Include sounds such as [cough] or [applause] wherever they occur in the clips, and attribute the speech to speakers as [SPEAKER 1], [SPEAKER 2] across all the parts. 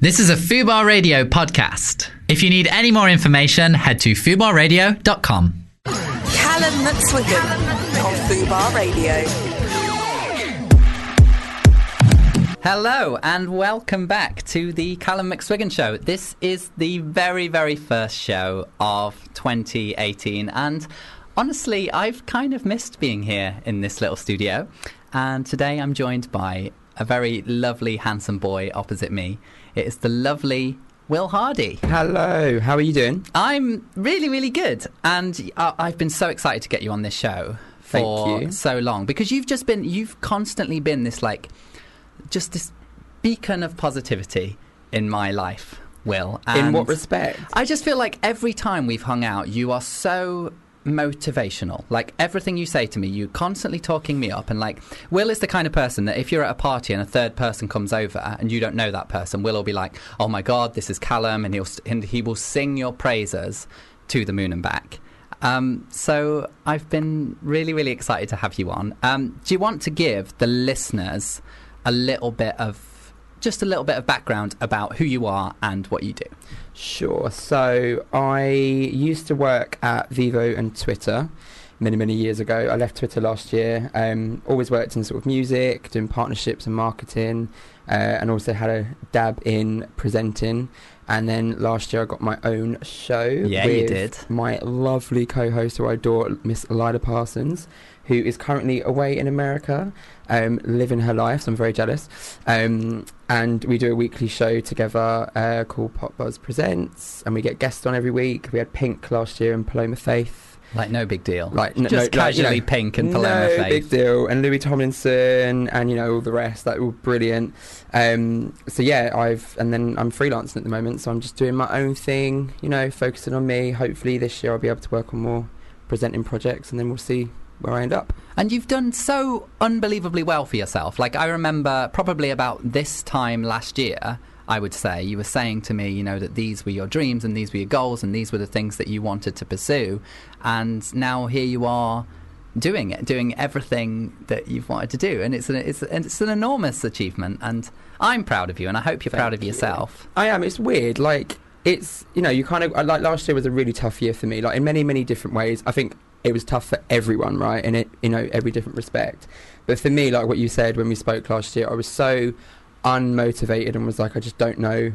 [SPEAKER 1] This is a Fubar Radio podcast. If you need any more information, head to fubarradio.com.
[SPEAKER 2] Callum McSwiggan on Fubar
[SPEAKER 3] [laughs]
[SPEAKER 2] Radio.
[SPEAKER 1] Hello and welcome back to the Callum McSwiggan Show. This is the very, very first show of 2018, and honestly, I've kind of missed being here in this little studio. And today I'm joined by a very lovely, handsome boy opposite me. It is the lovely Will Hardy.
[SPEAKER 4] Hello, how are you doing?
[SPEAKER 1] I'm really, really good, and I- I've been so excited to get you on this show
[SPEAKER 4] Thank
[SPEAKER 1] for
[SPEAKER 4] you.
[SPEAKER 1] so long because you've just been, you've constantly been this like, just this beacon of positivity in my life, Will.
[SPEAKER 4] In
[SPEAKER 1] and
[SPEAKER 4] what respect?
[SPEAKER 1] I just feel like every time we've hung out, you are so motivational. Like everything you say to me, you constantly talking me up. And like, Will is the kind of person that if you're at a party and a third person comes over and you don't know that person, Will will be like, "Oh my God, this is Callum," and he'll and he will sing your praises to the moon and back. Um, so I've been really, really excited to have you on. Um, do you want to give the listeners a little bit of just a little bit of background about who you are and what you do?
[SPEAKER 4] Sure. So I used to work at Vivo and Twitter many, many years ago. I left Twitter last year. Um, always worked in sort of music, doing partnerships and marketing, uh, and also had a dab in presenting. And then last year I got my own show.
[SPEAKER 1] Yeah, you
[SPEAKER 4] with
[SPEAKER 1] did.
[SPEAKER 4] My lovely co-host, who I adore, Miss Lida Parsons, who is currently away in America, um, living her life. So I'm very jealous. Um, and we do a weekly show together uh, called Pop Buzz Presents, and we get guests on every week. We had Pink last year and Paloma Faith.
[SPEAKER 1] Like no big deal.
[SPEAKER 4] Like n-
[SPEAKER 1] just
[SPEAKER 4] no, like, you
[SPEAKER 1] casually
[SPEAKER 4] know,
[SPEAKER 1] pink and Paloma
[SPEAKER 4] no
[SPEAKER 1] Faith.
[SPEAKER 4] big deal, and Louis Tomlinson, and you know all the rest. Like all brilliant. Um, so yeah, I've and then I'm freelancing at the moment, so I'm just doing my own thing. You know, focusing on me. Hopefully this year I'll be able to work on more presenting projects, and then we'll see where I end up.
[SPEAKER 1] And you've done so unbelievably well for yourself. Like I remember probably about this time last year, I would say, you were saying to me, you know, that these were your dreams and these were your goals and these were the things that you wanted to pursue. And now here you are doing it, doing everything that you've wanted to do. And it's an, it's, and it's an enormous achievement. And I'm proud of you and I hope you're proud
[SPEAKER 4] Thank
[SPEAKER 1] of
[SPEAKER 4] you.
[SPEAKER 1] yourself.
[SPEAKER 4] I am. It's weird. Like it's you know you kind of I- like last year was a really tough year for me. Like in many many different ways. I think it was tough for everyone, right? In it you know every different respect. But for me, like what you said when we spoke last year, I was so unmotivated and was like, I just don't know,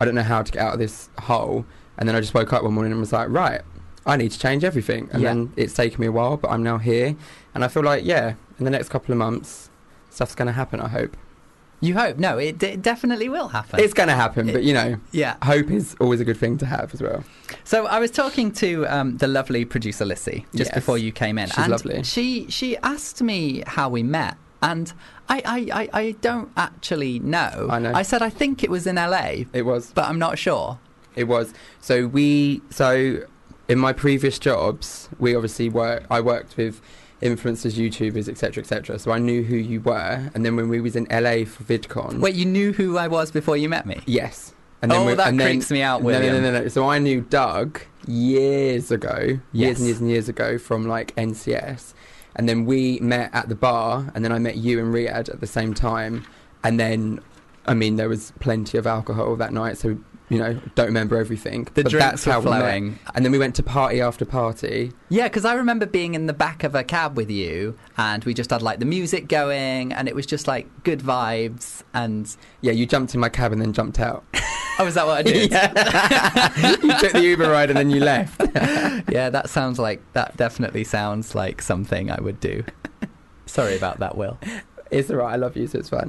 [SPEAKER 4] I don't know how to get out of this hole. And then I just woke up one morning and was like, right, I need to change everything. And
[SPEAKER 1] Yeah.
[SPEAKER 4] then it's taken me a while, but I'm now here, and I feel like yeah, in the next couple of months, stuff's going to happen. I hope
[SPEAKER 1] You hope. No, it, d- definitely will happen.
[SPEAKER 4] it's going to happen, but you know.
[SPEAKER 1] yeah.
[SPEAKER 4] Hope is always a good thing to have as well.
[SPEAKER 1] So I was talking to um, the lovely producer Lissy just
[SPEAKER 4] Yes.
[SPEAKER 1] before you came in.
[SPEAKER 4] She's
[SPEAKER 1] and
[SPEAKER 4] lovely.
[SPEAKER 1] She she asked me how we met, and I I, I, I don't actually know.
[SPEAKER 4] I know.
[SPEAKER 1] I said I think it was in LA,
[SPEAKER 4] It was.
[SPEAKER 1] but I'm not sure.
[SPEAKER 4] It was. So we. So in my previous jobs, we obviously work. I worked with influencers, YouTubers, etc., etc. So I knew who you were. And then when we was in LA for VidCon,
[SPEAKER 1] Wait, you knew who I was before you met me?
[SPEAKER 4] yes. And
[SPEAKER 1] And
[SPEAKER 4] then
[SPEAKER 1] oh,
[SPEAKER 4] we-
[SPEAKER 1] that
[SPEAKER 4] and then-
[SPEAKER 1] creeps me out,
[SPEAKER 4] no,
[SPEAKER 1] William.
[SPEAKER 4] no, no, no, no. So I knew Doug years ago,
[SPEAKER 1] Yes.
[SPEAKER 4] years and years and years ago from like NCS, and then we met at the bar, and then I met you and Riyadh at the same time, and then, I mean, there was plenty of alcohol that night, so you know, don't remember everything.
[SPEAKER 1] The
[SPEAKER 4] but
[SPEAKER 1] drinks
[SPEAKER 4] that's
[SPEAKER 1] were
[SPEAKER 4] how we met.
[SPEAKER 1] flowing.
[SPEAKER 4] And then we went to party after party.
[SPEAKER 1] Yeah, because I remember being in the back of a cab with you, and we just had like the music going, and it was just like good vibes. And
[SPEAKER 4] Yeah, you jumped in my cab and then jumped out. [laughs]
[SPEAKER 1] oh, is that what I did?
[SPEAKER 4] Yeah. [laughs] you took the Uber ride and then you left.
[SPEAKER 1] yeah, that sounds like that definitely sounds like something I would do. Sorry about that, Will. [laughs]
[SPEAKER 4] It's alright. I love you, so it's fine.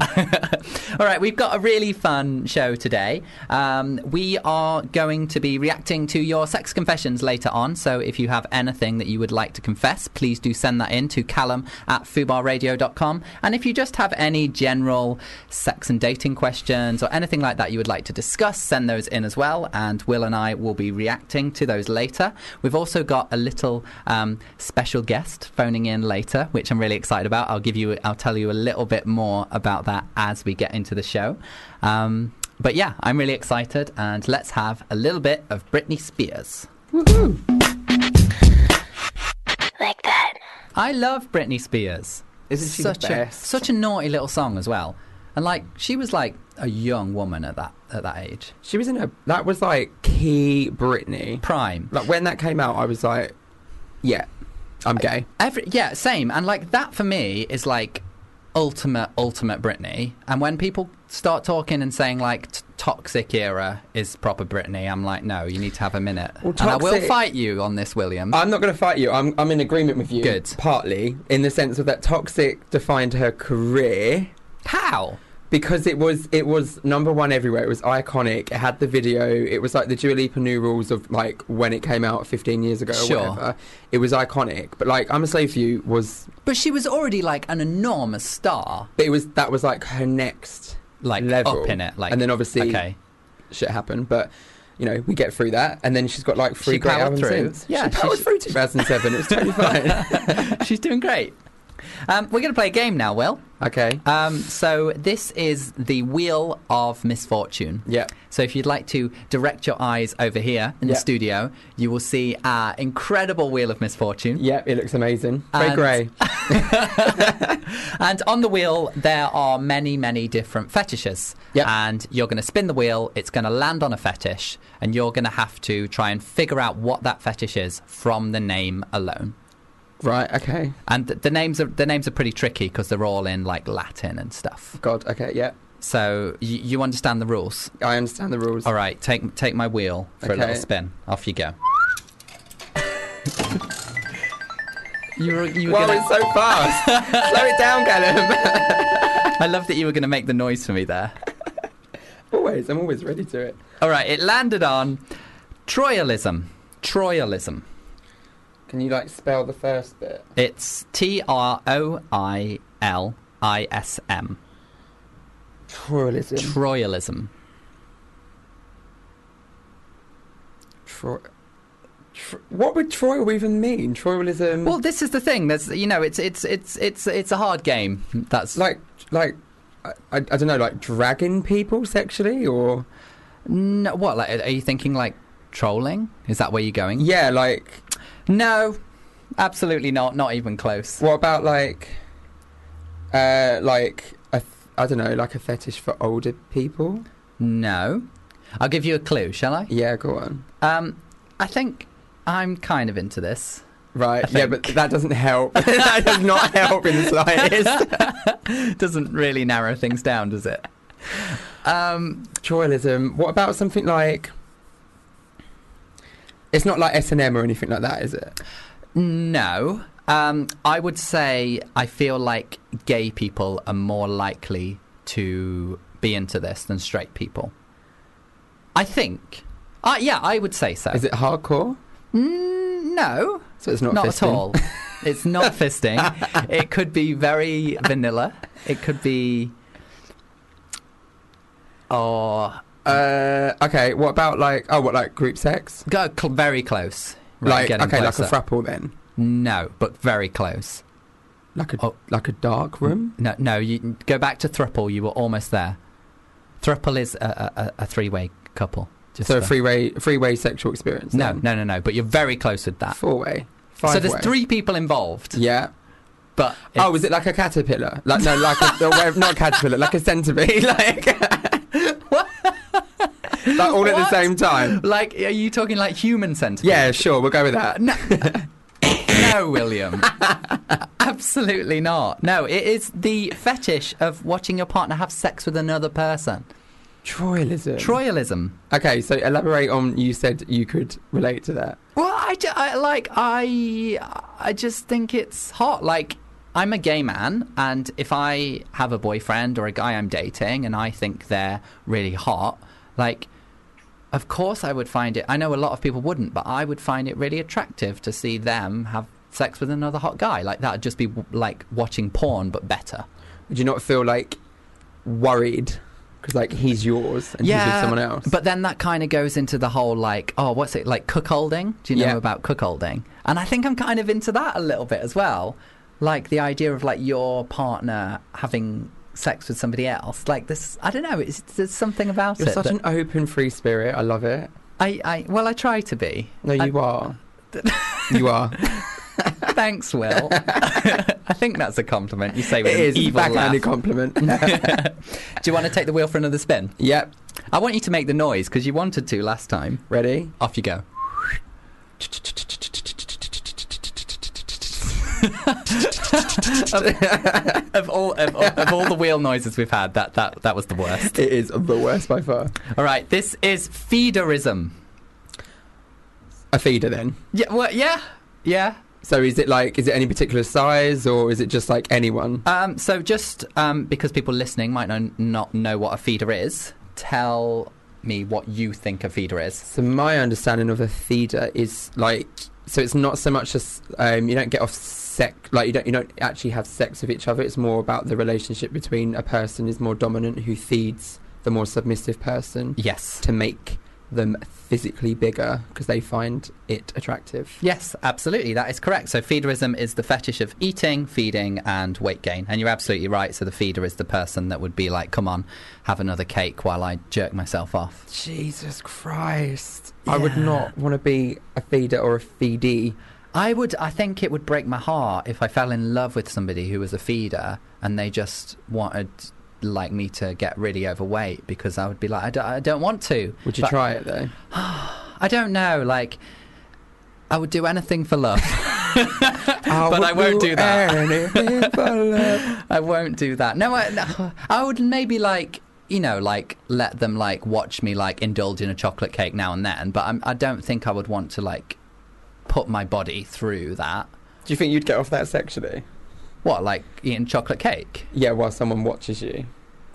[SPEAKER 1] All right, we've got a really fun show today. Um, we are going to be reacting to your sex confessions later on. So if you have anything that you would like to confess, please do send that in to callum at fubarradio.com. And if you just have any general sex and dating questions or anything like that you would like to discuss, send those in as well. And Will and I will be reacting to those later. We've also got a little um, special guest phoning in later, which I'm really excited about. I'll give you, I'll tell you a little bit more about that as we get into the show. Um, but yeah, I'm really excited, and let's have a little bit of Britney Spears.
[SPEAKER 5] like that.
[SPEAKER 1] I love Britney Spears.
[SPEAKER 4] Isn't she the
[SPEAKER 1] such a
[SPEAKER 4] best?
[SPEAKER 1] such a naughty little song as well? And like, she was like a young woman at that at that age.
[SPEAKER 4] She was in her. That was like key Britney.
[SPEAKER 1] Prime.
[SPEAKER 4] Like when that came out, I was like, yeah, I'm gay.
[SPEAKER 1] Every yeah, same. And like that for me is like ultimate ultimate Britney. And when people start talking and saying like t- toxic era is proper Britney, I'm like, no, you need to have a minute.
[SPEAKER 4] Well,
[SPEAKER 1] and I will
[SPEAKER 4] toxic- Uh,
[SPEAKER 1] fight you on this, William.
[SPEAKER 4] I'm not going to fight you. I'm, I'm in agreement with you.
[SPEAKER 1] Good.
[SPEAKER 4] Partly in the sense of that Toxic defined her career
[SPEAKER 1] How?
[SPEAKER 4] because it was it was number one everywhere. It was iconic. It had the video. It was like the Dua Lipa new rules of like when it came out 15 years ago
[SPEAKER 1] Sure.
[SPEAKER 4] or whatever. It was iconic. But like I'm a Slave for You was.
[SPEAKER 1] But she was already like an enormous star,
[SPEAKER 4] But it was that was like her next
[SPEAKER 1] like
[SPEAKER 4] level
[SPEAKER 1] up in it, like
[SPEAKER 4] and then obviously
[SPEAKER 1] okay,
[SPEAKER 4] shit happened. But you know we get through that, and then she's got like three
[SPEAKER 1] She
[SPEAKER 4] great
[SPEAKER 1] powered
[SPEAKER 4] albums
[SPEAKER 1] through.
[SPEAKER 4] since.
[SPEAKER 1] Yeah,
[SPEAKER 4] she
[SPEAKER 1] she-
[SPEAKER 4] powered through 2007. it
[SPEAKER 1] [laughs]
[SPEAKER 4] was totally [laughs] fine.
[SPEAKER 1] she's doing great. Um, we're gonna play a game now, Will.
[SPEAKER 4] okay.
[SPEAKER 1] Um, so this is the wheel of misfortune.
[SPEAKER 4] Yeah.
[SPEAKER 1] So if you'd like to direct your eyes over here in the
[SPEAKER 4] Yeah.
[SPEAKER 1] studio, you will see our incredible wheel of misfortune.
[SPEAKER 4] Yep, it looks amazing. Very
[SPEAKER 1] And-
[SPEAKER 4] grey.
[SPEAKER 1] And on the wheel, there are many, many different fetishes.
[SPEAKER 4] Yep.
[SPEAKER 1] And you're going to spin the wheel, it's going to land on a fetish, and you're going to have to try and figure out what that fetish is from the name alone.
[SPEAKER 4] Right, okay.
[SPEAKER 1] And th- the names are the names are pretty tricky because they're all in like Latin and stuff.
[SPEAKER 4] God, okay, yeah.
[SPEAKER 1] So you, you understand the rules.
[SPEAKER 4] I understand the rules.
[SPEAKER 1] All right, take take my wheel for a little
[SPEAKER 4] Okay.
[SPEAKER 1] spin. Off you go. you were, you were
[SPEAKER 4] Wow,
[SPEAKER 1] gonna-
[SPEAKER 4] it's so fast. [laughs] Slow it
[SPEAKER 1] [laughs]
[SPEAKER 4] down, Callum.
[SPEAKER 1] I love that you were going to make the noise for me there.
[SPEAKER 4] always, I'm always ready to it.
[SPEAKER 1] All right, it landed on Troialism. Troialism.
[SPEAKER 4] Can you like spell the first bit?
[SPEAKER 1] It's T R O I L I S M.
[SPEAKER 4] Troialism.
[SPEAKER 1] Troialism.
[SPEAKER 4] Tro- tro- what would Troil even mean? Troialism.
[SPEAKER 1] Well, this is the thing. There's, you know, it's it's it's it's it's a hard game. That's
[SPEAKER 4] like, like, I, I, I don't know, like dragging people sexually, or
[SPEAKER 1] no, what? Like, are you thinking like trolling? Is that where you're going?
[SPEAKER 4] yeah, like,
[SPEAKER 1] No, absolutely not. Not even close.
[SPEAKER 4] what about like, uh, like a th- I don't know, like a fetish for older people?
[SPEAKER 1] No. I'll give you a clue, shall I?
[SPEAKER 4] Yeah, go on.
[SPEAKER 1] Um, I think I'm kind of into this.
[SPEAKER 4] [laughs] Right,
[SPEAKER 1] I
[SPEAKER 4] yeah, but
[SPEAKER 1] think.
[SPEAKER 4] that doesn't help. [laughs] that does
[SPEAKER 1] [laughs]
[SPEAKER 4] not help in the slightest.
[SPEAKER 1] Doesn't really narrow things down, does it? Um,
[SPEAKER 4] Troilism. What about something like? It's not like S and M or anything like that, is it?
[SPEAKER 1] no. Um, I would say I feel like gay people are more likely to be into this than straight people. I think. Uh, yeah, I would say so.
[SPEAKER 4] Is it hardcore?
[SPEAKER 1] Mm, no,
[SPEAKER 4] So it's not.
[SPEAKER 1] not at
[SPEAKER 4] fisting. [laughs]
[SPEAKER 1] all. It's not fisting. It could be very vanilla. It could be. Oh,
[SPEAKER 4] Uh, okay. What about like? Oh, what like group sex?
[SPEAKER 1] go cl- very close. Right,
[SPEAKER 4] like
[SPEAKER 1] getting
[SPEAKER 4] okay,
[SPEAKER 1] closer.
[SPEAKER 4] like a frapple then.
[SPEAKER 1] No, but very close.
[SPEAKER 4] Like a
[SPEAKER 1] Oh.
[SPEAKER 4] like a dark room.
[SPEAKER 1] No, no. You go back to thruple. You were almost there. Thruple is a, a, a- a three-way couple. Just
[SPEAKER 4] so a
[SPEAKER 1] for-
[SPEAKER 4] three way three way sexual experience.
[SPEAKER 1] No, no, no, no. But you're very close with that.
[SPEAKER 4] Four way. Five
[SPEAKER 1] So there's
[SPEAKER 4] way.
[SPEAKER 1] three people involved.
[SPEAKER 4] Yeah.
[SPEAKER 1] But
[SPEAKER 4] Oh, is it like a caterpillar? Like no, like a, no, wait, not a caterpillar, like a centipede, [laughs] like like all at the
[SPEAKER 1] What?
[SPEAKER 4] same time.
[SPEAKER 1] like, are you talking like human centipede?
[SPEAKER 4] Yeah, sure, we'll go with that.
[SPEAKER 1] No, no, William. [laughs] Absolutely not. No, it is the fetish of watching your partner have sex with another person.
[SPEAKER 4] Troilism.
[SPEAKER 1] Troialism.
[SPEAKER 4] Okay, so elaborate on you said you could relate to that.
[SPEAKER 1] Well, I, ju- I- like I I just think it's hot. Like I'm a gay man, and if I have a boyfriend or a guy I'm dating, and I think they're really hot, like. Of course, I would find it. I know a lot of people wouldn't, but I would find it really attractive to see them have sex with another hot guy. Like that would just be w- like watching porn, but better.
[SPEAKER 4] Would you not feel like worried because like he's yours and he's with someone else?
[SPEAKER 1] But then that kind of goes into the whole like, oh, what's it like cuckolding? Do you know
[SPEAKER 4] Yeah.
[SPEAKER 1] about cuckolding? And I think I'm kind of into that a little bit as well. Like the idea of like your partner having sex with somebody else. Like this, I don't know. It's, there's something about
[SPEAKER 4] You're
[SPEAKER 1] it.
[SPEAKER 4] such
[SPEAKER 1] that
[SPEAKER 4] an open, free spirit. I love it.
[SPEAKER 1] [laughs] I, I, well, I try to be. [laughs]
[SPEAKER 4] No, you are. you are.
[SPEAKER 1] Thanks,
[SPEAKER 4] [laughs]
[SPEAKER 1] Will. I think that's a compliment. You say with
[SPEAKER 4] It
[SPEAKER 1] an
[SPEAKER 4] is it's a
[SPEAKER 1] evil laugh.
[SPEAKER 4] backhanded
[SPEAKER 1] [laughs]
[SPEAKER 4] compliment.
[SPEAKER 1] Do you want to take the wheel for another spin?
[SPEAKER 4] yep.
[SPEAKER 1] I want you to make the noise because you wanted to last time.
[SPEAKER 4] Ready?
[SPEAKER 1] Off you go. of, of all of, all- of all the wheel noises we've had, that that that was the worst.
[SPEAKER 4] [laughs] It is the worst by far.
[SPEAKER 1] All right, this is feederism.
[SPEAKER 4] A feeder then.
[SPEAKER 1] Yeah, well, yeah, yeah.
[SPEAKER 4] So is it like is it any particular size or is it just like anyone?
[SPEAKER 1] Um, so just um, because people listening might know, not know what a feeder is, tell me what you think a feeder is.
[SPEAKER 4] So my understanding of a feeder is like so it's not so much as um, you don't get off sex like you don't you don't actually have sex with each other. It's more about the relationship between a person is more dominant who feeds the more submissive person
[SPEAKER 1] Yes.
[SPEAKER 4] to make them physically bigger because they find it attractive.
[SPEAKER 1] Yes, absolutely. That is correct. So, feederism is the fetish of eating, feeding, and weight gain. And you're absolutely right. So, the feeder is the person that would be like, come on, have another cake while I jerk myself off.
[SPEAKER 4] Jesus Christ. I would
[SPEAKER 1] Yeah.
[SPEAKER 4] not want to be a feeder or a feedee.
[SPEAKER 1] I would, I think it would break my heart if I fell in love with somebody who was a feeder and they just wanted, like, me to get really overweight because I would be like, I don't, I don't want to.
[SPEAKER 4] Would you
[SPEAKER 1] But-
[SPEAKER 4] try it [laughs] though?
[SPEAKER 1] I don't know. Like, I would do anything for love. But I
[SPEAKER 4] would
[SPEAKER 1] won't do that.
[SPEAKER 4] [laughs] anything for love.
[SPEAKER 1] I won't do that. No, I, no, I would maybe like you know like let them like watch me like indulge in a chocolate cake now and then. But I'm, I don't think I would want to like put my body through that.
[SPEAKER 4] Do you think you'd get off that sexually?
[SPEAKER 1] What like eating chocolate cake?
[SPEAKER 4] Yeah, while someone watches you.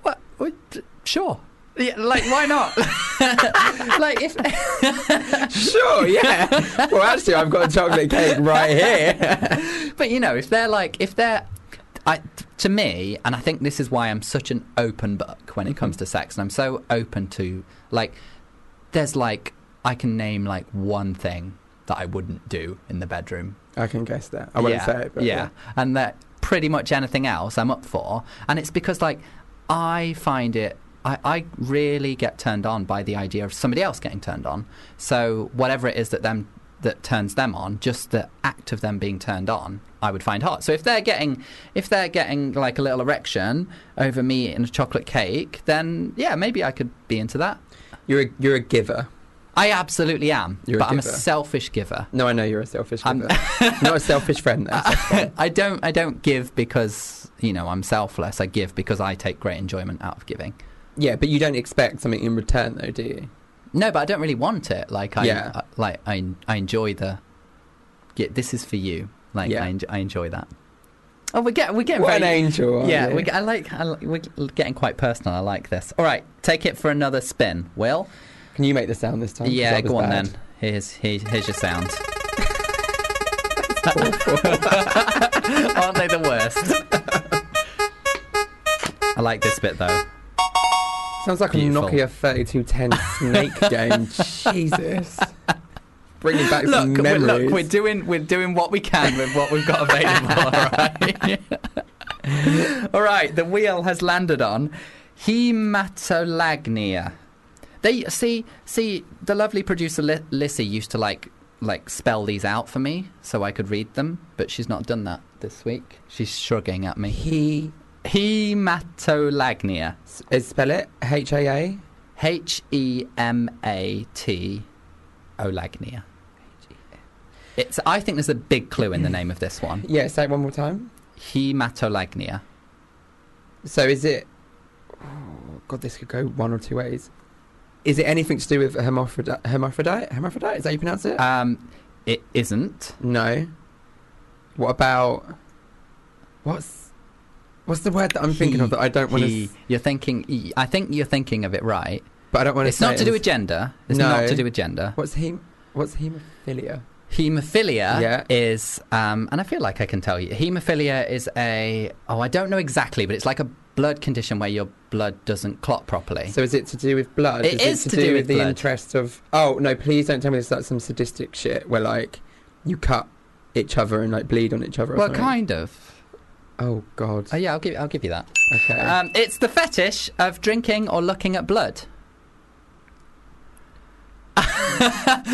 [SPEAKER 1] What? what sure. Yeah, like why not? [laughs] like if
[SPEAKER 4] Sure, [laughs] yeah. well, actually, I've got a chocolate cake right here.
[SPEAKER 1] But you know, if they're like, if they're, I, to me, and I think this is why I'm such an open book when it comes to sex, and I'm so open to like, there's like, I can name like one thing that I wouldn't do in the bedroom.
[SPEAKER 4] [laughs] I can guess that. I won't
[SPEAKER 1] Yeah,
[SPEAKER 4] say it, but
[SPEAKER 1] yeah. and that pretty much anything else I'm up for, and it's because like, I find it. I, I really get turned on by the idea of somebody else getting turned on. So whatever it is that them that turns them on, just the act of them being turned on, I would find hot. So if they're getting if they're getting like a little erection over me in a chocolate cake, then yeah, maybe I could be into that.
[SPEAKER 4] You're a, you're a giver.
[SPEAKER 1] I absolutely am,
[SPEAKER 4] You're a
[SPEAKER 1] but I'm a
[SPEAKER 4] giver.
[SPEAKER 1] selfish giver.
[SPEAKER 4] No, I know you're a selfish
[SPEAKER 1] I'm-
[SPEAKER 4] giver. not a selfish friend. [laughs] Though.
[SPEAKER 1] [laughs] I don't I don't give because you know I'm selfless. I give because I take great enjoyment out of giving.
[SPEAKER 4] yeah, but you don't expect something in return, though, do you?
[SPEAKER 1] No, but I don't really want it. Like I,
[SPEAKER 4] Yeah.
[SPEAKER 1] I- like I I enjoy the. Yeah, this is for you. Like
[SPEAKER 4] Yeah.
[SPEAKER 1] I, enjoy, I enjoy that. Oh, we get we get
[SPEAKER 4] What an
[SPEAKER 1] very,
[SPEAKER 4] angel! aren't
[SPEAKER 1] yeah.
[SPEAKER 4] you?
[SPEAKER 1] We get, I like I, li- we're getting quite personal. I like this. All right, take it for another spin, Will.
[SPEAKER 4] Can you make the sound this time? 'Cause
[SPEAKER 1] yeah,
[SPEAKER 4] that was
[SPEAKER 1] go on
[SPEAKER 4] bad.
[SPEAKER 1] then. Here's here, here's your sound. [laughs] Aren't they the worst?
[SPEAKER 4] [laughs]
[SPEAKER 1] I like this bit though.
[SPEAKER 4] Sounds like
[SPEAKER 1] Beautiful.
[SPEAKER 4] a Nokia
[SPEAKER 1] [laughs]
[SPEAKER 4] 3210 snake game. Jesus. Bringing back some
[SPEAKER 1] Look, we're,
[SPEAKER 4] memories.
[SPEAKER 1] look, we're doing we're doing what we can with what we've got available. all right. all right. [laughs] The wheel has landed on hematolagnia. They see see the lovely producer Li- Lissy used to like like spell these out for me so I could read them, but she's not done that this week. She's shrugging at me.
[SPEAKER 4] He
[SPEAKER 1] Hematolagnia.
[SPEAKER 4] is eh, spell it H A A.
[SPEAKER 1] H E M A T Olagnia. It's. I think there's a big clue in the name of this one.
[SPEAKER 4] Yeah, say it one more time.
[SPEAKER 1] Hematolagnia.
[SPEAKER 4] So is it? Oh, God, this could go one or two ways. Is it anything to do with hermaphrodite? Hermaphrodite? Hermaphrodite? Is that how you pronounce it?
[SPEAKER 1] Um, it isn't.
[SPEAKER 4] no. What about? What's? What's the word that I'm thinking of
[SPEAKER 1] He-
[SPEAKER 4] that I don't want
[SPEAKER 1] he-
[SPEAKER 4] to?
[SPEAKER 1] You're thinking. he- I think you're thinking of it right.
[SPEAKER 4] But I don't want to.
[SPEAKER 1] It's not to do with gender. It's
[SPEAKER 4] No.
[SPEAKER 1] not to do with gender.
[SPEAKER 4] What's he? What's hemophilia?
[SPEAKER 1] Hemophilia
[SPEAKER 4] Yeah.
[SPEAKER 1] is, um, and I feel like I can tell you, hemophilia is a. Oh, I don't know exactly, but it's like a blood condition where your blood doesn't clot properly.
[SPEAKER 4] So is it to do with blood?
[SPEAKER 1] It is to do with
[SPEAKER 4] the
[SPEAKER 1] blood.
[SPEAKER 4] interest of. Oh no! Please don't tell me this is like some sadistic shit where like you cut each other and like bleed on each other. or
[SPEAKER 1] well,
[SPEAKER 4] something.
[SPEAKER 1] kind of.
[SPEAKER 4] Oh God.
[SPEAKER 1] Oh, yeah, I'll give I'll give you that.
[SPEAKER 4] Okay.
[SPEAKER 1] Um, it's the fetish of drinking or looking at blood.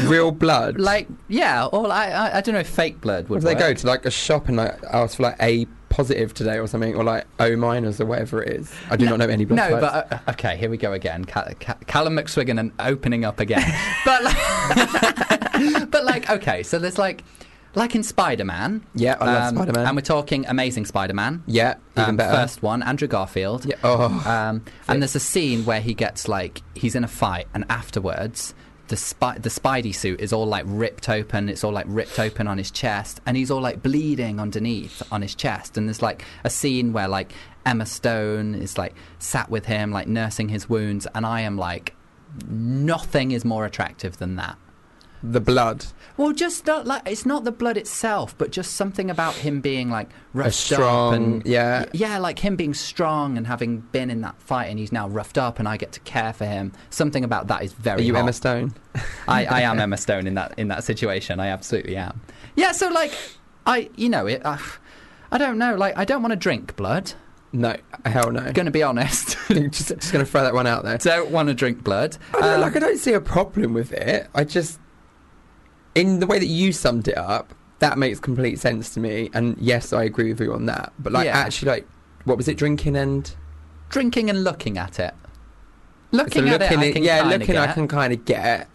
[SPEAKER 4] real blood.
[SPEAKER 1] like yeah, or like, I, I don't know if fake blood
[SPEAKER 4] What
[SPEAKER 1] would
[SPEAKER 4] do they
[SPEAKER 1] work.
[SPEAKER 4] go to like a shop and like ask for like A positive today or something, or like O minus or whatever it is? I do not know any blood
[SPEAKER 1] No,
[SPEAKER 4] types.
[SPEAKER 1] but uh, okay, here we go again. Cal- Cal- Callum McSwiggan and opening up
[SPEAKER 4] [laughs]
[SPEAKER 1] again. but like, [laughs] but like, okay, so there's like, like in Spider Man.
[SPEAKER 4] yeah, I love Spider
[SPEAKER 1] um, And
[SPEAKER 4] Man.
[SPEAKER 1] we're talking Amazing Spider Man.
[SPEAKER 4] Yeah, even better.
[SPEAKER 1] First one, Andrew Garfield.
[SPEAKER 4] Yeah. Oh,
[SPEAKER 1] Um, and there's a scene where he gets like he's in a fight, and afterwards the spy- the Spidey suit is all like ripped open. It's all like ripped open on his chest, and he's all like bleeding underneath on his chest. And there's like a scene where like Emma Stone is like sat with him, like nursing his wounds, and I am like, nothing is more attractive than that.
[SPEAKER 4] the blood.
[SPEAKER 1] Well, just not like it's not the blood itself, but just something about him being like
[SPEAKER 4] A
[SPEAKER 1] roughed up
[SPEAKER 4] strong.
[SPEAKER 1] and
[SPEAKER 4] Yeah.
[SPEAKER 1] yeah, like him being strong and having been in that fight, and he's now roughed up, and I get to care for him. Something about that is
[SPEAKER 4] Are
[SPEAKER 1] very.
[SPEAKER 4] you
[SPEAKER 1] hot.
[SPEAKER 4] Emma Stone?
[SPEAKER 1] I, I
[SPEAKER 4] [laughs]
[SPEAKER 1] am Emma Stone in that in that situation. I absolutely am. Yeah, so like, I you know it. Uh, I don't know. Like, I don't want to drink blood.
[SPEAKER 4] No, hell no.
[SPEAKER 1] Going to be honest, [laughs]
[SPEAKER 4] [laughs] just, just gonna throw that one out there.
[SPEAKER 1] don't want to drink blood.
[SPEAKER 4] I don't,
[SPEAKER 1] Um,
[SPEAKER 4] like I don't see a problem with it. I just, in the way that you summed it up, that makes complete sense to me. And yes, I agree with you on that. But like,
[SPEAKER 1] Yeah.
[SPEAKER 4] actually, like, what was it? Drinking and
[SPEAKER 1] drinking and looking at it. Looking
[SPEAKER 4] so
[SPEAKER 1] at it, I
[SPEAKER 4] at-
[SPEAKER 1] can
[SPEAKER 4] yeah,
[SPEAKER 1] kinda
[SPEAKER 4] looking, I
[SPEAKER 1] get.
[SPEAKER 4] can kind of get.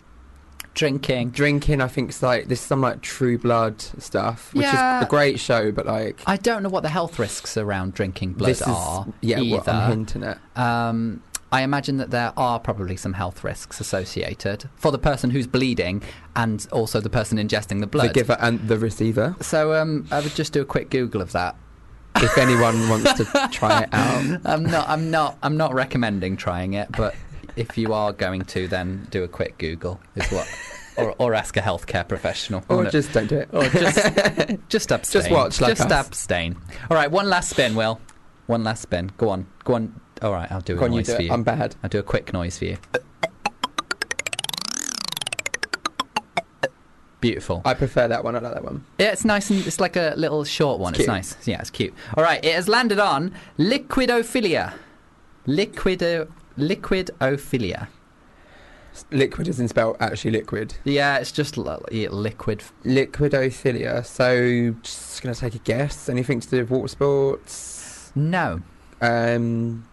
[SPEAKER 1] drinking.
[SPEAKER 4] Drinking, I think, is like this is some like True Blood stuff, which
[SPEAKER 1] Yeah.
[SPEAKER 4] is a great show, but like
[SPEAKER 1] I don't know what the health risks around drinking blood
[SPEAKER 4] this
[SPEAKER 1] are
[SPEAKER 4] is yeah,
[SPEAKER 1] either.
[SPEAKER 4] what on the internet.
[SPEAKER 1] Um, I imagine that there are probably some health risks associated for the person who's bleeding and also the person ingesting the
[SPEAKER 4] The
[SPEAKER 1] blood.
[SPEAKER 4] giver and the receiver.
[SPEAKER 1] so um, I would just do a quick Google of that.
[SPEAKER 4] If anyone
[SPEAKER 1] [laughs]
[SPEAKER 4] wants to try it out,
[SPEAKER 1] I'm not. I'm not. I'm not recommending trying it, but if you are going to, then do a quick Google. Is what, or, or ask a healthcare professional,
[SPEAKER 4] or
[SPEAKER 1] Oh, No.
[SPEAKER 4] just don't do it.
[SPEAKER 1] or just, [laughs] just abstain.
[SPEAKER 4] Just watch like
[SPEAKER 1] Just
[SPEAKER 4] us.
[SPEAKER 1] abstain. All right, one last spin, Will. One last spin. Go on. Go on. All right, I'll do a
[SPEAKER 4] Go on, you
[SPEAKER 1] noise
[SPEAKER 4] do
[SPEAKER 1] for
[SPEAKER 4] it.
[SPEAKER 1] you.
[SPEAKER 4] I'm bad.
[SPEAKER 1] I'll do a quick noise for you. Beautiful.
[SPEAKER 4] I prefer that one. I like that one.
[SPEAKER 1] Yeah, it's nice and it's like a little short one. It's,
[SPEAKER 4] It's cute.
[SPEAKER 1] nice. Yeah, it's cute. All right, it has landed on liquidophilia. Liquido liquidophilia.
[SPEAKER 4] S- Liquid isn't spelled actually liquid.
[SPEAKER 1] Yeah, it's just li- yeah, liquid.
[SPEAKER 4] Liquidophilia. So just gonna take a guess. Anything to do with water sports?
[SPEAKER 1] No.
[SPEAKER 4] Um,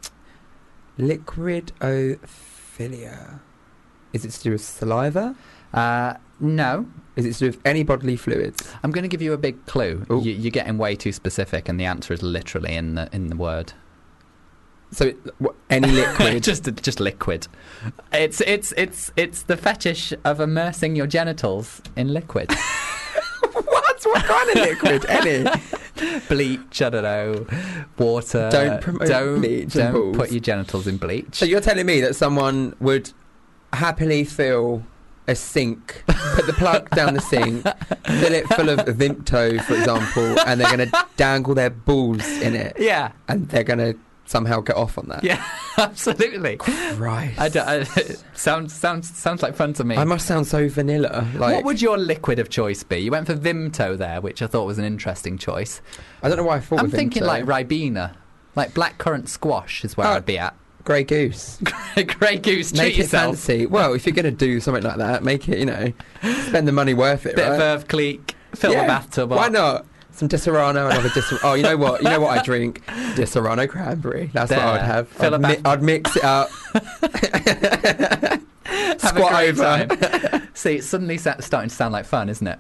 [SPEAKER 4] liquidophilia. Is it to do with saliva?
[SPEAKER 1] Uh, no.
[SPEAKER 4] Is it to do with any bodily fluids?
[SPEAKER 1] I'm going to give you a big clue.
[SPEAKER 4] Ooh.
[SPEAKER 1] You, you're getting way too specific, and the answer is literally in the in the word.
[SPEAKER 4] So it, wha-
[SPEAKER 1] [laughs]
[SPEAKER 4] any [laughs] liquid.
[SPEAKER 1] just just liquid. It's it's it's it's the fetish of immersing your genitals in liquid.
[SPEAKER 4] what? What kind of [laughs] liquid? Any?
[SPEAKER 1] [laughs] bleach, I don't know, water.
[SPEAKER 4] Don't promote
[SPEAKER 1] don't,
[SPEAKER 4] bleach
[SPEAKER 1] Don't
[SPEAKER 4] and balls.
[SPEAKER 1] put your genitals in bleach.
[SPEAKER 4] So you're telling me that someone would happily fill a sink, put the plug down the sink, fill it full of Vimto, for example, and they're going to dangle their balls in it,
[SPEAKER 1] yeah, [laughs]
[SPEAKER 4] and they're going to somehow get off on that.
[SPEAKER 1] Yeah. absolutely.
[SPEAKER 4] Right.
[SPEAKER 1] I don't, I, [laughs] sounds sounds sounds like fun to me.
[SPEAKER 4] I must sound so vanilla. Like
[SPEAKER 1] what would your liquid of choice be? You went for Vimto there, which I thought was an interesting choice.
[SPEAKER 4] I don't know why I thought.
[SPEAKER 1] I'm
[SPEAKER 4] of
[SPEAKER 1] thinking like
[SPEAKER 4] Vimto.
[SPEAKER 1] Ribena, like blackcurrant squash is where
[SPEAKER 4] Oh.
[SPEAKER 1] I'd be at. [laughs]
[SPEAKER 4] grey goose.
[SPEAKER 1] Grey goose, treat
[SPEAKER 4] Make it
[SPEAKER 1] yourself.
[SPEAKER 4] fancy. Well, if you're going to do something like that, make it you know, spend the money worth it.
[SPEAKER 1] Bit
[SPEAKER 4] right?
[SPEAKER 1] of Verve Cleek, fill
[SPEAKER 4] Yeah,
[SPEAKER 1] the bathtub up.
[SPEAKER 4] Why not? Some Disaronno, another Disaronno. Oh, you know what? You know what I drink? Disaronno cranberry. That's what I would
[SPEAKER 1] There.
[SPEAKER 4] have.
[SPEAKER 1] Fill
[SPEAKER 4] I'd,
[SPEAKER 1] a bath-
[SPEAKER 4] I'd mix it up.
[SPEAKER 1] Have
[SPEAKER 4] Squat
[SPEAKER 1] a
[SPEAKER 4] over.
[SPEAKER 1] great
[SPEAKER 4] [laughs]
[SPEAKER 1] time. See, it's suddenly sa- starting to sound like fun, isn't it?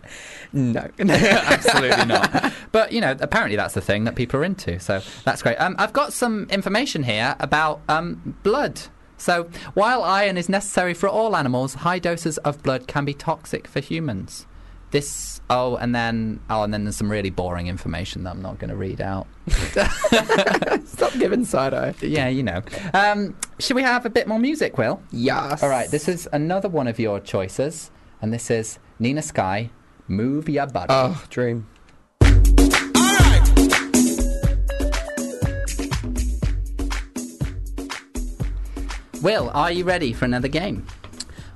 [SPEAKER 4] No. [laughs]
[SPEAKER 1] Absolutely not. [laughs] But you know, apparently that's the thing that people are into. So that's great. Um, I've got some information here about um, blood. So while iron is necessary for all animals, high doses of blood can be toxic for humans. This oh, and then oh, and then there's some really boring information that I'm not going to read out.
[SPEAKER 4] Stop giving side eye.
[SPEAKER 1] Yeah, you
[SPEAKER 4] [laughs]
[SPEAKER 1] know. Um, should we have a bit more music, Will?
[SPEAKER 4] Yes.
[SPEAKER 1] All right, this is another one of your choices, and this is Nina Sky. Move your body.
[SPEAKER 4] Oh, dream.
[SPEAKER 1] Will, are you ready for another game?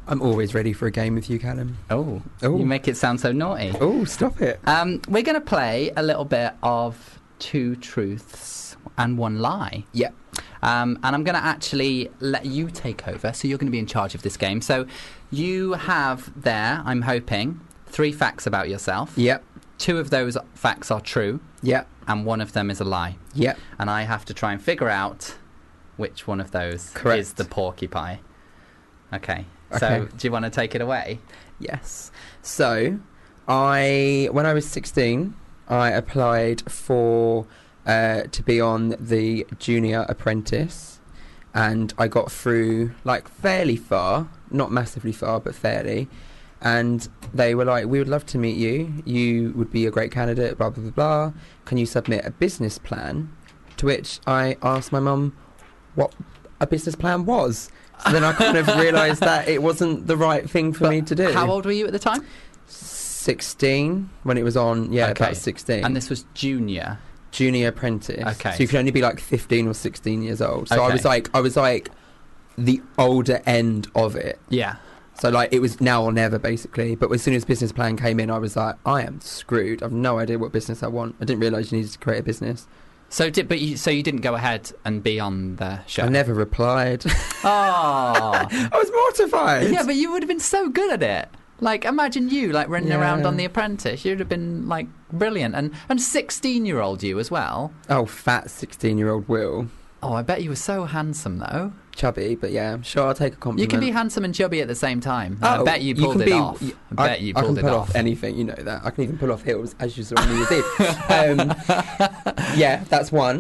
[SPEAKER 4] I'm always ready for a game with you, Callum.
[SPEAKER 1] Oh,
[SPEAKER 4] Oh.
[SPEAKER 1] you make it sound so naughty.
[SPEAKER 4] Oh, stop it.
[SPEAKER 1] Um, we're going to play a little bit of two truths and one lie.
[SPEAKER 4] Yeah.
[SPEAKER 1] Um, and I'm going to actually let you take over. So you're going to be in charge of this game. So you have there, I'm hoping, three facts about yourself.
[SPEAKER 4] Yep.
[SPEAKER 1] Two of those facts are true,
[SPEAKER 4] Yep.
[SPEAKER 1] and one of them is a lie.
[SPEAKER 4] Yep.
[SPEAKER 1] And I have to try and figure out which one of those
[SPEAKER 4] Correct.
[SPEAKER 1] is the porcupine. Okay. So
[SPEAKER 4] Okay.
[SPEAKER 1] do you want to take it away?
[SPEAKER 4] Yes. So, I when I was 16, I applied for uh, to be on the junior apprentice, and I got through like fairly far, not massively far, but fairly. And they were like, "We would love to meet you. You would be a great candidate." Blah blah blah. blah. Can you submit a business plan? To which I asked my mum what a business plan was. So then I
[SPEAKER 1] [laughs]
[SPEAKER 4] kind of realised that it wasn't the right thing for
[SPEAKER 1] But
[SPEAKER 4] me to do.
[SPEAKER 1] How old were you at the time?
[SPEAKER 4] 16 when it was on yeah
[SPEAKER 1] Okay.
[SPEAKER 4] about 16
[SPEAKER 1] And this was junior.
[SPEAKER 4] junior apprentice
[SPEAKER 1] Okay.
[SPEAKER 4] so you could only be like 15 or 16 years old so i
[SPEAKER 1] Okay.
[SPEAKER 4] was like i was like the older end of it
[SPEAKER 1] Yeah.
[SPEAKER 4] so like it was now or never basically but as soon as business plan came in i was like i am screwed i've no idea what business i want i didn't realize you needed to create a business
[SPEAKER 1] So did but you, so you didn't go ahead and be on the show.
[SPEAKER 4] i never replied [laughs]
[SPEAKER 1] Oh.
[SPEAKER 4] i was mortified
[SPEAKER 1] yeah, but you would have been so good at it. Like, imagine you like running around
[SPEAKER 4] Yeah.
[SPEAKER 1] on The Apprentice. You'd have been like brilliant, and and sixteen year old you as well.
[SPEAKER 4] oh fat 16 year old will
[SPEAKER 1] Oh, I bet you were so handsome though.
[SPEAKER 4] chubby but yeah sure i'll take a compliment
[SPEAKER 1] You can be handsome and chubby at the same time. I
[SPEAKER 4] Oh,
[SPEAKER 1] bet you
[SPEAKER 4] you
[SPEAKER 1] pulled
[SPEAKER 4] can
[SPEAKER 1] it
[SPEAKER 4] be-
[SPEAKER 1] off.
[SPEAKER 4] you-
[SPEAKER 1] I bet you
[SPEAKER 4] I can
[SPEAKER 1] pulled it
[SPEAKER 4] pull off.
[SPEAKER 1] off.
[SPEAKER 4] anything, you know that. I can even pull off heels, as you saw
[SPEAKER 1] [laughs]
[SPEAKER 4] on New Year's Eve. Um, yeah, that's one.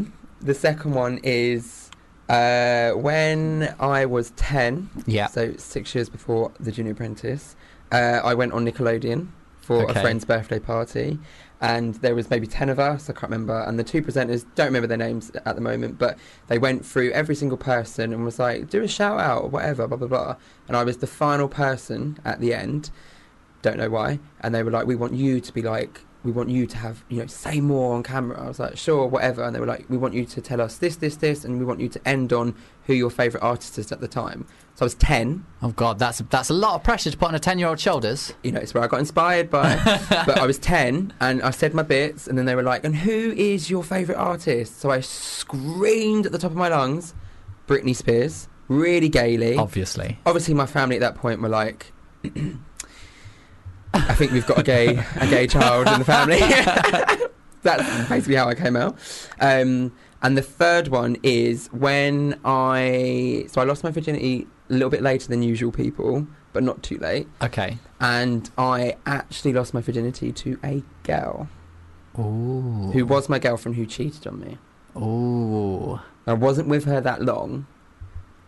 [SPEAKER 4] The second one is uh, when I was 10,
[SPEAKER 1] Yeah.
[SPEAKER 4] so six years before The Junior Apprentice, uh, I went on Nickelodeon for
[SPEAKER 1] Okay.
[SPEAKER 4] a friend's birthday party. And there was maybe 10 of us, I can't remember. And the two presenters, don't remember their names at the moment, but they went through every single person and was like, do a shout out or whatever, blah, blah, blah. And I was the final person at the end, don't know why. And they were like, we want you to be like, we want you to have, you know, say more on camera. I was like, sure, whatever. And they were like, we want you to tell us this, this, this, and we want you to end on who your favourite artist is at the time. So I was 10,
[SPEAKER 1] Oh God, that's that's a lot of pressure to put on a ten year old shoulders.
[SPEAKER 4] you know, it's where I got inspired by.
[SPEAKER 1] [laughs]
[SPEAKER 4] but I was 10 and I said my bits, and then they were like, and who is your favourite artist? So I screamed at the top of my lungs, Britney Spears, really gaily.
[SPEAKER 1] [laughs] Obviously.
[SPEAKER 4] Obviously, my family at that point were like, I think we've got a gay, a gay child in the family. [laughs] That's basically how I came out. Um, and the third one is when I, so I lost my virginity a little bit later than usual people, but not too late
[SPEAKER 1] Okay.
[SPEAKER 4] and I actually lost my virginity to a girl
[SPEAKER 1] Ooh.
[SPEAKER 4] who was my girlfriend who cheated on me.
[SPEAKER 1] Ooh.
[SPEAKER 4] I wasn't with her that long,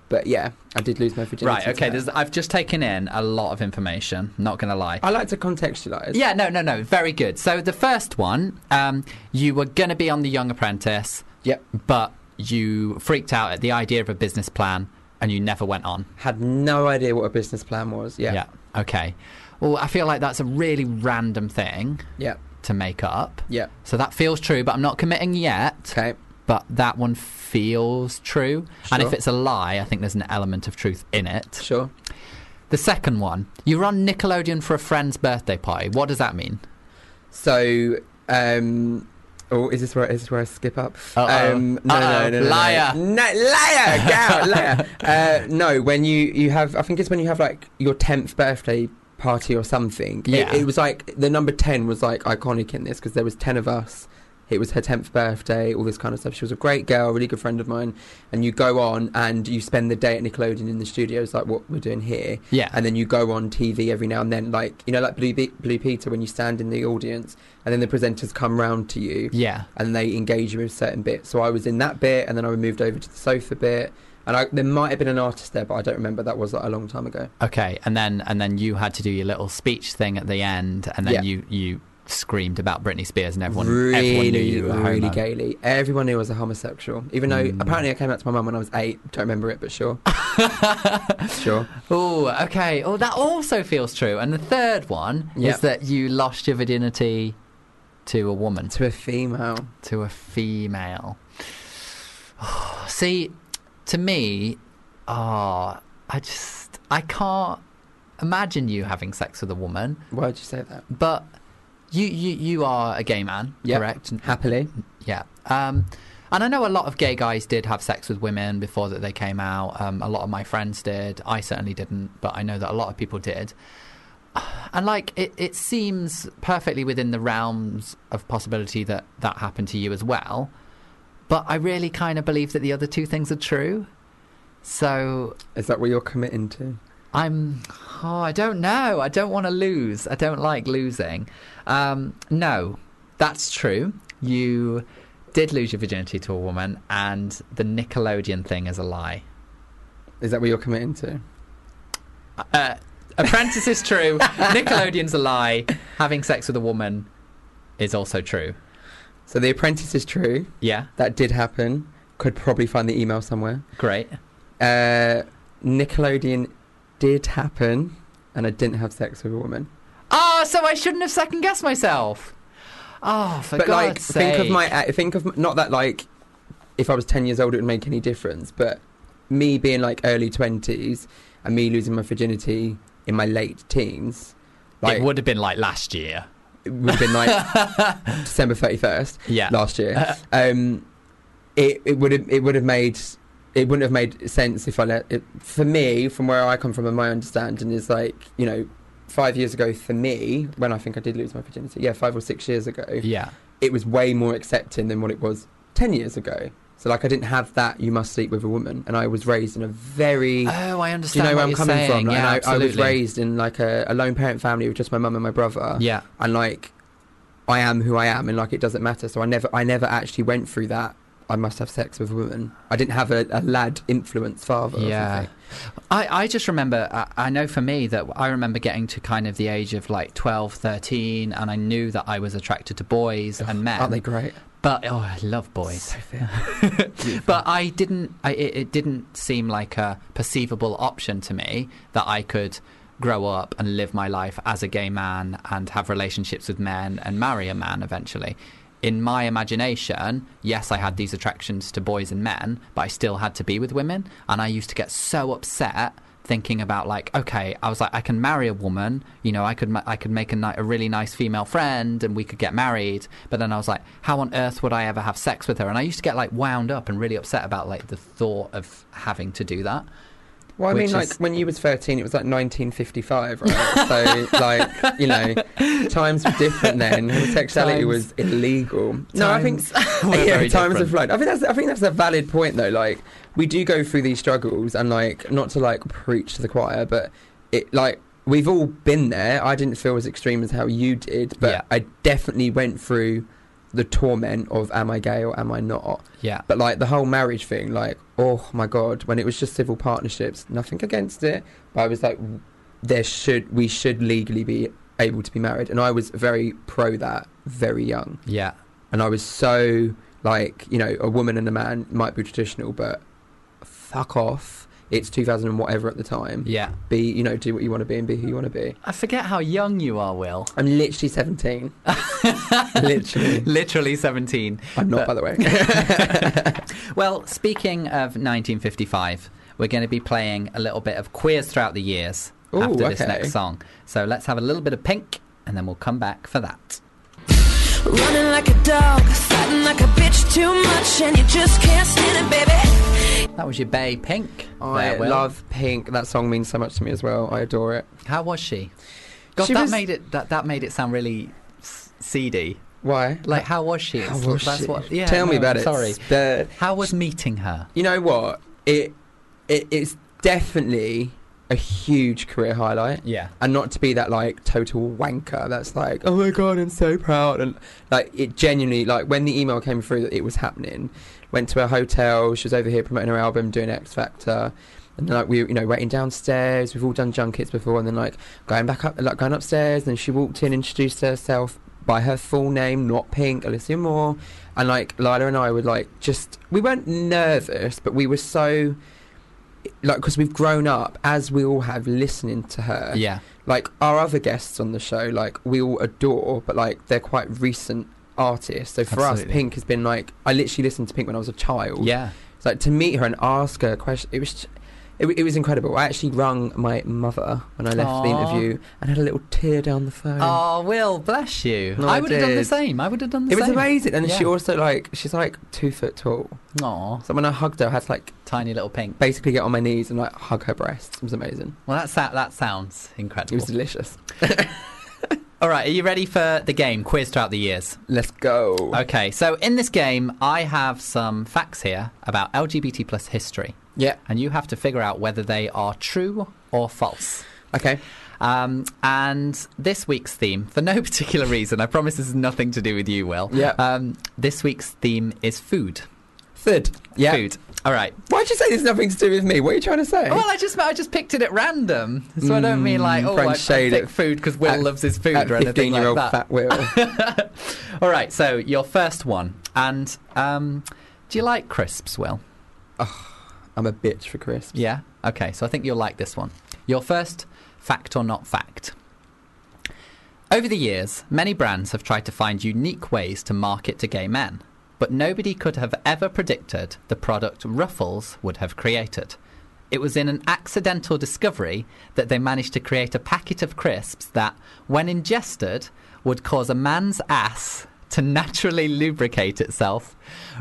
[SPEAKER 4] but yeah, I did lose my virginity.
[SPEAKER 1] Right.
[SPEAKER 4] to
[SPEAKER 1] Okay.
[SPEAKER 4] her.
[SPEAKER 1] There's, I've just taken in a lot of information. Not gonna lie.
[SPEAKER 4] I like to contextualise.
[SPEAKER 1] Yeah, no, no, no. Very good. So the first one, um, you were going to be on The Young Apprentice.
[SPEAKER 4] Yep.
[SPEAKER 1] But you freaked out at the idea of a business plan and you never went on.
[SPEAKER 4] Had no idea what a business plan was. Yeah. Yeah.
[SPEAKER 1] Okay. Well, I feel like that's a really random thing
[SPEAKER 4] Yeah.
[SPEAKER 1] to make up. So that feels true, but I'm not committing yet.
[SPEAKER 4] Okay.
[SPEAKER 1] But that one feels true. And if
[SPEAKER 4] Sure.
[SPEAKER 1] it's a lie, I think there's an element of truth in it.
[SPEAKER 4] Sure.
[SPEAKER 1] The second one, you were on Nickelodeon for a friend's birthday party. What does that mean?
[SPEAKER 4] So, um, oh, is this where is this where I skip up?
[SPEAKER 1] Uh-oh.
[SPEAKER 4] Um, no,
[SPEAKER 1] Uh-oh.
[SPEAKER 4] no, no, no, no,
[SPEAKER 1] Liar.
[SPEAKER 4] no,
[SPEAKER 1] [laughs]
[SPEAKER 4] liar, girl, liar. Uh, no, when you you have, I think it's when you have like your tenth birthday party or something. It-
[SPEAKER 1] Yeah.
[SPEAKER 4] it, was like the number ten was like iconic in this because there was ten of us. It was her tenth birthday, all this kind of stuff. She was a great girl, really good friend of mine. And you go on and you spend the day at Nickelodeon in the studios, like what we're doing here
[SPEAKER 1] Yeah.
[SPEAKER 4] and then you go on TV every now and then, like you know, like Blue, Be- Blue Peter, when you stand in the audience, and then the presenters come round to you
[SPEAKER 1] yeah.
[SPEAKER 4] and they engage you with certain bits. So I was in that bit, and then I moved over to the sofa bit, and I, there might have been an artist there, but I don't remember. That was like, a long time ago.
[SPEAKER 1] Okay, and then and then you had to do your little speech thing at the end, and then
[SPEAKER 4] Yeah.
[SPEAKER 1] you you screamed about Britney Spears, and everyone everyone knew
[SPEAKER 4] really,
[SPEAKER 1] you were
[SPEAKER 4] really
[SPEAKER 1] homo.
[SPEAKER 4] gaily. Everyone knew I was a homosexual, even though
[SPEAKER 1] Mm.
[SPEAKER 4] apparently I came out to my mum when I was eight. Don't remember it, but
[SPEAKER 1] [laughs]
[SPEAKER 4] sure, sure.
[SPEAKER 1] oh, okay. Oh, that also feels true. And the third one
[SPEAKER 4] Yeah.
[SPEAKER 1] is that you lost your virginity to a woman,
[SPEAKER 4] To a female,
[SPEAKER 1] to a female. [sighs] Oh, see, to me, ah, I just I can't imagine you having sex with a woman,
[SPEAKER 4] why'd you say that?
[SPEAKER 1] but. You, you you are a gay man,
[SPEAKER 4] Yeah.
[SPEAKER 1] correct?
[SPEAKER 4] Happily,
[SPEAKER 1] Yeah. Um, And I know a lot of gay guys did have sex with women before that they came out. Um, a lot of my friends did. I certainly didn't, but I know that a lot of people did. And like it, it seems perfectly within the realms of possibility that that happened to you as well. But I really kind of believe that the other two things are true. So
[SPEAKER 4] Is that what you're committing to?
[SPEAKER 1] I'm. Oh, I don't know. I don't want to lose. I don't like losing. Um, no, that's true. You did lose your virginity to a woman, and the Nickelodeon thing is a lie.
[SPEAKER 4] Is that what you're committing to?
[SPEAKER 1] Uh, Apprentice is
[SPEAKER 4] [laughs]
[SPEAKER 1] true. Nickelodeon's a lie. Having sex with a woman is also true.
[SPEAKER 4] So The Apprentice is true.
[SPEAKER 1] Yeah,
[SPEAKER 4] That did happen. Could probably find the email somewhere.
[SPEAKER 1] great.
[SPEAKER 4] Uh, Nickelodeon did happen, and I didn't have sex with a woman.
[SPEAKER 1] Ah, so I shouldn't have second guessed myself. Oh, for
[SPEAKER 4] but
[SPEAKER 1] God's
[SPEAKER 4] like,
[SPEAKER 1] sake!
[SPEAKER 4] think of my act- think of not that like, if I was ten years old, it would make any difference. But me being like early twenties and me losing my virginity in my late teens, like
[SPEAKER 1] it would have been like last year.
[SPEAKER 4] it would have been like December thirty first
[SPEAKER 1] [laughs] Yeah.
[SPEAKER 4] last year. Um, it it would have it would have made it wouldn't have made sense if I let it for me from where I come from and my understanding is like you know five years ago for me when I think I did lose my virginity yeah five or six years ago
[SPEAKER 1] Yeah.
[SPEAKER 4] it was way more accepting than what it was 10 years ago. So, like, I didn't have that you must sleep with a woman. And I was raised in a very.
[SPEAKER 1] Oh, I
[SPEAKER 4] do you
[SPEAKER 1] understand.
[SPEAKER 4] know where I'm
[SPEAKER 1] you're
[SPEAKER 4] coming
[SPEAKER 1] saying.
[SPEAKER 4] from? Like,
[SPEAKER 1] Yeah,
[SPEAKER 4] and I, I was
[SPEAKER 1] absolutely.
[SPEAKER 4] raised in like a, a lone parent family with just my mum and my brother.
[SPEAKER 1] Yeah.
[SPEAKER 4] And like, I am who I am, and like, it doesn't matter. So I never, I never actually went through that. I must have sex with a woman. I didn't have a, a lad influence father. Or
[SPEAKER 1] Yeah.
[SPEAKER 4] something.
[SPEAKER 1] I, I just remember, uh, I, I know for me that I remember getting to kind of the age of like 12, 13, and I knew that I was attracted to boys and men.
[SPEAKER 4] Aren't they great?
[SPEAKER 1] But, oh, I love boys.
[SPEAKER 4] So fair.
[SPEAKER 1] [laughs] But I didn't, I, it, it didn't seem like a perceivable option to me that I could grow up and live my life as a gay man and have relationships with men and marry a man eventually. In my imagination, yes, I had these attractions to boys and men, but I still had to be with women. And I used to get so upset thinking about like okay i was like i can marry a woman you know i could ma- i could make a, ni- a really nice female friend and we could get married but then i was like how on earth would i ever have sex with her and i used to get like wound up and really upset about like the thought of having to do that
[SPEAKER 4] Well, I
[SPEAKER 1] Which
[SPEAKER 4] mean, like
[SPEAKER 1] is-
[SPEAKER 4] when you was thirteen, it was like
[SPEAKER 1] [laughs]
[SPEAKER 4] 1955, right? so, like, you know, times were different then. Homosexuality
[SPEAKER 1] Times-
[SPEAKER 4] was illegal. no, I think
[SPEAKER 1] were
[SPEAKER 4] [laughs] yeah,
[SPEAKER 1] very
[SPEAKER 4] times
[SPEAKER 1] different.
[SPEAKER 4] have flown. I think that's I think that's a valid point though. Like, we do go through these struggles, and like, not to like preach to the choir, but it like we've all been there. I didn't feel as extreme as how you did, but
[SPEAKER 1] Yeah.
[SPEAKER 4] I definitely went through the torment of am I gay or am I not?
[SPEAKER 1] yeah
[SPEAKER 4] But like the whole marriage thing, like, oh my god, when it was just civil partnerships, nothing against it. But I was like, there should we should legally be able to be married, and I was very pro that very young,
[SPEAKER 1] yeah
[SPEAKER 4] and I was so like, you know, a woman and a man might be traditional, but fuck off. It's 2000 and whatever at the time.
[SPEAKER 1] yeah
[SPEAKER 4] Be, you know, do what you want to be and be who you want to be.
[SPEAKER 1] i forget how young you are [laughs] will
[SPEAKER 4] I'm literally 17. literally.
[SPEAKER 1] literally
[SPEAKER 4] [laughs]
[SPEAKER 1] 17
[SPEAKER 4] I'm not,
[SPEAKER 1] But-
[SPEAKER 4] by the
[SPEAKER 1] [laughs]
[SPEAKER 4] way.
[SPEAKER 1] Well, speaking of 1955, we're going to be playing a little bit of Queers Throughout the Years
[SPEAKER 4] Ooh,
[SPEAKER 1] after this
[SPEAKER 4] okay.
[SPEAKER 1] next song. So let's have a little bit of pink and then we'll come back for that.
[SPEAKER 2] Running like a dog, fighting like a bitch too much, and you just can't stand it, baby.
[SPEAKER 1] That was your Bay Pink.
[SPEAKER 4] I
[SPEAKER 1] there, Will.
[SPEAKER 4] love Pink. That song means so much to me as well. I adore it.
[SPEAKER 1] How was she? God,
[SPEAKER 4] She
[SPEAKER 1] that
[SPEAKER 4] was-
[SPEAKER 1] made it. That, that made it sound really s- seedy.
[SPEAKER 4] Why?
[SPEAKER 1] Like, how was she?
[SPEAKER 4] How
[SPEAKER 1] It's-
[SPEAKER 4] was
[SPEAKER 1] that's
[SPEAKER 4] she?
[SPEAKER 1] what- yeah,
[SPEAKER 4] Tell me
[SPEAKER 1] no,
[SPEAKER 4] about
[SPEAKER 1] I'm
[SPEAKER 4] it.
[SPEAKER 1] Sorry.
[SPEAKER 4] But
[SPEAKER 1] How was meeting her?
[SPEAKER 4] you know what? It, it it's definitely a huge career highlight.
[SPEAKER 1] Yeah.
[SPEAKER 4] And not to be that like total wanker that's like, oh my god, I'm so proud. And like, it genuinely, like, when the email came through that it was happening, went to her hotel, she was over here promoting her album, doing X Factor. And then, like, we, you know, waiting downstairs, we've all done junkets before, and then, like, going back up, like, going upstairs. And then she walked in, introduced herself by her full name, not Pink, Alicia Moore. And, like, Lila and I were, like, just, we weren't nervous, but we were so, like, because we've grown up, as we all have, listening to her
[SPEAKER 1] Yeah.
[SPEAKER 4] like our other guests on the show, like we all adore, but like they're quite recent artists. So for us,
[SPEAKER 1] Absolutely.
[SPEAKER 4] Pink has been like I literally listened to Pink when I was a child.
[SPEAKER 1] Yeah.
[SPEAKER 4] It's like to meet her and ask her questions. It was, It, w- it was incredible. I actually rung my mother when I left
[SPEAKER 1] Aw.
[SPEAKER 4] the interview and had a little tear down the phone.
[SPEAKER 1] Oh, Will, bless you.
[SPEAKER 4] No,
[SPEAKER 1] I
[SPEAKER 4] I
[SPEAKER 1] would have done the
[SPEAKER 4] did.
[SPEAKER 1] same. I would have done the
[SPEAKER 4] It was
[SPEAKER 1] same.
[SPEAKER 4] amazing, and she
[SPEAKER 1] Yeah.
[SPEAKER 4] also like she's like two foot tall.
[SPEAKER 1] Aw,
[SPEAKER 4] So when I hugged her, I had to like
[SPEAKER 1] tiny little pink.
[SPEAKER 4] basically get on my knees and like hug her breasts. It was amazing.
[SPEAKER 1] Well, that sa- that sounds
[SPEAKER 4] It
[SPEAKER 1] incredible.
[SPEAKER 4] was delicious.
[SPEAKER 1] All right, are you ready for the game? Quiz throughout the years.
[SPEAKER 4] Let's go.
[SPEAKER 1] Okay, so in this game, I have some facts here about LGBT plus history,
[SPEAKER 4] Yeah.
[SPEAKER 1] and you have to figure out whether they are true or false.
[SPEAKER 4] Okay.
[SPEAKER 1] Um, and this week's theme, for no [laughs] particular reason, I promise this is nothing to do with you, Will.
[SPEAKER 4] Yeah.
[SPEAKER 1] Um, this week's theme is food.
[SPEAKER 4] Third. Yeah.
[SPEAKER 1] Food. All right.
[SPEAKER 4] Why'd you say there's nothing to do with me? What are you trying to say?
[SPEAKER 1] Well, I just I just picked it at random, so I don't mean like
[SPEAKER 4] Mm,
[SPEAKER 1] oh,
[SPEAKER 4] trying
[SPEAKER 1] I,
[SPEAKER 4] to
[SPEAKER 1] I
[SPEAKER 4] shade
[SPEAKER 1] pick
[SPEAKER 4] it
[SPEAKER 1] food because Will
[SPEAKER 4] at-
[SPEAKER 1] loves his food
[SPEAKER 4] That
[SPEAKER 1] or anything like
[SPEAKER 4] Fifteen-year-old
[SPEAKER 1] that.
[SPEAKER 4] fat Will.
[SPEAKER 1] [laughs] All right, so your first one, and um, do you like crisps, Will?
[SPEAKER 4] I'm a bitch for crisps.
[SPEAKER 1] Yeah. Okay, so I think you'll like this one. Your first fact or not fact. Over the years, many brands have tried to find unique ways to market to gay men, but nobody could have ever predicted the product Ruffles would have created. It was in an accidental discovery that they managed to create a packet of crisps that, when ingested, would cause a man's ass to [laughs] naturally lubricate itself,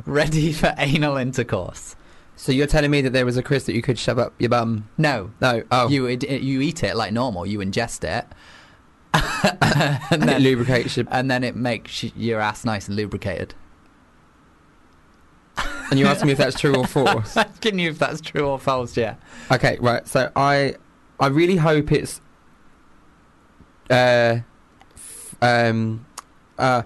[SPEAKER 1] ready for anal intercourse.
[SPEAKER 4] So you're telling me that there was a crisp that you could shove up your bum?
[SPEAKER 1] No,
[SPEAKER 4] No. Oh.
[SPEAKER 1] you id- you eat it like normal. You ingest it, [laughs]
[SPEAKER 4] [laughs] and it lubricates your.
[SPEAKER 1] and then it makes y- your ass nice and lubricated. [laughs]
[SPEAKER 4] And you asking me if that's true
[SPEAKER 1] [laughs]
[SPEAKER 4] or false?
[SPEAKER 1] Asking you if that's true or false. Yeah.
[SPEAKER 4] Okay. Right. So I, I really hope it's. Uh, f- um, uh,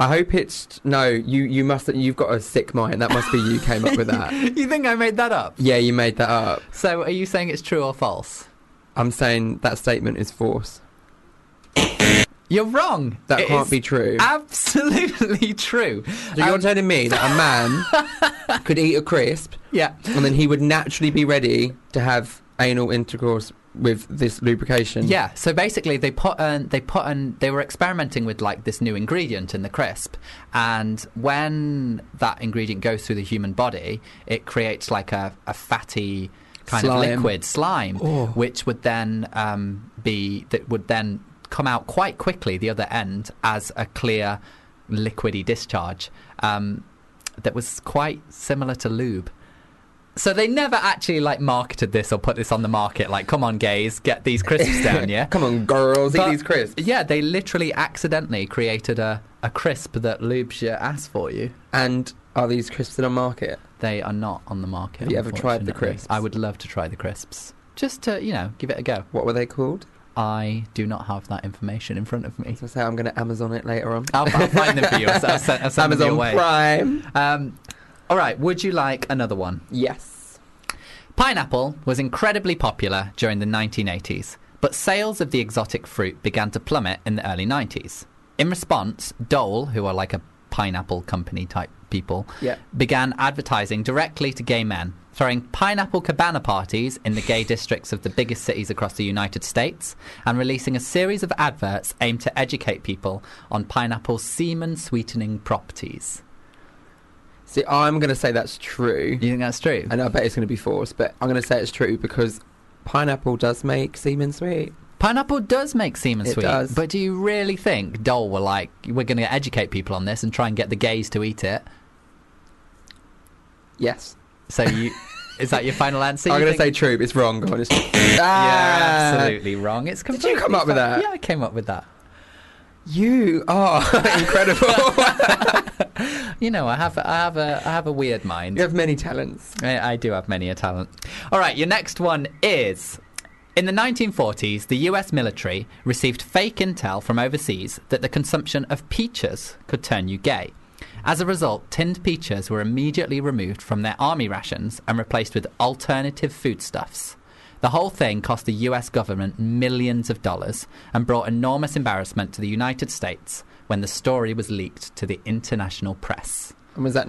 [SPEAKER 4] I hope it's no. You you must you've got a sick mind. That must be you came up with that.
[SPEAKER 1] [laughs] you think I made that up?
[SPEAKER 4] Yeah, you made that up.
[SPEAKER 1] So are you saying it's true or false?
[SPEAKER 4] I'm saying that statement is false.
[SPEAKER 1] You're wrong.
[SPEAKER 4] That
[SPEAKER 1] It
[SPEAKER 4] can't
[SPEAKER 1] is
[SPEAKER 4] be true.
[SPEAKER 1] Absolutely [laughs] true.
[SPEAKER 4] So you're
[SPEAKER 1] Um,
[SPEAKER 4] telling me that a man
[SPEAKER 1] [laughs]
[SPEAKER 4] could eat a crisp
[SPEAKER 1] yeah.
[SPEAKER 4] and then he would naturally be ready to have anal intercourse with this lubrication.
[SPEAKER 1] Yeah, so basically they put an, they put an, they were experimenting with like this new ingredient in the crisp, and when that ingredient goes through the human body, it creates like a, a fatty kind of
[SPEAKER 4] Slime.
[SPEAKER 1] liquid slime,
[SPEAKER 4] Oh.
[SPEAKER 1] which would then um, be that would then come out quite quickly the other end as a clear liquidy discharge um, that was quite similar to lube. So they never actually like marketed this or put this on the market. Like, come on, gays, get these
[SPEAKER 4] [laughs]
[SPEAKER 1] crisps down, yeah.
[SPEAKER 4] Come on, girls,
[SPEAKER 1] But-
[SPEAKER 4] eat these crisps.
[SPEAKER 1] Yeah, they literally accidentally created a, a crisp that lubes your ass for you.
[SPEAKER 4] And are these crisps in our market?
[SPEAKER 1] They are not on the market.
[SPEAKER 4] Have you ever tried the
[SPEAKER 1] unfortunately.
[SPEAKER 4] crisps?
[SPEAKER 1] I would love to try the crisps. Just to, you know, give it a go.
[SPEAKER 4] What were they called?
[SPEAKER 1] I do not have that information in front of me.
[SPEAKER 4] As I say, I'm going to Amazon it later on.
[SPEAKER 1] I'll, I'll find them for you. I'll, I'll send, I'll send them
[SPEAKER 4] Amazon
[SPEAKER 1] your way.
[SPEAKER 4] Prime.
[SPEAKER 1] Um, all right, would you like another one?
[SPEAKER 4] Yes.
[SPEAKER 1] Pineapple was incredibly popular during the 1980s, but sales of the exotic fruit began to plummet in the early 90s. In response, Dole, who are like a pineapple company type people,
[SPEAKER 4] Yeah.
[SPEAKER 1] began advertising directly to gay men, throwing pineapple cabana parties in the gay districts of the biggest cities across the United States, and releasing a series of adverts aimed to educate people on pineapple's semen sweetening properties.
[SPEAKER 4] See, I'm going to say that's true.
[SPEAKER 1] You think that's true?
[SPEAKER 4] And I bet it's going to be false, but I'm going to say it's true because pineapple does make semen sweet.
[SPEAKER 1] Pineapple does make semen
[SPEAKER 4] It
[SPEAKER 1] sweet,
[SPEAKER 4] does.
[SPEAKER 1] but do you really think Dole were like, we're going to educate people on this and try and get the gays to eat it?
[SPEAKER 4] Yes.
[SPEAKER 1] So
[SPEAKER 4] [laughs]
[SPEAKER 1] you, is that your final answer?
[SPEAKER 4] I'm
[SPEAKER 1] You
[SPEAKER 4] going to
[SPEAKER 1] think-
[SPEAKER 4] say true, but it's wrong.
[SPEAKER 1] [laughs]
[SPEAKER 4] I'm honest.
[SPEAKER 1] you're
[SPEAKER 4] Ah!
[SPEAKER 1] absolutely wrong. It's
[SPEAKER 4] Did you
[SPEAKER 1] completely
[SPEAKER 4] come up with
[SPEAKER 1] fine.
[SPEAKER 4] that?
[SPEAKER 1] Yeah, I came up with that.
[SPEAKER 4] You are
[SPEAKER 1] [laughs]
[SPEAKER 4] [laughs] incredible. [laughs]
[SPEAKER 1] You know, I have, I have a, I have a weird mind.
[SPEAKER 4] you have many talents.
[SPEAKER 1] I, I do have many a talent. All right, your next one is. In the 1940s, the US military received fake intel from overseas that the consumption of peaches could turn you gay. As a result, tinned peaches were immediately removed from their army rations and replaced with alternative foodstuffs. The whole thing cost the US government millions of dollars and brought enormous embarrassment to the United States when the story was leaked to the international press.
[SPEAKER 4] And was that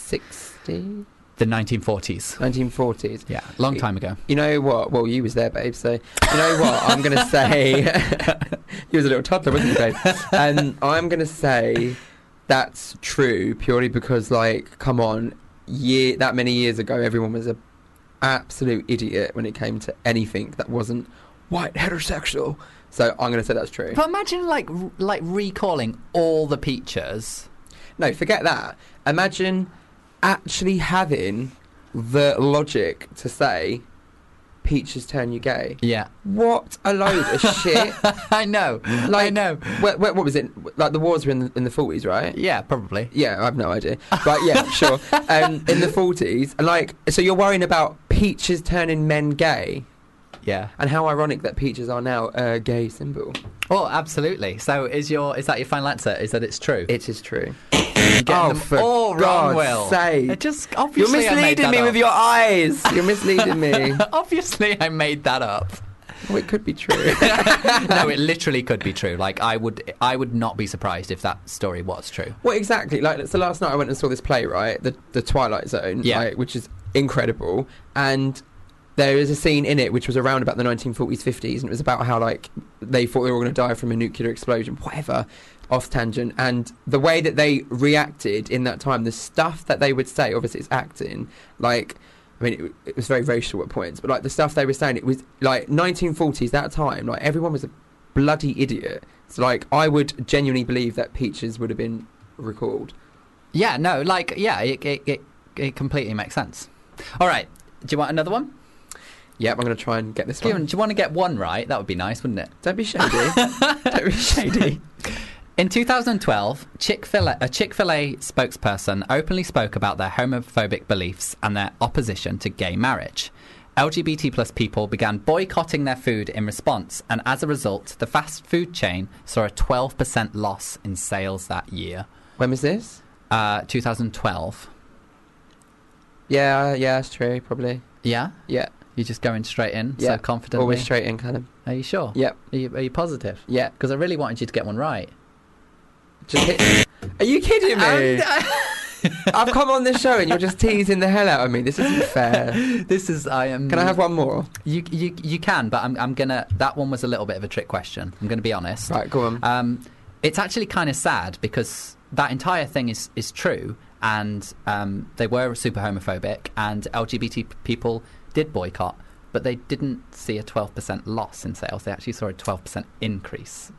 [SPEAKER 4] 1960?
[SPEAKER 1] The 1940s.
[SPEAKER 4] 1940s.
[SPEAKER 1] Yeah, long time ago.
[SPEAKER 4] You know what? Well, you was there, babe. So you know what? I'm going to
[SPEAKER 1] [laughs]
[SPEAKER 4] say [laughs] you was a little toddler, wasn't you, babe? And I'm going to say that's true purely because, like, come on, year that many years ago, everyone was a absolute idiot when it came to anything that wasn't white heterosexual. So I'm going to say that's true.
[SPEAKER 1] But imagine like r- like recalling all the pictures.
[SPEAKER 4] No, forget that. Imagine actually having the logic to say peaches turn you gay.
[SPEAKER 1] Yeah,
[SPEAKER 4] What a load of shit.
[SPEAKER 1] [laughs] I know. I
[SPEAKER 4] Like-
[SPEAKER 1] know.
[SPEAKER 4] What, what, what was it? Like the wars were in the, in the 40s, right?
[SPEAKER 1] Yeah, probably.
[SPEAKER 4] Yeah, I have no idea. But
[SPEAKER 1] [laughs]
[SPEAKER 4] yeah, sure. Um, in the 40s, and like, so you're worrying about peaches turning men gay,
[SPEAKER 1] Yeah.
[SPEAKER 4] and how ironic that peaches are now a gay symbol.
[SPEAKER 1] Oh, absolutely. So is your is that your final answer? Is that it's true?
[SPEAKER 4] It is true.
[SPEAKER 1] You're getting
[SPEAKER 4] oh,
[SPEAKER 1] them
[SPEAKER 4] for
[SPEAKER 1] all wrong,
[SPEAKER 4] God's
[SPEAKER 1] Will.
[SPEAKER 4] sake.
[SPEAKER 1] It just
[SPEAKER 4] You're
[SPEAKER 1] obviously I made
[SPEAKER 4] misleading
[SPEAKER 1] that
[SPEAKER 4] me with
[SPEAKER 1] up. [laughs]
[SPEAKER 4] your eyes. You're misleading me.
[SPEAKER 1] obviously I made that up.
[SPEAKER 4] Oh, it could be true.
[SPEAKER 1] [laughs] no, it literally could be true. Like I would, I would not be surprised if that story was true.
[SPEAKER 4] Well, exactly. Like, so last night I went and saw this play, right? The the Twilight Zone,
[SPEAKER 1] Yeah.
[SPEAKER 4] right, which is incredible. And there is a scene in it which was around about the 1940s, 50s, and it was about how like they thought they were going to die from a nuclear explosion, whatever. Off tangent, and the way that they reacted in that time, the stuff that they would say, obviously it's acting. Like, I mean, it, it was very racial at points, but like the stuff they were saying, it was like 1940s. That time, like everyone was a bloody idiot. So like, I would genuinely believe that Peaches would have been recalled.
[SPEAKER 1] Yeah, no, like yeah, it it, it, it completely makes sense. All right, do you want another one?
[SPEAKER 4] Yep, I'm going to try and get this
[SPEAKER 1] Kieran,
[SPEAKER 4] one.
[SPEAKER 1] do you want to get one right? That would be nice, wouldn't it?
[SPEAKER 4] Don't be shady. [laughs] Don't be shady.
[SPEAKER 1] In 2012, Chick-fil-A, a Chick-fil-A spokesperson openly spoke about their homophobic beliefs and their opposition to gay marriage. LGBT plus people began boycotting their food in response, and as a result, the fast food chain saw a 12% loss in sales that year.
[SPEAKER 4] When was this?
[SPEAKER 1] Uh, 2012.
[SPEAKER 4] Yeah, yeah, it's true, probably.
[SPEAKER 1] Yeah?
[SPEAKER 4] Yeah,
[SPEAKER 1] You're just going straight in,
[SPEAKER 4] Yeah,
[SPEAKER 1] so confidently.
[SPEAKER 4] always straight in, kind of.
[SPEAKER 1] Are you sure?
[SPEAKER 4] Yep,
[SPEAKER 1] Are you, are you positive?
[SPEAKER 4] yeah.
[SPEAKER 1] Because I really wanted you to get one right.
[SPEAKER 4] Just hit. [laughs] Are you kidding me? I've come on this show and you're just teasing the hell out of me. This isn't fair.
[SPEAKER 1] [laughs] this is I am.
[SPEAKER 4] Can I have one more?
[SPEAKER 1] You you you can, but I'm I'm gonna. That one was a little bit of a trick question. I'm gonna be honest.
[SPEAKER 4] Right, go on.
[SPEAKER 1] Um, it's actually kind of sad because that entire thing is is true, and um, they were super homophobic, and LGBT p- people did boycott, but they didn't see a 12% loss in sales. They actually saw a 12% increase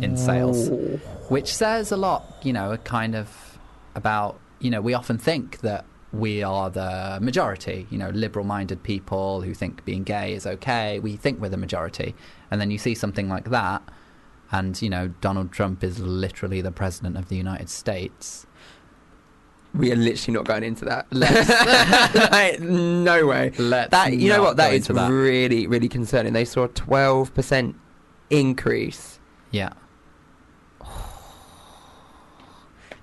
[SPEAKER 1] in sales
[SPEAKER 4] Ooh.
[SPEAKER 1] which says a lot, you know, a kind of about, you know, we often think that we are the majority, you know, liberal minded people who think being gay is okay. We think we're the majority. And then you see something like that, and, you know, Donald Trump is literally the president of the United States.
[SPEAKER 4] We are literally not going into that.
[SPEAKER 1] Let's-
[SPEAKER 4] [laughs] Like, no way.
[SPEAKER 1] Let's
[SPEAKER 4] That you know
[SPEAKER 1] not
[SPEAKER 4] what? That
[SPEAKER 1] go
[SPEAKER 4] is
[SPEAKER 1] into that.
[SPEAKER 4] really, really concerning. They saw a 12% increase.
[SPEAKER 1] yeah.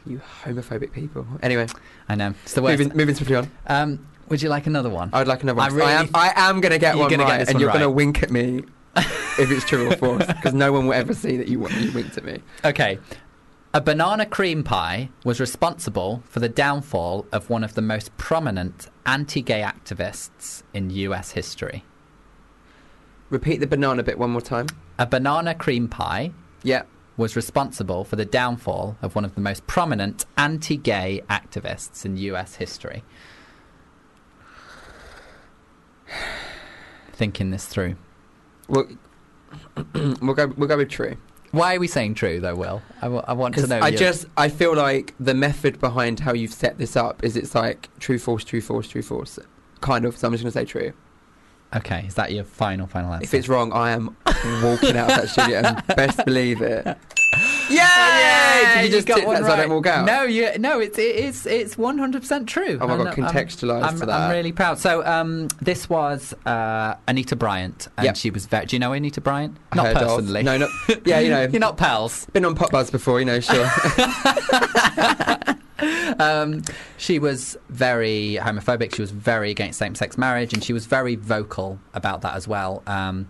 [SPEAKER 4] You homophobic people. Anyway,
[SPEAKER 1] I know. It's the worst.
[SPEAKER 4] moving, moving swiftly on.
[SPEAKER 1] Um, would you like another one?
[SPEAKER 4] I'd like another one.
[SPEAKER 1] I
[SPEAKER 4] I,
[SPEAKER 1] really-
[SPEAKER 4] am, I am going to get
[SPEAKER 1] You're
[SPEAKER 4] one
[SPEAKER 1] gonna get
[SPEAKER 4] right,
[SPEAKER 1] this
[SPEAKER 4] and
[SPEAKER 1] one
[SPEAKER 4] you're going to
[SPEAKER 1] right.
[SPEAKER 4] wink at me if it's true or
[SPEAKER 1] [laughs]
[SPEAKER 4] false, because no one will ever see that you, wa- you winked at me.
[SPEAKER 1] Okay. A banana cream pie was responsible for the downfall of one of the most prominent anti gay activists in US history.
[SPEAKER 4] Repeat the banana bit one more time.
[SPEAKER 1] A banana cream pie
[SPEAKER 4] Yeah.
[SPEAKER 1] was responsible for the downfall of one of the most prominent anti gay activists in US history. [sighs] Thinking this through.
[SPEAKER 4] We'll, mm, we'll go. We'll go with true.
[SPEAKER 1] Why are we saying true, though, Will? I, w- I want to
[SPEAKER 4] 'Cause
[SPEAKER 1] know.
[SPEAKER 4] I
[SPEAKER 1] your-
[SPEAKER 4] just I feel like the method behind how you've set this up is it's like true, false, true, false, true, false, kind of. So I'm just going to say true.
[SPEAKER 1] Okay, is that your final, final answer?
[SPEAKER 4] If it's wrong, I am walking out of that
[SPEAKER 1] [laughs]
[SPEAKER 4] studio. And best believe it. Yay! Did you just tip that so I don't walk out?
[SPEAKER 1] No, you, no, it's it is it's one hundred percent true.
[SPEAKER 4] Oh my
[SPEAKER 1] And um,
[SPEAKER 4] god! Contextualised
[SPEAKER 1] I'm,
[SPEAKER 4] to
[SPEAKER 1] I'm,
[SPEAKER 4] that.
[SPEAKER 1] I'm really proud. So um, this was uh, Anita Bryant, and
[SPEAKER 4] Yep.
[SPEAKER 1] she was. Very, do you know Anita Bryant?
[SPEAKER 4] I
[SPEAKER 1] Not
[SPEAKER 4] heard of.
[SPEAKER 1] personally.
[SPEAKER 4] No, no. Yeah,
[SPEAKER 1] [laughs]
[SPEAKER 4] you know.
[SPEAKER 1] You're not pals.
[SPEAKER 4] Been on pop buzz before, you
[SPEAKER 1] [laughs]
[SPEAKER 4] know. Sure.
[SPEAKER 1] Um, she was very homophobic. She was very against same-sex marriage, and she was very vocal about that as well. Um,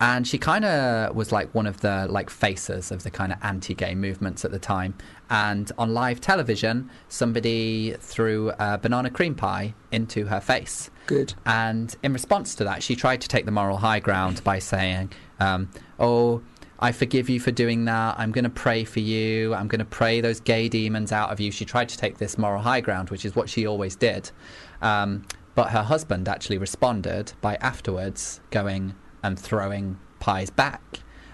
[SPEAKER 1] and she kind of was like one of the like faces of the kind of anti-gay movements at the time. And on live television, somebody threw a banana cream pie into her face.
[SPEAKER 4] Good.
[SPEAKER 1] And in response to that, she tried to take the moral high ground by saying, um, Oh, I forgive you for doing that. I'm going to pray for you. I'm going to pray those gay demons out of you. She tried to take this moral high ground, which is what she always did. Um, But her husband actually responded by afterwards going and throwing pies back.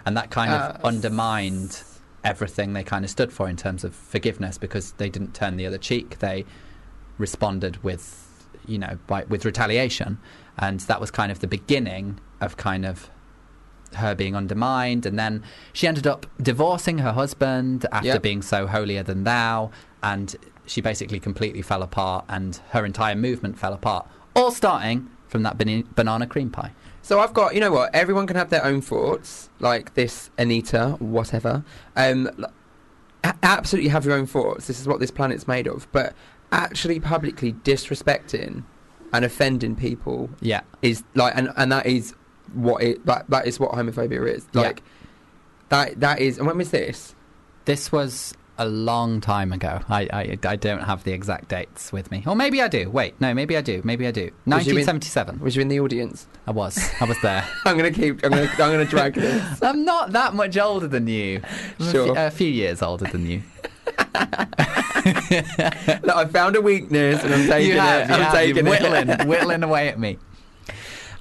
[SPEAKER 1] And that kind of
[SPEAKER 4] Uh,
[SPEAKER 1] undermined everything they kind of stood for in terms of forgiveness because they didn't turn the other cheek. They responded with, you know, by, with retaliation. And that was kind of the beginning of kind of her being undermined. And then she ended up divorcing her husband after
[SPEAKER 4] Yep.
[SPEAKER 1] being so holier than thou. And she basically completely fell apart and her entire movement fell apart. All starting from that bana- banana cream pie.
[SPEAKER 4] So I've got, you know what? Everyone can have their own thoughts, like this Anita, whatever. Um, l- a- absolutely have your own thoughts. This is what this planet's made of. But actually, publicly disrespecting and offending people
[SPEAKER 1] Yeah.
[SPEAKER 4] is like, and, and that is what it that that is what homophobia is.
[SPEAKER 1] Yeah.
[SPEAKER 4] Like that that is. And when was this?
[SPEAKER 1] This was a long time ago. I, I, I don't have the exact dates with me. Or maybe I do. Wait, no, maybe I do. Maybe I do.
[SPEAKER 4] Was you in-
[SPEAKER 1] 1977.
[SPEAKER 4] Was you in the audience? [laughs]
[SPEAKER 1] I was. I was there.
[SPEAKER 4] I'm gonna keep. I'm gonna. I'm gonna
[SPEAKER 1] [laughs]
[SPEAKER 4] drag this.
[SPEAKER 1] I'm not that much older than you. I'm a
[SPEAKER 4] Sure.
[SPEAKER 1] few- a few years older than
[SPEAKER 4] [laughs]
[SPEAKER 1] you.
[SPEAKER 4] Look, I found a weakness, and I'm taking
[SPEAKER 1] you have,
[SPEAKER 4] it.
[SPEAKER 1] you
[SPEAKER 4] I'm
[SPEAKER 1] have, you're
[SPEAKER 4] taking it.
[SPEAKER 1] whittling, whittling away at me.
[SPEAKER 4] [laughs]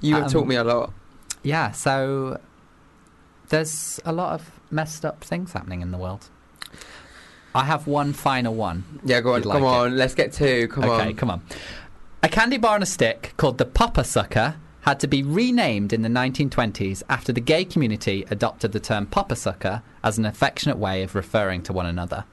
[SPEAKER 4] You have
[SPEAKER 1] Um,
[SPEAKER 4] taught me a lot.
[SPEAKER 1] Yeah, so there's a lot of messed up things happening in the world. I have one final one.
[SPEAKER 4] Yeah, go on.
[SPEAKER 1] you'd
[SPEAKER 4] Come
[SPEAKER 1] like it.
[SPEAKER 4] on. Let's get two. Come
[SPEAKER 1] okay,
[SPEAKER 4] on.
[SPEAKER 1] come on. A candy bar on a stick called the Pupper Sucker had to be renamed in the 1920s after the gay community adopted the term Pupper Sucker as an affectionate way of referring to one another.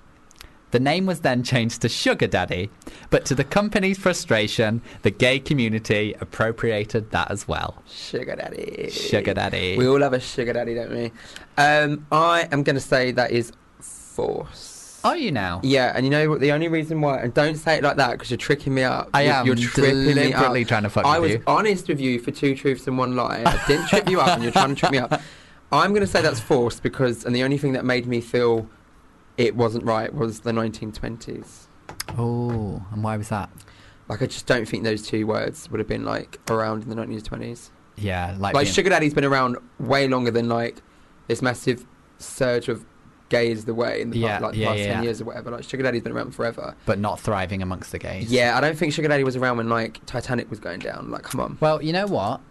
[SPEAKER 1] The name was then changed to Sugar Daddy, but to the company's frustration, the gay community appropriated that as well.
[SPEAKER 4] Sugar daddy.
[SPEAKER 1] Sugar Daddy.
[SPEAKER 4] We all have a sugar daddy, don't we? Um, I am going to say that is false.
[SPEAKER 1] Are you now?
[SPEAKER 4] Yeah, and you know what? The only reason why, and don't say it like that because you're tricking me up.
[SPEAKER 1] I
[SPEAKER 4] You're-
[SPEAKER 1] am
[SPEAKER 4] You're tripping me up.
[SPEAKER 1] deliberately trying to fuck
[SPEAKER 4] I was
[SPEAKER 1] with you.
[SPEAKER 4] honest with you for two truths and one lie. I didn't trip you up, and you're trying to trip me up. I'm going to say that's false because, and the only thing that made me feel it wasn't right was the 1920s.
[SPEAKER 1] Oh, and why was that?
[SPEAKER 4] Like, I just don't think those two words would have been like around in the 1920s.
[SPEAKER 1] Yeah, like,
[SPEAKER 4] Like,
[SPEAKER 1] being-
[SPEAKER 4] sugar daddy's been around way longer than like this massive surge of gay is the way in the
[SPEAKER 1] Yeah,
[SPEAKER 4] past, like, the
[SPEAKER 1] yeah,
[SPEAKER 4] past
[SPEAKER 1] yeah,
[SPEAKER 4] ten
[SPEAKER 1] yeah.
[SPEAKER 4] years or whatever. Like sugar daddy's been around forever.
[SPEAKER 1] but not thriving amongst the gays.
[SPEAKER 4] Yeah, I don't think sugar daddy was around when like Titanic was going down. Like, come on.
[SPEAKER 1] Well, you know what?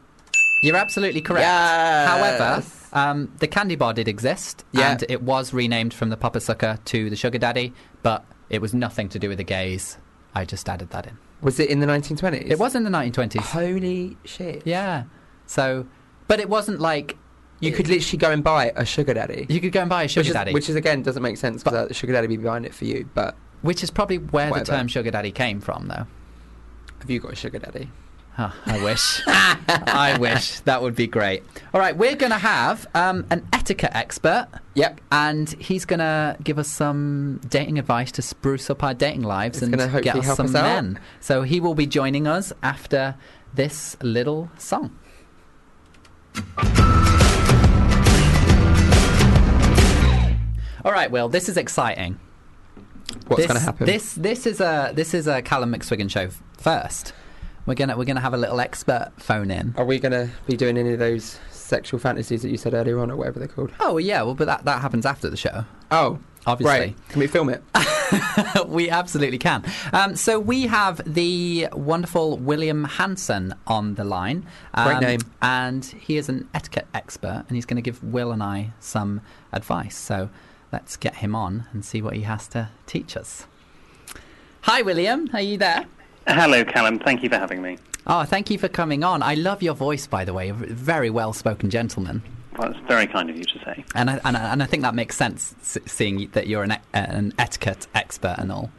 [SPEAKER 1] You're absolutely correct.
[SPEAKER 4] Yes.
[SPEAKER 1] However, um, the candy bar did exist,
[SPEAKER 4] Yeah.
[SPEAKER 1] and it was renamed from the Papa Sucker to the Sugar Daddy, but it was nothing to do with the gays. I just added that in.
[SPEAKER 4] was it in the 1920s?
[SPEAKER 1] It was in the 1920s.
[SPEAKER 4] Holy shit.
[SPEAKER 1] Yeah. So, but it wasn't like
[SPEAKER 4] You could literally go and buy a sugar daddy.
[SPEAKER 1] you could go and buy a Sugar
[SPEAKER 4] which is,
[SPEAKER 1] Daddy,
[SPEAKER 4] Which is again doesn't make sense because sugar daddy would be buying it for you. But
[SPEAKER 1] which is probably where the
[SPEAKER 4] Whatever.
[SPEAKER 1] term Sugar Daddy came from, though.
[SPEAKER 4] have you got a sugar daddy?
[SPEAKER 1] Huh, I wish. [laughs] I wish. That would be great. All right, we're going to have um, an etiquette expert,
[SPEAKER 4] Yep.
[SPEAKER 1] and he's going to give us some dating advice to spruce up our dating lives
[SPEAKER 4] It's
[SPEAKER 1] and
[SPEAKER 4] gonna
[SPEAKER 1] get
[SPEAKER 4] hopefully
[SPEAKER 1] us
[SPEAKER 4] help
[SPEAKER 1] some
[SPEAKER 4] us out.
[SPEAKER 1] men. So he will be joining us after this little song. All right, Will, this is exciting.
[SPEAKER 4] What's
[SPEAKER 1] This-
[SPEAKER 4] going to happen?
[SPEAKER 1] This this is a this is a Callum McSwiggan show f- first. We're gonna we're gonna have a little expert phone in.
[SPEAKER 4] Are we going to be doing any of those sexual fantasies that you said earlier on, or whatever they're called?
[SPEAKER 1] Oh yeah, well, but that that happens after the show,
[SPEAKER 4] Oh,
[SPEAKER 1] obviously.
[SPEAKER 4] right. Can we film it?
[SPEAKER 1] [laughs] we absolutely can. Um, so we have the wonderful William Hanson on the line. Um,
[SPEAKER 4] Great name.
[SPEAKER 1] And he is an etiquette expert, and he's going to give Will and I some advice. So let's get him on and see what he has to teach us. Hi, William. Are you there?
[SPEAKER 6] Hello, Callum. Thank you for having me.
[SPEAKER 1] Oh, thank you for coming on. I love your voice, by the way. You're a Very well spoken gentleman.
[SPEAKER 6] Well, it's very kind of you to say.
[SPEAKER 1] And I, and, I, and I think that makes sense, s- seeing that you're an, e- an etiquette expert and all.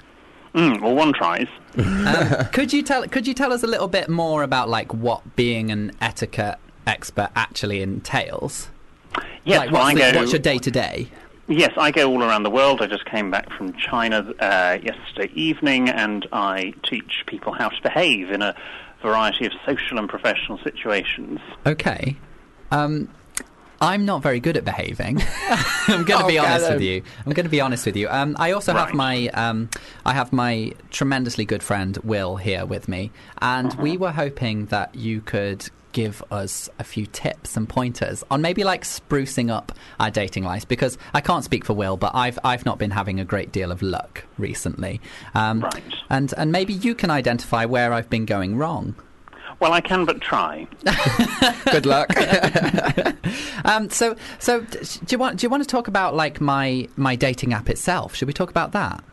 [SPEAKER 6] Mm, well, one tries.
[SPEAKER 1] Um, could you tell Could you tell us a little bit more about like what being an etiquette expert actually entails?
[SPEAKER 6] Yes,
[SPEAKER 1] like,
[SPEAKER 6] well,
[SPEAKER 1] what's,
[SPEAKER 6] I
[SPEAKER 1] the-
[SPEAKER 6] go.
[SPEAKER 1] what's your day to day?
[SPEAKER 6] Yes, I go all around the world. I just came back from China uh, yesterday evening, and I teach people how to behave in a variety of social and professional situations.
[SPEAKER 1] Okay. Um, I'm not very good at behaving. [laughs] I'm going to
[SPEAKER 4] Oh,
[SPEAKER 1] be honest
[SPEAKER 4] Callum.
[SPEAKER 1] with you. I'm going to be honest with you. Um, I also have
[SPEAKER 6] um. Right.
[SPEAKER 1] my um, I have my tremendously good friend Will here with me, and
[SPEAKER 6] Uh-huh.
[SPEAKER 1] we were hoping that you could give us a few tips and pointers on maybe like sprucing up our dating lives because I can't speak for Will, but I've I've not been having a great deal of luck recently. Um,
[SPEAKER 6] Right.
[SPEAKER 1] And and maybe you can identify where I've been going wrong.
[SPEAKER 6] Well, I can but try.
[SPEAKER 1] [laughs]
[SPEAKER 4] Good luck.
[SPEAKER 1] Um, so, so d- do you want do you want to talk about like my my dating app itself? Should we talk about that?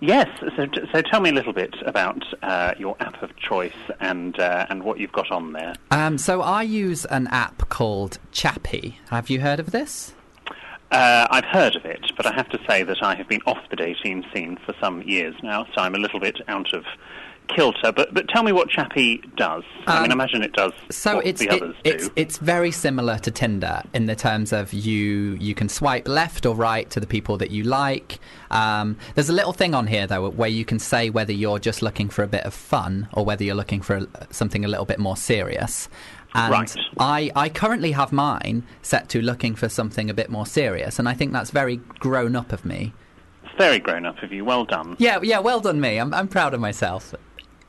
[SPEAKER 6] Yes. So, t- so tell me a little bit about uh, your app of choice and uh, and what you've got on there.
[SPEAKER 1] Um, so, I use an app called Chappy. Have you heard of this?
[SPEAKER 6] Uh, I've heard of it, but I have to say that I have been off the dating scene for some years now, so I'm a little bit out of kilter. But but tell me what Chappie does. I mean, I imagine it does
[SPEAKER 1] Um, So
[SPEAKER 6] what
[SPEAKER 1] it's
[SPEAKER 6] the
[SPEAKER 1] it-
[SPEAKER 6] others
[SPEAKER 1] it's
[SPEAKER 6] do.
[SPEAKER 1] it's very similar to Tinder in the terms of you you can swipe left or right to the people that you like. Um, there's a little thing on here though where you can say whether you're just looking for a bit of fun or whether you're looking for a, something a little bit more serious. And
[SPEAKER 6] Right.
[SPEAKER 1] I, I currently have mine set to looking for something a bit more serious, and I think that's very grown up of me.
[SPEAKER 6] It's very grown up of you. Well done.
[SPEAKER 1] Yeah, yeah, well done me. I'm, I'm proud of myself.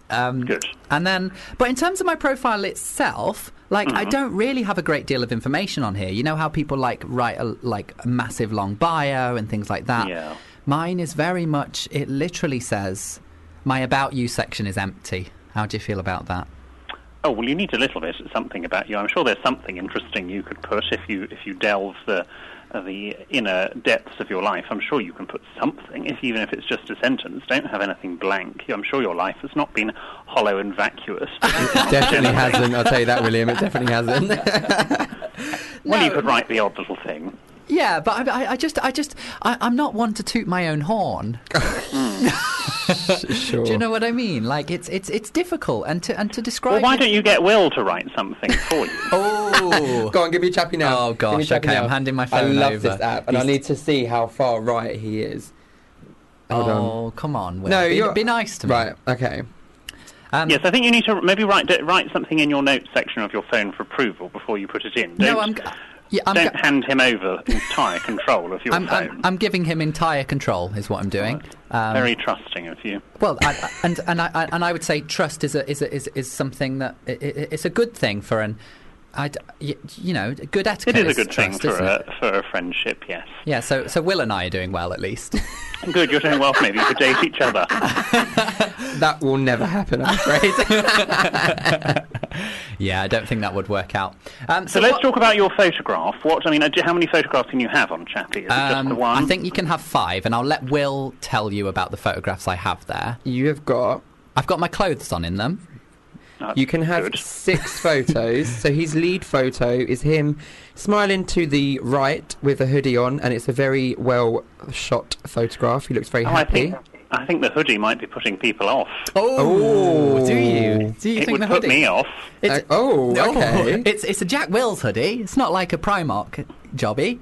[SPEAKER 1] Um,
[SPEAKER 6] Good.
[SPEAKER 1] And then, but in terms of my profile itself, like
[SPEAKER 6] Mm-hmm.
[SPEAKER 1] I don't really have a great deal of information on here. You know how people like write a, like a massive long bio and things like that.
[SPEAKER 6] Yeah.
[SPEAKER 1] Mine is very much. It literally says, "My about you section is empty." How do you feel about that?
[SPEAKER 6] Oh well, you need a little bit something about you. I'm sure there's something interesting you could put if you if you delve the uh, the inner depths of your life. I'm sure you can put something, if even if it's just a sentence. Don't have anything blank. I'm sure your life has not been hollow and
[SPEAKER 1] [laughs]
[SPEAKER 6] vacuous.
[SPEAKER 4] definitely hasn't. I'll tell you that, William. It
[SPEAKER 1] [laughs]
[SPEAKER 4] definitely hasn't.
[SPEAKER 6] Well, you could write the odd little thing.
[SPEAKER 1] Yeah, but I, I- I just, I just, I, I'm not one to toot my own horn.
[SPEAKER 4] sure.
[SPEAKER 1] Do you know what I mean? Like it's, it's, it's difficult, and to and to describe.
[SPEAKER 6] Well, why
[SPEAKER 1] it- [laughs]
[SPEAKER 6] don't you [laughs] get Will to write something for you?
[SPEAKER 1] Oh.
[SPEAKER 4] Go on, give me a chappy now.
[SPEAKER 1] Oh,
[SPEAKER 4] Give me a
[SPEAKER 1] gosh,
[SPEAKER 4] chappy
[SPEAKER 1] okay,
[SPEAKER 4] now.
[SPEAKER 1] I'm handing my
[SPEAKER 4] I
[SPEAKER 1] phone
[SPEAKER 4] love
[SPEAKER 1] over.
[SPEAKER 4] this app, and I
[SPEAKER 1] He's-
[SPEAKER 4] need to see how far right he is. Hold on.
[SPEAKER 1] oh, come on, Will.
[SPEAKER 4] No,
[SPEAKER 1] be,
[SPEAKER 4] you're
[SPEAKER 1] be nice to me.
[SPEAKER 4] Right. Okay.
[SPEAKER 1] Um,
[SPEAKER 6] Yes, I think you need to maybe write write something in your notes section of your phone for approval before you put it in. Don't,
[SPEAKER 1] No, I'm. g- Yeah, I'm.
[SPEAKER 6] don't
[SPEAKER 1] g-
[SPEAKER 6] hand him over entire control of your
[SPEAKER 1] I'm,
[SPEAKER 6] phone.
[SPEAKER 1] I'm, I'm giving him entire control, is what I'm doing. Um,
[SPEAKER 6] um, Very trusting of you.
[SPEAKER 1] well, I, I- and and I- I and I would say trust is a is a, is, is something that i i it's a good thing for an, I'd, y- you know, good
[SPEAKER 6] It
[SPEAKER 1] etiquette.
[SPEAKER 6] is a good
[SPEAKER 1] trust,
[SPEAKER 6] thing for
[SPEAKER 1] isn't
[SPEAKER 6] a
[SPEAKER 1] it?
[SPEAKER 6] for a friendship. Yes,
[SPEAKER 1] Yeah. So so Will and I are doing well at
[SPEAKER 6] [laughs]
[SPEAKER 1] least.
[SPEAKER 6] good. You're doing well. Maybe you could date
[SPEAKER 1] [laughs]
[SPEAKER 6] each other.
[SPEAKER 4] That will never happen. I'm afraid.
[SPEAKER 1] [laughs] yeah, I don't think that would work out. Um,
[SPEAKER 6] So let's
[SPEAKER 1] what-
[SPEAKER 6] talk about your photograph. What I mean, uh, do- how many photographs can you have on Chappie? Is it just
[SPEAKER 1] um,
[SPEAKER 6] the one?
[SPEAKER 1] I think you can have five, and I'll let Will tell you about the photographs I have there.
[SPEAKER 4] you have got.
[SPEAKER 1] I've got my clothes on in them.
[SPEAKER 6] That's
[SPEAKER 4] You can have
[SPEAKER 6] good.
[SPEAKER 4] six photos. So his lead photo is him smiling to the right with a hoodie on, and it's a very well shot photograph. He looks very
[SPEAKER 6] Oh, I
[SPEAKER 4] happy.
[SPEAKER 6] think I think the hoodie might be putting people off.
[SPEAKER 1] Oh,
[SPEAKER 4] Oh.
[SPEAKER 1] do you? Do you
[SPEAKER 6] it
[SPEAKER 1] think
[SPEAKER 6] would
[SPEAKER 1] the
[SPEAKER 6] put
[SPEAKER 1] hoodie?
[SPEAKER 6] me off.
[SPEAKER 1] It's,
[SPEAKER 4] Uh,
[SPEAKER 1] [laughs]
[SPEAKER 4] oh,
[SPEAKER 1] No,
[SPEAKER 4] okay.
[SPEAKER 1] It's it's a Jack Wills hoodie. It's not like a Primark jobby.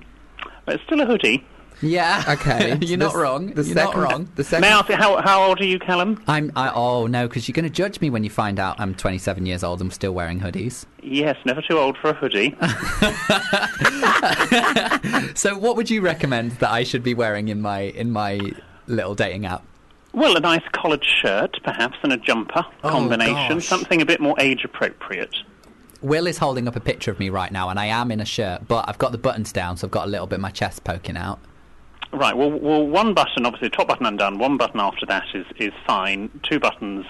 [SPEAKER 6] But it's still a hoodie.
[SPEAKER 1] [laughs] Yeah.
[SPEAKER 4] [laughs] Okay.
[SPEAKER 1] You're
[SPEAKER 4] The
[SPEAKER 1] not
[SPEAKER 4] s-
[SPEAKER 1] wrong.
[SPEAKER 4] The
[SPEAKER 1] You're
[SPEAKER 4] second,
[SPEAKER 1] not wrong.
[SPEAKER 4] The second.
[SPEAKER 6] May I ask you, how how old are you, Callum?
[SPEAKER 1] I'm. I, oh no, because you're going to judge me when you find out I'm 27 years old. I'm still wearing hoodies.
[SPEAKER 6] Yes, never too old for
[SPEAKER 1] [laughs]
[SPEAKER 6] a hoodie.
[SPEAKER 1] So, what would you recommend that I should be wearing in my in my little dating app?
[SPEAKER 6] well, a nice collared shirt, perhaps, and a jumper
[SPEAKER 1] Oh,
[SPEAKER 6] combination,
[SPEAKER 1] gosh.
[SPEAKER 6] something a bit more age appropriate.
[SPEAKER 1] Will is holding up a picture of me right now, and I am in a shirt, but I've got the buttons down, so I've got a little bit of my chest poking out.
[SPEAKER 6] Right. Well, well, one button, obviously, top button undone. One button after that is is fine. Two buttons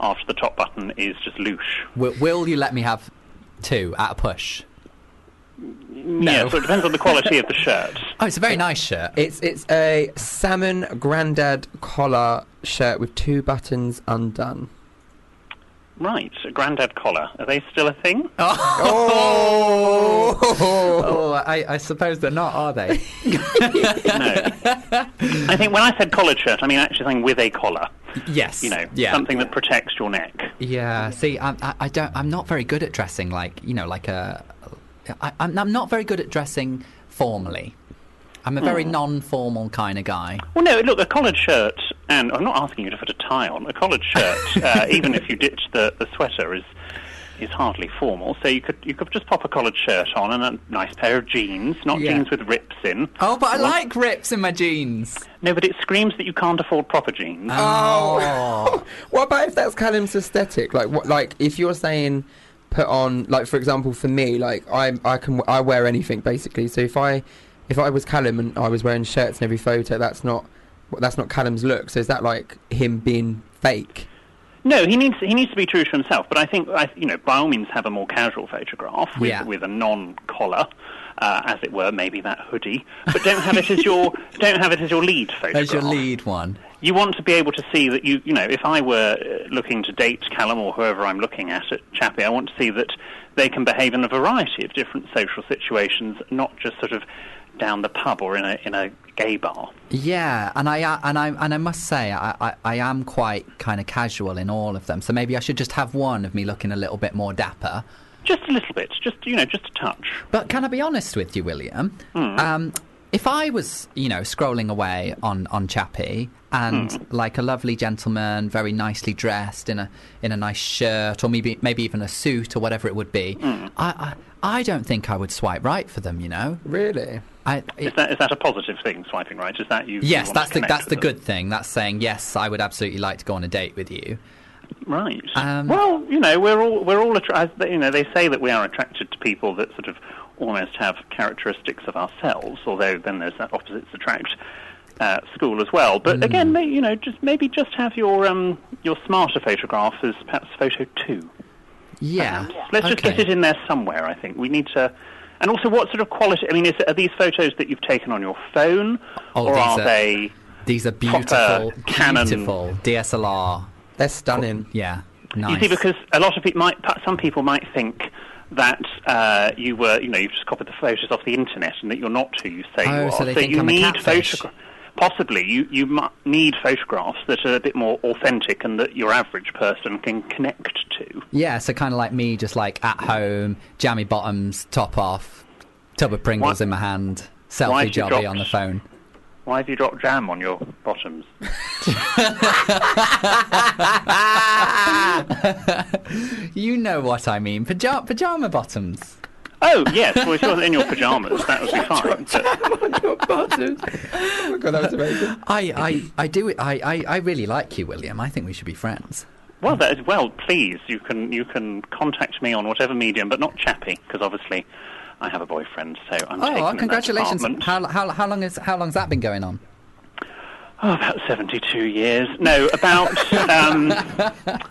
[SPEAKER 6] after the top button is just louche.
[SPEAKER 1] Will, will you let me have two at a push?
[SPEAKER 6] No. Yeah, so it depends on the
[SPEAKER 1] [laughs]
[SPEAKER 6] quality of the shirt.
[SPEAKER 1] Oh, it's a
[SPEAKER 4] Uh,
[SPEAKER 1] very nice shirt.
[SPEAKER 4] It's it's a salmon grandad collar shirt with two buttons undone.
[SPEAKER 6] Right, a grandad collar. Are they still a thing?
[SPEAKER 4] Oh,
[SPEAKER 1] Oh, I, I suppose they're not, are [laughs] they? [laughs]
[SPEAKER 6] No. I think when I said collared shirt, I mean actually something with a collar.
[SPEAKER 1] yes.
[SPEAKER 6] You know,
[SPEAKER 1] yeah.
[SPEAKER 6] something that protects your neck.
[SPEAKER 1] Yeah. See, I'm, I, I don't. I'm not very good at dressing like you know, like a. I, I'm, I'm not very good at dressing formally. I'm a very non-formal kind of guy.
[SPEAKER 6] Well, no, look, a collared shirt, and I'm not asking you to put a tie on. A collared
[SPEAKER 1] [laughs]
[SPEAKER 6] shirt, uh, even if you ditch the, the sweater, is is hardly formal. So you could you could just pop a collared shirt on and a nice pair of jeans, not
[SPEAKER 1] Yeah.
[SPEAKER 6] jeans with rips in.
[SPEAKER 1] Oh, but I like rips in my jeans.
[SPEAKER 6] No, but it screams that you can't afford proper jeans.
[SPEAKER 1] Ah. [laughs] Oh.
[SPEAKER 4] [laughs] what about if that's Callum's aesthetic? Like what? Like if you're saying put on like for example for me like I I can I wear anything basically. So if I if I was Callum and I was wearing shirts in every photo, that's not that's not Callum's look. So is that like him being fake?
[SPEAKER 6] No, he needs he needs to be true to himself. But I think I, you know, by all means, have a more casual photograph with,
[SPEAKER 1] Yeah.
[SPEAKER 6] with a non-collar, uh, as it were, maybe that hoodie. But don't have it
[SPEAKER 1] [laughs]
[SPEAKER 6] as your don't have it as your lead photograph.
[SPEAKER 1] There's your lead one.
[SPEAKER 6] You want to be able to see that you you know, if I were uh, looking to date Callum or whoever I'm looking at at Chappie, I want to see that they can behave in a variety of different social situations, not just sort of down the pub or in a in a gay bar.
[SPEAKER 1] Yeah, and I uh, and I and I must say I, I, I am quite kind of casual in all of them. So maybe I should just have one of me looking a little bit more dapper.
[SPEAKER 6] Just a little bit, just you know, just a touch.
[SPEAKER 1] But can I be honest with you, William?
[SPEAKER 6] Hmm.
[SPEAKER 1] Um, if I was, you know, scrolling away on on Chappie and
[SPEAKER 6] Hmm.
[SPEAKER 1] like a lovely gentleman, very nicely dressed in a in a nice shirt or maybe maybe even a suit or whatever it would be,
[SPEAKER 6] Hmm.
[SPEAKER 1] I, I I don't think I would swipe right for them. You know,
[SPEAKER 4] Really?
[SPEAKER 1] I. it-
[SPEAKER 6] Is that is that a positive thing? Swiping right? Is that you? you
[SPEAKER 1] Yes,
[SPEAKER 6] want
[SPEAKER 1] that's
[SPEAKER 6] to
[SPEAKER 1] the
[SPEAKER 6] connect
[SPEAKER 1] that's
[SPEAKER 6] with
[SPEAKER 1] the
[SPEAKER 6] them?
[SPEAKER 1] good thing. That's saying yes, I would absolutely like to go on a date with you.
[SPEAKER 6] Right.
[SPEAKER 1] Um,
[SPEAKER 6] well, you know, we're all we're all attra- as- you know they say that we are attracted to people that sort of almost have characteristics of ourselves. Although then there's that opposites attract uh, school as well.
[SPEAKER 1] Mm.
[SPEAKER 6] But again, may, you know, just maybe just have your um, your smarter photograph as perhaps photo two.
[SPEAKER 1] Yeah,
[SPEAKER 6] Let's just get
[SPEAKER 1] Okay.
[SPEAKER 6] it in there somewhere. I think we need to. And also, what sort of quality? I mean, is, are these photos that you've taken on your phone,
[SPEAKER 1] Oh,
[SPEAKER 6] or
[SPEAKER 1] these
[SPEAKER 6] are
[SPEAKER 1] are-
[SPEAKER 6] they?
[SPEAKER 1] These are
[SPEAKER 6] Proper
[SPEAKER 1] beautiful,
[SPEAKER 6] Canon.
[SPEAKER 1] beautiful DSLR. [laughs]
[SPEAKER 4] They're stunning.
[SPEAKER 1] Yeah, nice.
[SPEAKER 6] You see, because a lot of people might, some people might think that uh, you were, you know, you've just copied the photos off the internet and that you're not who you say
[SPEAKER 1] Oh,
[SPEAKER 6] you are.
[SPEAKER 1] so they think
[SPEAKER 6] you
[SPEAKER 1] I'm a
[SPEAKER 6] need
[SPEAKER 1] catfish.
[SPEAKER 6] photogra- Possibly, you you mu- need photographs that are a bit more authentic and that your average person can connect to.
[SPEAKER 1] Yeah, so kind of like me, just like at home, jammy bottoms, top off, tub of Pringles
[SPEAKER 6] Why-
[SPEAKER 1] in my hand,
[SPEAKER 6] why
[SPEAKER 1] selfie
[SPEAKER 6] have you
[SPEAKER 1] jobby
[SPEAKER 6] dropped-
[SPEAKER 1] on the phone.
[SPEAKER 6] Why have you dropped jam on your bottoms?
[SPEAKER 1] You know what I mean, Paja- pajama bottoms.
[SPEAKER 6] [laughs] Oh yes, well if you're in your [laughs] pajamas, that would be fine.
[SPEAKER 4] [laughs]
[SPEAKER 6] But
[SPEAKER 4] Oh my god, that was amazing.
[SPEAKER 1] I, I, I do. I, I, I really like you, William. I think we should be friends.
[SPEAKER 6] [laughs] well, that is well. Please, you can you can contact me on whatever medium, but not Chappie, because obviously. I have a boyfriend, so I'm
[SPEAKER 1] Oh,
[SPEAKER 6] taking
[SPEAKER 1] well,
[SPEAKER 6] in that
[SPEAKER 1] congratulations!
[SPEAKER 6] department.
[SPEAKER 1] How, how, how long is how long's that been going on?
[SPEAKER 6] Oh, about 72 years. No, about.
[SPEAKER 1] [laughs]
[SPEAKER 6] Um,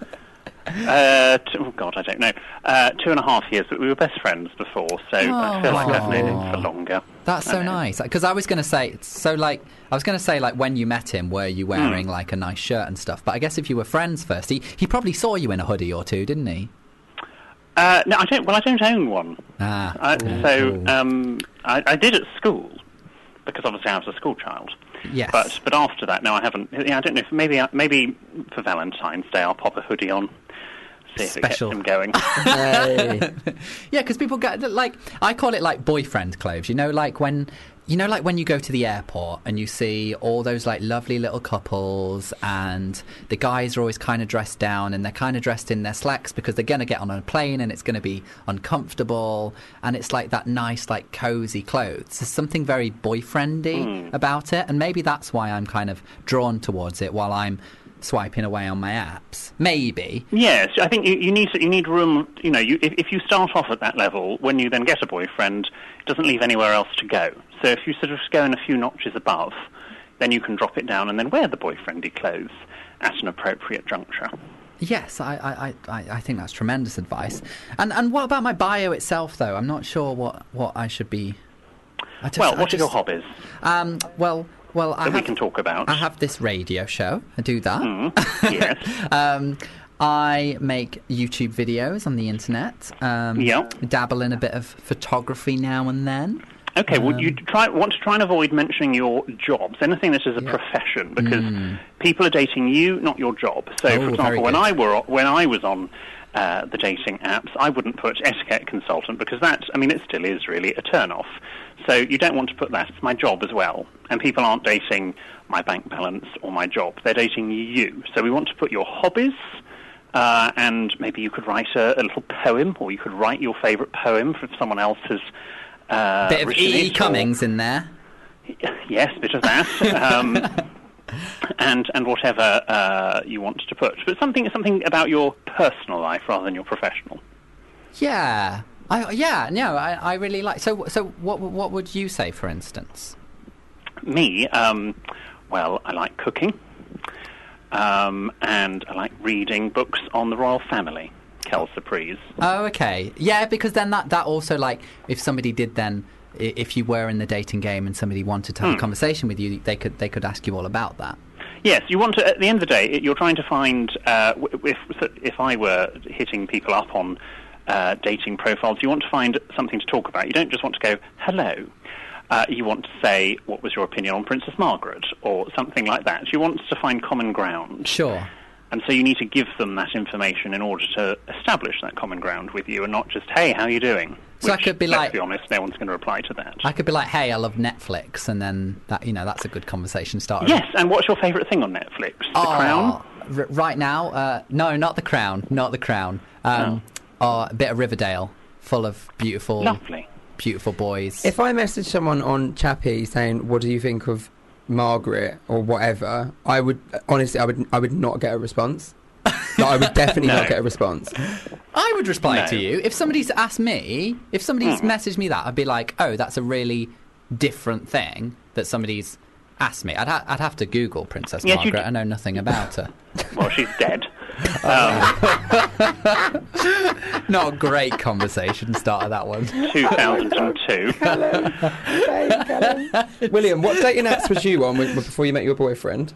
[SPEAKER 6] uh, two, oh, God, I don't know. Uh, two and a half years, but we were best friends before, so
[SPEAKER 1] Oh.
[SPEAKER 6] I feel like I've known him for longer.
[SPEAKER 1] That's so
[SPEAKER 6] I know.
[SPEAKER 1] nice. Because I was going to say, so like, I was going to say, like, when you met him, were you wearing like a nice shirt and stuff? But I guess if you were friends first, he, he probably saw you in a hoodie or two, didn't he?
[SPEAKER 6] Uh, no, I don't. Well, I don't own one.
[SPEAKER 1] Ah,
[SPEAKER 6] I,
[SPEAKER 1] cool,
[SPEAKER 6] so
[SPEAKER 1] cool.
[SPEAKER 6] um, I, I did at school because obviously I was a school child.
[SPEAKER 1] Yes.
[SPEAKER 6] But but after that, no, I haven't. Yeah, I don't know. If maybe I- maybe for Valentine's Day, I'll pop a hoodie on. See if
[SPEAKER 1] Special.
[SPEAKER 6] it gets them going.
[SPEAKER 1] [laughs]
[SPEAKER 4] Hey.
[SPEAKER 1] Yeah, because people get like I call it like boyfriend clothes. You know, like when you know, like when you go to the airport and you see all those like lovely little couples, and the guys are always kind of dressed down, and they're kind of dressed in their slacks because they're gonna get on a plane and it's gonna be uncomfortable, and it's like that nice, like cozy clothes. There's something very boyfriendy about it, and maybe that's why I'm kind of drawn towards it while I'm swiping away on my apps. Maybe.
[SPEAKER 6] Yes, I think you, you need you need room. You know, you, if, if you start off at that level, when you then get a boyfriend, it doesn't leave anywhere else to go. So if you sort of go in a few notches above, then you can drop it down and then wear the boyfriendy clothes at an appropriate juncture.
[SPEAKER 1] Yes, I, I, I, I- I think that's tremendous advice. And and what about my bio itself, though? I'm not sure what, what I should be. I just-
[SPEAKER 6] Well,
[SPEAKER 1] I
[SPEAKER 6] what are your
[SPEAKER 1] just-
[SPEAKER 6] hobbies?
[SPEAKER 1] Um, well, well, I
[SPEAKER 6] That we
[SPEAKER 1] have,
[SPEAKER 6] can talk about. Mm-hmm.
[SPEAKER 1] I [laughs] have this radio show. I do that.
[SPEAKER 6] yes.
[SPEAKER 1] [laughs] Um, I make YouTube videos on the internet. Um,
[SPEAKER 6] Yeah.
[SPEAKER 1] Dabble in a bit of photography now and then.
[SPEAKER 6] Okay. well, you
[SPEAKER 1] Um,
[SPEAKER 6] try want to try and avoid mentioning your jobs, anything that is a profession, because people are dating you, not your job. So,
[SPEAKER 1] Hmm. Oh, very
[SPEAKER 6] for example, when
[SPEAKER 1] good.
[SPEAKER 6] I were when I was on. Uh, the dating apps, I wouldn't put etiquette consultant because that, I mean, it still is really a turn off. So you don't want to put that. It's my job as well. And people aren't dating my bank balance or my job. They're dating you. So we want to put your hobbies, uh, and maybe you could write a, a little poem or you could write your favourite poem from someone else's. Uh,
[SPEAKER 1] Bit of
[SPEAKER 6] written
[SPEAKER 1] E.
[SPEAKER 6] it, or-
[SPEAKER 1] Cummings in there.
[SPEAKER 6] [laughs] Yes, bit of that.
[SPEAKER 1] [laughs]
[SPEAKER 6] Um, and and whatever uh, you want to put, but something something about your personal life rather than your professional.
[SPEAKER 1] Yeah. I, yeah, no, I, I really like. So, so what, what would you say, for instance?
[SPEAKER 6] Me, um, well, I like cooking. um, and I like reading books on the royal family. Kel Surprise.
[SPEAKER 1] Oh, okay. Yeah, because then that, that also, like, if somebody did then, i- if you were in the dating game and somebody wanted to
[SPEAKER 6] Hmm.
[SPEAKER 1] have a conversation with you, they could, they could ask you all about that.
[SPEAKER 6] Yes, you want to. At the end of the day, you're trying to find. Uh, w- if so if I were hitting people up on uh, dating profiles, you want to find something to talk about. You don't just want to go hello. Uh, you want to say what was your opinion on Princess Margaret or something like that. You want to find common ground.
[SPEAKER 1] Sure.
[SPEAKER 6] And so you need to give them that information in order to establish that common ground with you, and not just "Hey, how are you doing?"
[SPEAKER 1] So I
[SPEAKER 6] Which,
[SPEAKER 1] could be
[SPEAKER 6] let's
[SPEAKER 1] like-
[SPEAKER 6] be honest, no one's going to reply to that.
[SPEAKER 1] I could be like, hey, I love Netflix. And then, that you know, that's a good conversation starter.
[SPEAKER 6] yes, and what's your favourite thing on Netflix? The
[SPEAKER 1] Oh,
[SPEAKER 6] Crown.
[SPEAKER 1] r- right now, uh, no, not the Crown, not the Crown. Um, uh, a bit of Riverdale, full of beautiful,
[SPEAKER 6] Lovely.
[SPEAKER 1] beautiful boys.
[SPEAKER 4] If I message someone on Chappie saying, "What do you think of Margaret or whatever?" I would honestly, I would, I would not get a response.
[SPEAKER 6] [laughs]
[SPEAKER 4] Like, I would definitely
[SPEAKER 6] No.
[SPEAKER 4] not get a response.
[SPEAKER 1] I would reply
[SPEAKER 6] No. Mm.
[SPEAKER 1] to you if somebody's asked me, if somebody's messaged me that, I'd be like, oh, that's a really different thing that somebody's asked me. I'd, ha- I'd have to Google Princess
[SPEAKER 6] Yes, you
[SPEAKER 1] Margaret.
[SPEAKER 6] d-
[SPEAKER 1] I know
[SPEAKER 6] [laughs]
[SPEAKER 1] nothing about her.
[SPEAKER 6] Well, she's
[SPEAKER 1] [laughs]
[SPEAKER 6] dead.
[SPEAKER 1] Uh,
[SPEAKER 6] Um,
[SPEAKER 1] not a great conversation starter that one.
[SPEAKER 6] 2002.
[SPEAKER 4] William, what dating apps was you on with, before you met your boyfriend?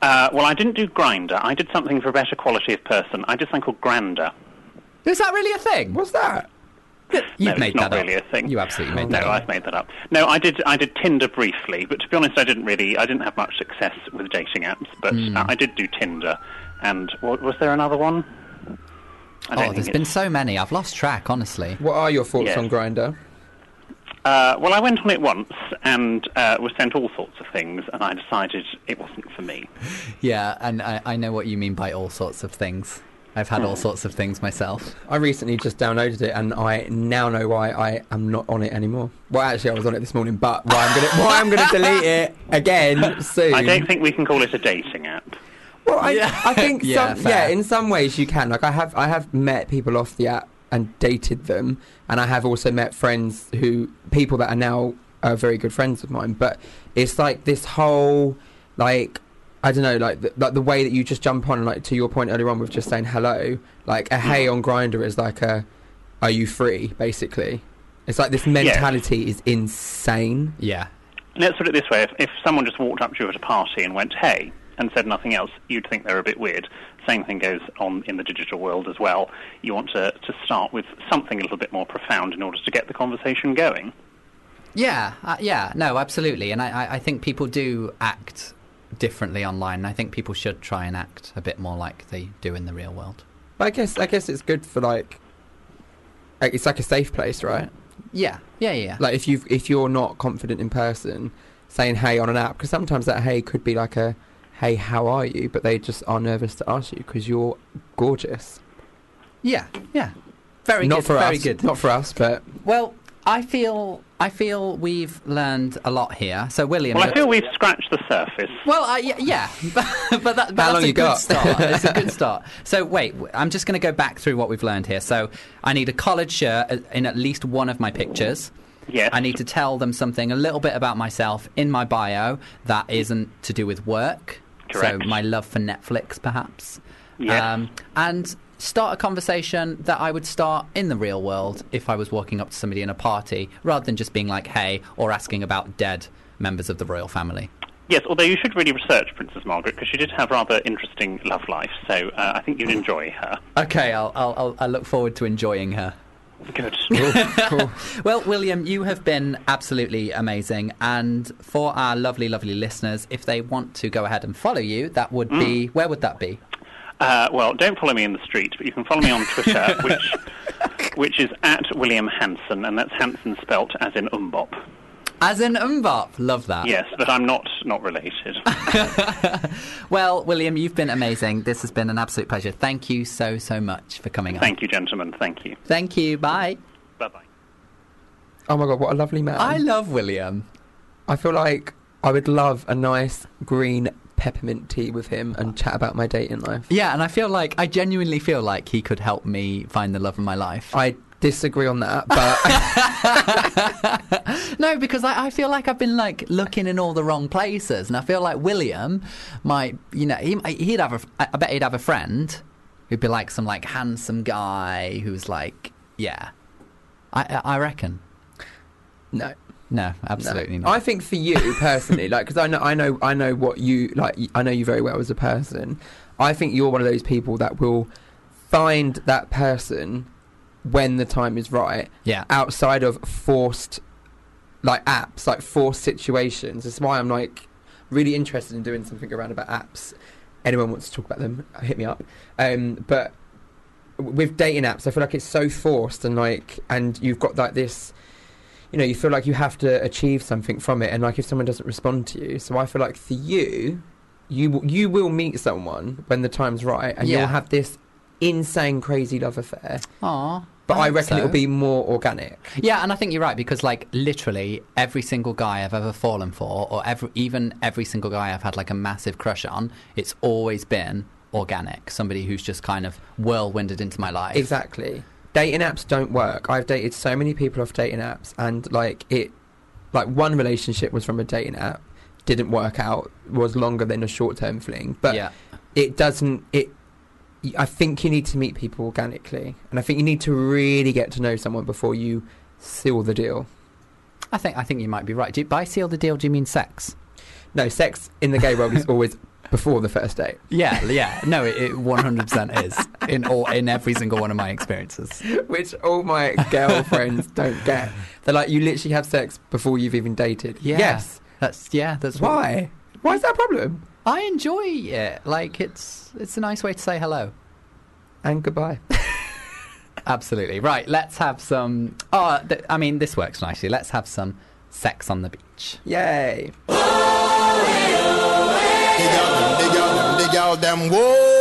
[SPEAKER 6] Uh, well, I didn't do Grinder. I did something for a better quality of person. I did something called Grander.
[SPEAKER 1] Is that really a thing?
[SPEAKER 4] What's that?
[SPEAKER 1] You've
[SPEAKER 6] no,
[SPEAKER 1] made
[SPEAKER 6] it's not
[SPEAKER 1] that up.
[SPEAKER 6] really a thing.
[SPEAKER 1] You absolutely made
[SPEAKER 6] no,
[SPEAKER 1] that up.
[SPEAKER 6] I've made that up. No, I did. I did Tinder briefly, but to be honest, I didn't really. I didn't have much success with dating apps. But
[SPEAKER 1] Hmm.
[SPEAKER 6] uh, I did do Tinder, and what, was there another one? I don't
[SPEAKER 1] Oh, there's
[SPEAKER 6] think
[SPEAKER 1] been
[SPEAKER 6] it's-
[SPEAKER 1] so many. I've lost track, honestly.
[SPEAKER 4] What are your thoughts
[SPEAKER 6] Yeah.
[SPEAKER 4] on Grinder?
[SPEAKER 6] Uh, well, I went on it once and uh, was sent all sorts of things, and I decided it wasn't for me.
[SPEAKER 1] Yeah, and I, I know what you mean by all sorts of things. I've had all
[SPEAKER 6] Hmm.
[SPEAKER 1] sorts of things myself.
[SPEAKER 4] I recently just downloaded it, and I now know why I am not on it anymore. Well, actually, I was on it this morning, but why I'm gonna why I'm gonna delete it again soon.
[SPEAKER 6] [laughs] I don't think we can call it a dating app.
[SPEAKER 4] Well, I,
[SPEAKER 1] Yeah.
[SPEAKER 4] I
[SPEAKER 1] [laughs]
[SPEAKER 4] think
[SPEAKER 1] Yeah,
[SPEAKER 4] yeah, some, yeah,
[SPEAKER 1] fair.
[SPEAKER 4] in some ways you can. Like I have, I have met people off the app and dated them, and I have also met friends who people that are now are very good friends of mine. But it's like this whole like. I don't know, like the, like the way that you just jump on, and like to your point earlier on with just saying hello, like a hey on Grinder is like a, are you free? Basically, it's like this mentality is insane.
[SPEAKER 1] Yeah.
[SPEAKER 6] Let's put it this way: if, if someone just walked up to you at a party and went "Hey" and said nothing else, you'd think they're a bit weird. Same thing goes on in the digital world as well. You want to, to start with something a little bit more profound in order to get the conversation going.
[SPEAKER 1] Yeah, uh, yeah, no, absolutely. And I, I, I think people do act differently online. and I think people should try and act a bit more like they do in the real world.
[SPEAKER 4] But I guess, I guess it's good for like, it's like a safe place, right?
[SPEAKER 1] Yeah, yeah, yeah.
[SPEAKER 4] like if you if you're not confident in person saying hey on an app because sometimes that hey could be like a hey how are you but they just are nervous to ask you because you're gorgeous
[SPEAKER 1] yeah, yeah. Very
[SPEAKER 4] not
[SPEAKER 1] good,
[SPEAKER 4] for
[SPEAKER 1] very
[SPEAKER 4] us
[SPEAKER 1] good.
[SPEAKER 4] not for us but
[SPEAKER 1] Well, I feel I feel we've learned a lot here. So William,
[SPEAKER 6] Well, I
[SPEAKER 1] you're-
[SPEAKER 6] feel we've scratched the surface.
[SPEAKER 1] Well, I, yeah, yeah. [laughs] but, but that, but that's
[SPEAKER 4] long
[SPEAKER 1] a
[SPEAKER 4] you
[SPEAKER 1] good
[SPEAKER 4] got? [laughs]
[SPEAKER 1] start. It's a good start. So wait, w- I'm just going to go back through what we've learned here. So I need a collared shirt uh, in at least one of my pictures.
[SPEAKER 6] Yes.
[SPEAKER 1] I need to tell them something a little bit about myself in my bio that isn't to do with work.
[SPEAKER 6] Correct.
[SPEAKER 1] So my love for Netflix, perhaps. Um,
[SPEAKER 6] Yes.
[SPEAKER 1] and start a conversation that I would start in the real world if I was walking up to somebody in a party, rather than just being like, "Hey," or asking about dead members of the royal family.
[SPEAKER 6] Yes, although you should really research Princess Margaret because she did have rather interesting love life, so uh, I think you'd enjoy her.
[SPEAKER 1] Okay, I'll, I'll, I'll, I look forward to enjoying her.
[SPEAKER 6] Good.
[SPEAKER 1] Well, William, you have been absolutely amazing. And for our lovely, lovely listeners, if they want to go ahead and follow you, that would be
[SPEAKER 6] Mm.
[SPEAKER 1] where would that be?
[SPEAKER 6] [laughs] Uh, well, don't follow me in the street, but you can follow me on Twitter, which which is at William Hanson, and that's Hanson spelt as in umbop.
[SPEAKER 1] As in Umbop. Love that.
[SPEAKER 6] Yes, but I'm not not related.
[SPEAKER 1] Well, William, you've been amazing. This has been an absolute pleasure. Thank you so, so much for coming on.
[SPEAKER 6] Thank you, gentlemen. Thank you.
[SPEAKER 1] Thank you. Bye.
[SPEAKER 6] Bye bye.
[SPEAKER 4] oh my god what a lovely man
[SPEAKER 1] I
[SPEAKER 4] i,
[SPEAKER 1] love William.
[SPEAKER 4] feel like i would love a nice green peppermint tea with him and chat about my dating life
[SPEAKER 1] Yeah, and I feel like, I genuinely feel like he could help me find the love of my life.
[SPEAKER 4] i disagree on that, but
[SPEAKER 1] [laughs]
[SPEAKER 4] [laughs]
[SPEAKER 1] No, because I, I feel like I've been like looking in all the wrong places, and I feel like William might, you know, he, he'd have a, I bet he'd have a friend who'd be like some like handsome guy who's like, yeah, I I I reckon.
[SPEAKER 4] no.
[SPEAKER 1] No,
[SPEAKER 4] No.
[SPEAKER 1] absolutely not.
[SPEAKER 4] I think for you personally, like, because I know, I know, I know what you like. I know you very well as a person. I think you're one of those people that will find that person when the time is right,
[SPEAKER 1] yeah,
[SPEAKER 4] outside of forced, like apps, like forced situations. That's why I'm like really interested in doing something around about apps. Anyone wants to talk about them? Hit me up. Um, but w- with dating apps, I feel like it's so forced and like, and you've got like this. You know, you feel like you have to achieve something from it, and like if someone doesn't respond to you, so I feel like for you, you w- you will meet someone when the time's right, and
[SPEAKER 1] Yeah.
[SPEAKER 4] you'll have this insane, crazy love affair.
[SPEAKER 1] Aw,
[SPEAKER 4] But I,
[SPEAKER 1] hope
[SPEAKER 4] reckon
[SPEAKER 1] so.
[SPEAKER 4] it'll be more organic.
[SPEAKER 1] Yeah, and I think you're right because, like, literally every single guy I've ever fallen for, or every, even every single guy I've had like a massive crush on, it's always been organic. Somebody who's just kind of whirlwinded into my life.
[SPEAKER 4] Exactly. Dating apps don't work. I've dated so many people off dating apps, and like it, like one relationship was from a dating app, didn't work out, was longer than a short term fling. But
[SPEAKER 1] yeah,
[SPEAKER 4] it doesn't. It. I think you need to meet people organically, and I think you need to really get to know someone before you seal the deal.
[SPEAKER 1] I think I think you might be right. Do you, by seal the deal, do you mean sex?
[SPEAKER 4] No, sex in the gay world
[SPEAKER 1] [laughs]
[SPEAKER 4] is always before the first date.
[SPEAKER 1] Yeah, yeah. No, it 100 percent is in all in every single one of my experiences.
[SPEAKER 4] which all my
[SPEAKER 1] [laughs]
[SPEAKER 4] girlfriends don't get. They're like, you literally have sex before you've even dated.
[SPEAKER 1] Yeah.
[SPEAKER 4] Yes.
[SPEAKER 1] That's yeah. That's what-
[SPEAKER 4] Why? Why is that a problem?
[SPEAKER 1] I enjoy it. Like it's it's a nice way to say hello.
[SPEAKER 4] And goodbye.
[SPEAKER 1] Absolutely. Right, let's have some. Oh, th- I mean, this works nicely. Let's have some sex on the beach.
[SPEAKER 4] Yay.
[SPEAKER 7] Dig out them, dig out them, dig out them, whoa.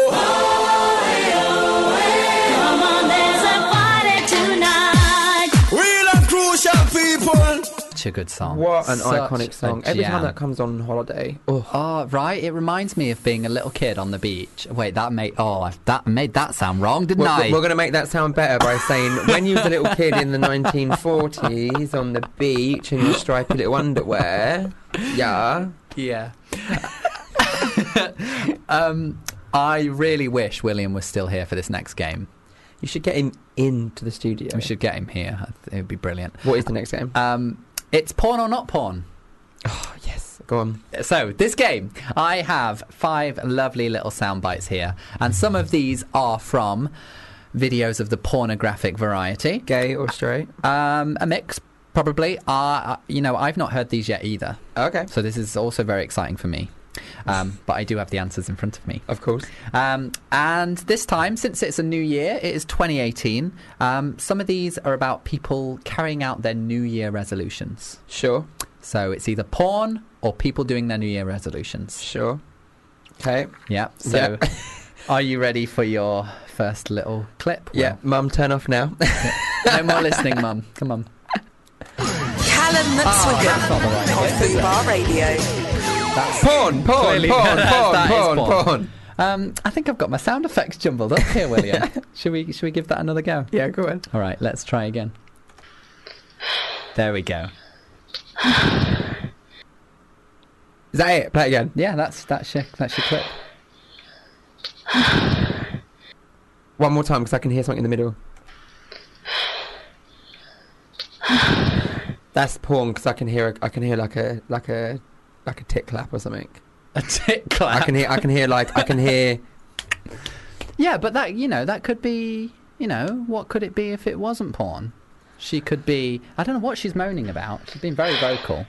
[SPEAKER 3] Come on, there's a party tonight.
[SPEAKER 7] Real and crucial people.
[SPEAKER 1] Such a good song.
[SPEAKER 4] What an
[SPEAKER 1] Such
[SPEAKER 4] iconic
[SPEAKER 1] a
[SPEAKER 4] song. Every
[SPEAKER 1] jam.
[SPEAKER 4] time that comes on holiday, oh,
[SPEAKER 1] Oh, right. It reminds me of being a little kid on the beach. Wait, that made. Oh, I- that made that sound wrong, didn't
[SPEAKER 4] we're,
[SPEAKER 1] I?
[SPEAKER 4] going to make that sound better by saying when you was a little kid in the 1940s on the beach in your stripy little underwear. Yeah.
[SPEAKER 1] yeah. [laughs] um, I really wish William was still here for this next game.
[SPEAKER 4] You should get him into the studio.
[SPEAKER 1] We should get him here. I th- It would be brilliant.
[SPEAKER 4] What is the next game?
[SPEAKER 1] Um, it's porn or not porn.
[SPEAKER 4] oh, yes. Go on.
[SPEAKER 1] So, this game, I have five lovely little sound bites here, and some of these are from videos of the pornographic variety.
[SPEAKER 4] Gay or straight?
[SPEAKER 1] Um, a mix, probably. Uh, you know, I've not heard these yet either,
[SPEAKER 4] Okay.
[SPEAKER 1] so this is also very exciting for me. Um, but I do have the answers in front of me.
[SPEAKER 4] Of course.
[SPEAKER 1] Um, and this time, since it's a new year, it is 2018. Um, some of these are about people carrying out their New Year resolutions.
[SPEAKER 4] Sure.
[SPEAKER 1] So it's either porn or people doing their New Year resolutions.
[SPEAKER 4] Sure. Okay.
[SPEAKER 1] Yeah. So, [laughs] are you ready for your first little clip?
[SPEAKER 4] Yeah, mum, turn off now. [laughs]
[SPEAKER 1] Well, no more listening, Mum. Come on.
[SPEAKER 2] Callum Mitswigan
[SPEAKER 1] Ah, That's not the right
[SPEAKER 2] on Foo Bar Radio.
[SPEAKER 4] porn, porn, porn,
[SPEAKER 1] Clearly-
[SPEAKER 4] porn,
[SPEAKER 1] [laughs] That is
[SPEAKER 4] porn,
[SPEAKER 1] porn.
[SPEAKER 4] porn,
[SPEAKER 1] Um, I think I've got my sound effects jumbled up here, [laughs] William. should we? Should we give that another go?
[SPEAKER 4] Yeah, go on.
[SPEAKER 1] All right. Let's try again. There we go.
[SPEAKER 4] Is that it? Play it again.
[SPEAKER 1] Yeah, that's that's your that's your clip.
[SPEAKER 4] One more time, because I can hear something in the middle. [sighs] That's porn, because I can hear a, I can hear like a like a like a tit clap or something.
[SPEAKER 1] A tick
[SPEAKER 4] I
[SPEAKER 1] clap.
[SPEAKER 4] can hear I can hear like I can hear.
[SPEAKER 1] Yeah, but that you know that could be you know what could it be if it wasn't porn? She could be. I don't know what she's moaning about. She's been very vocal.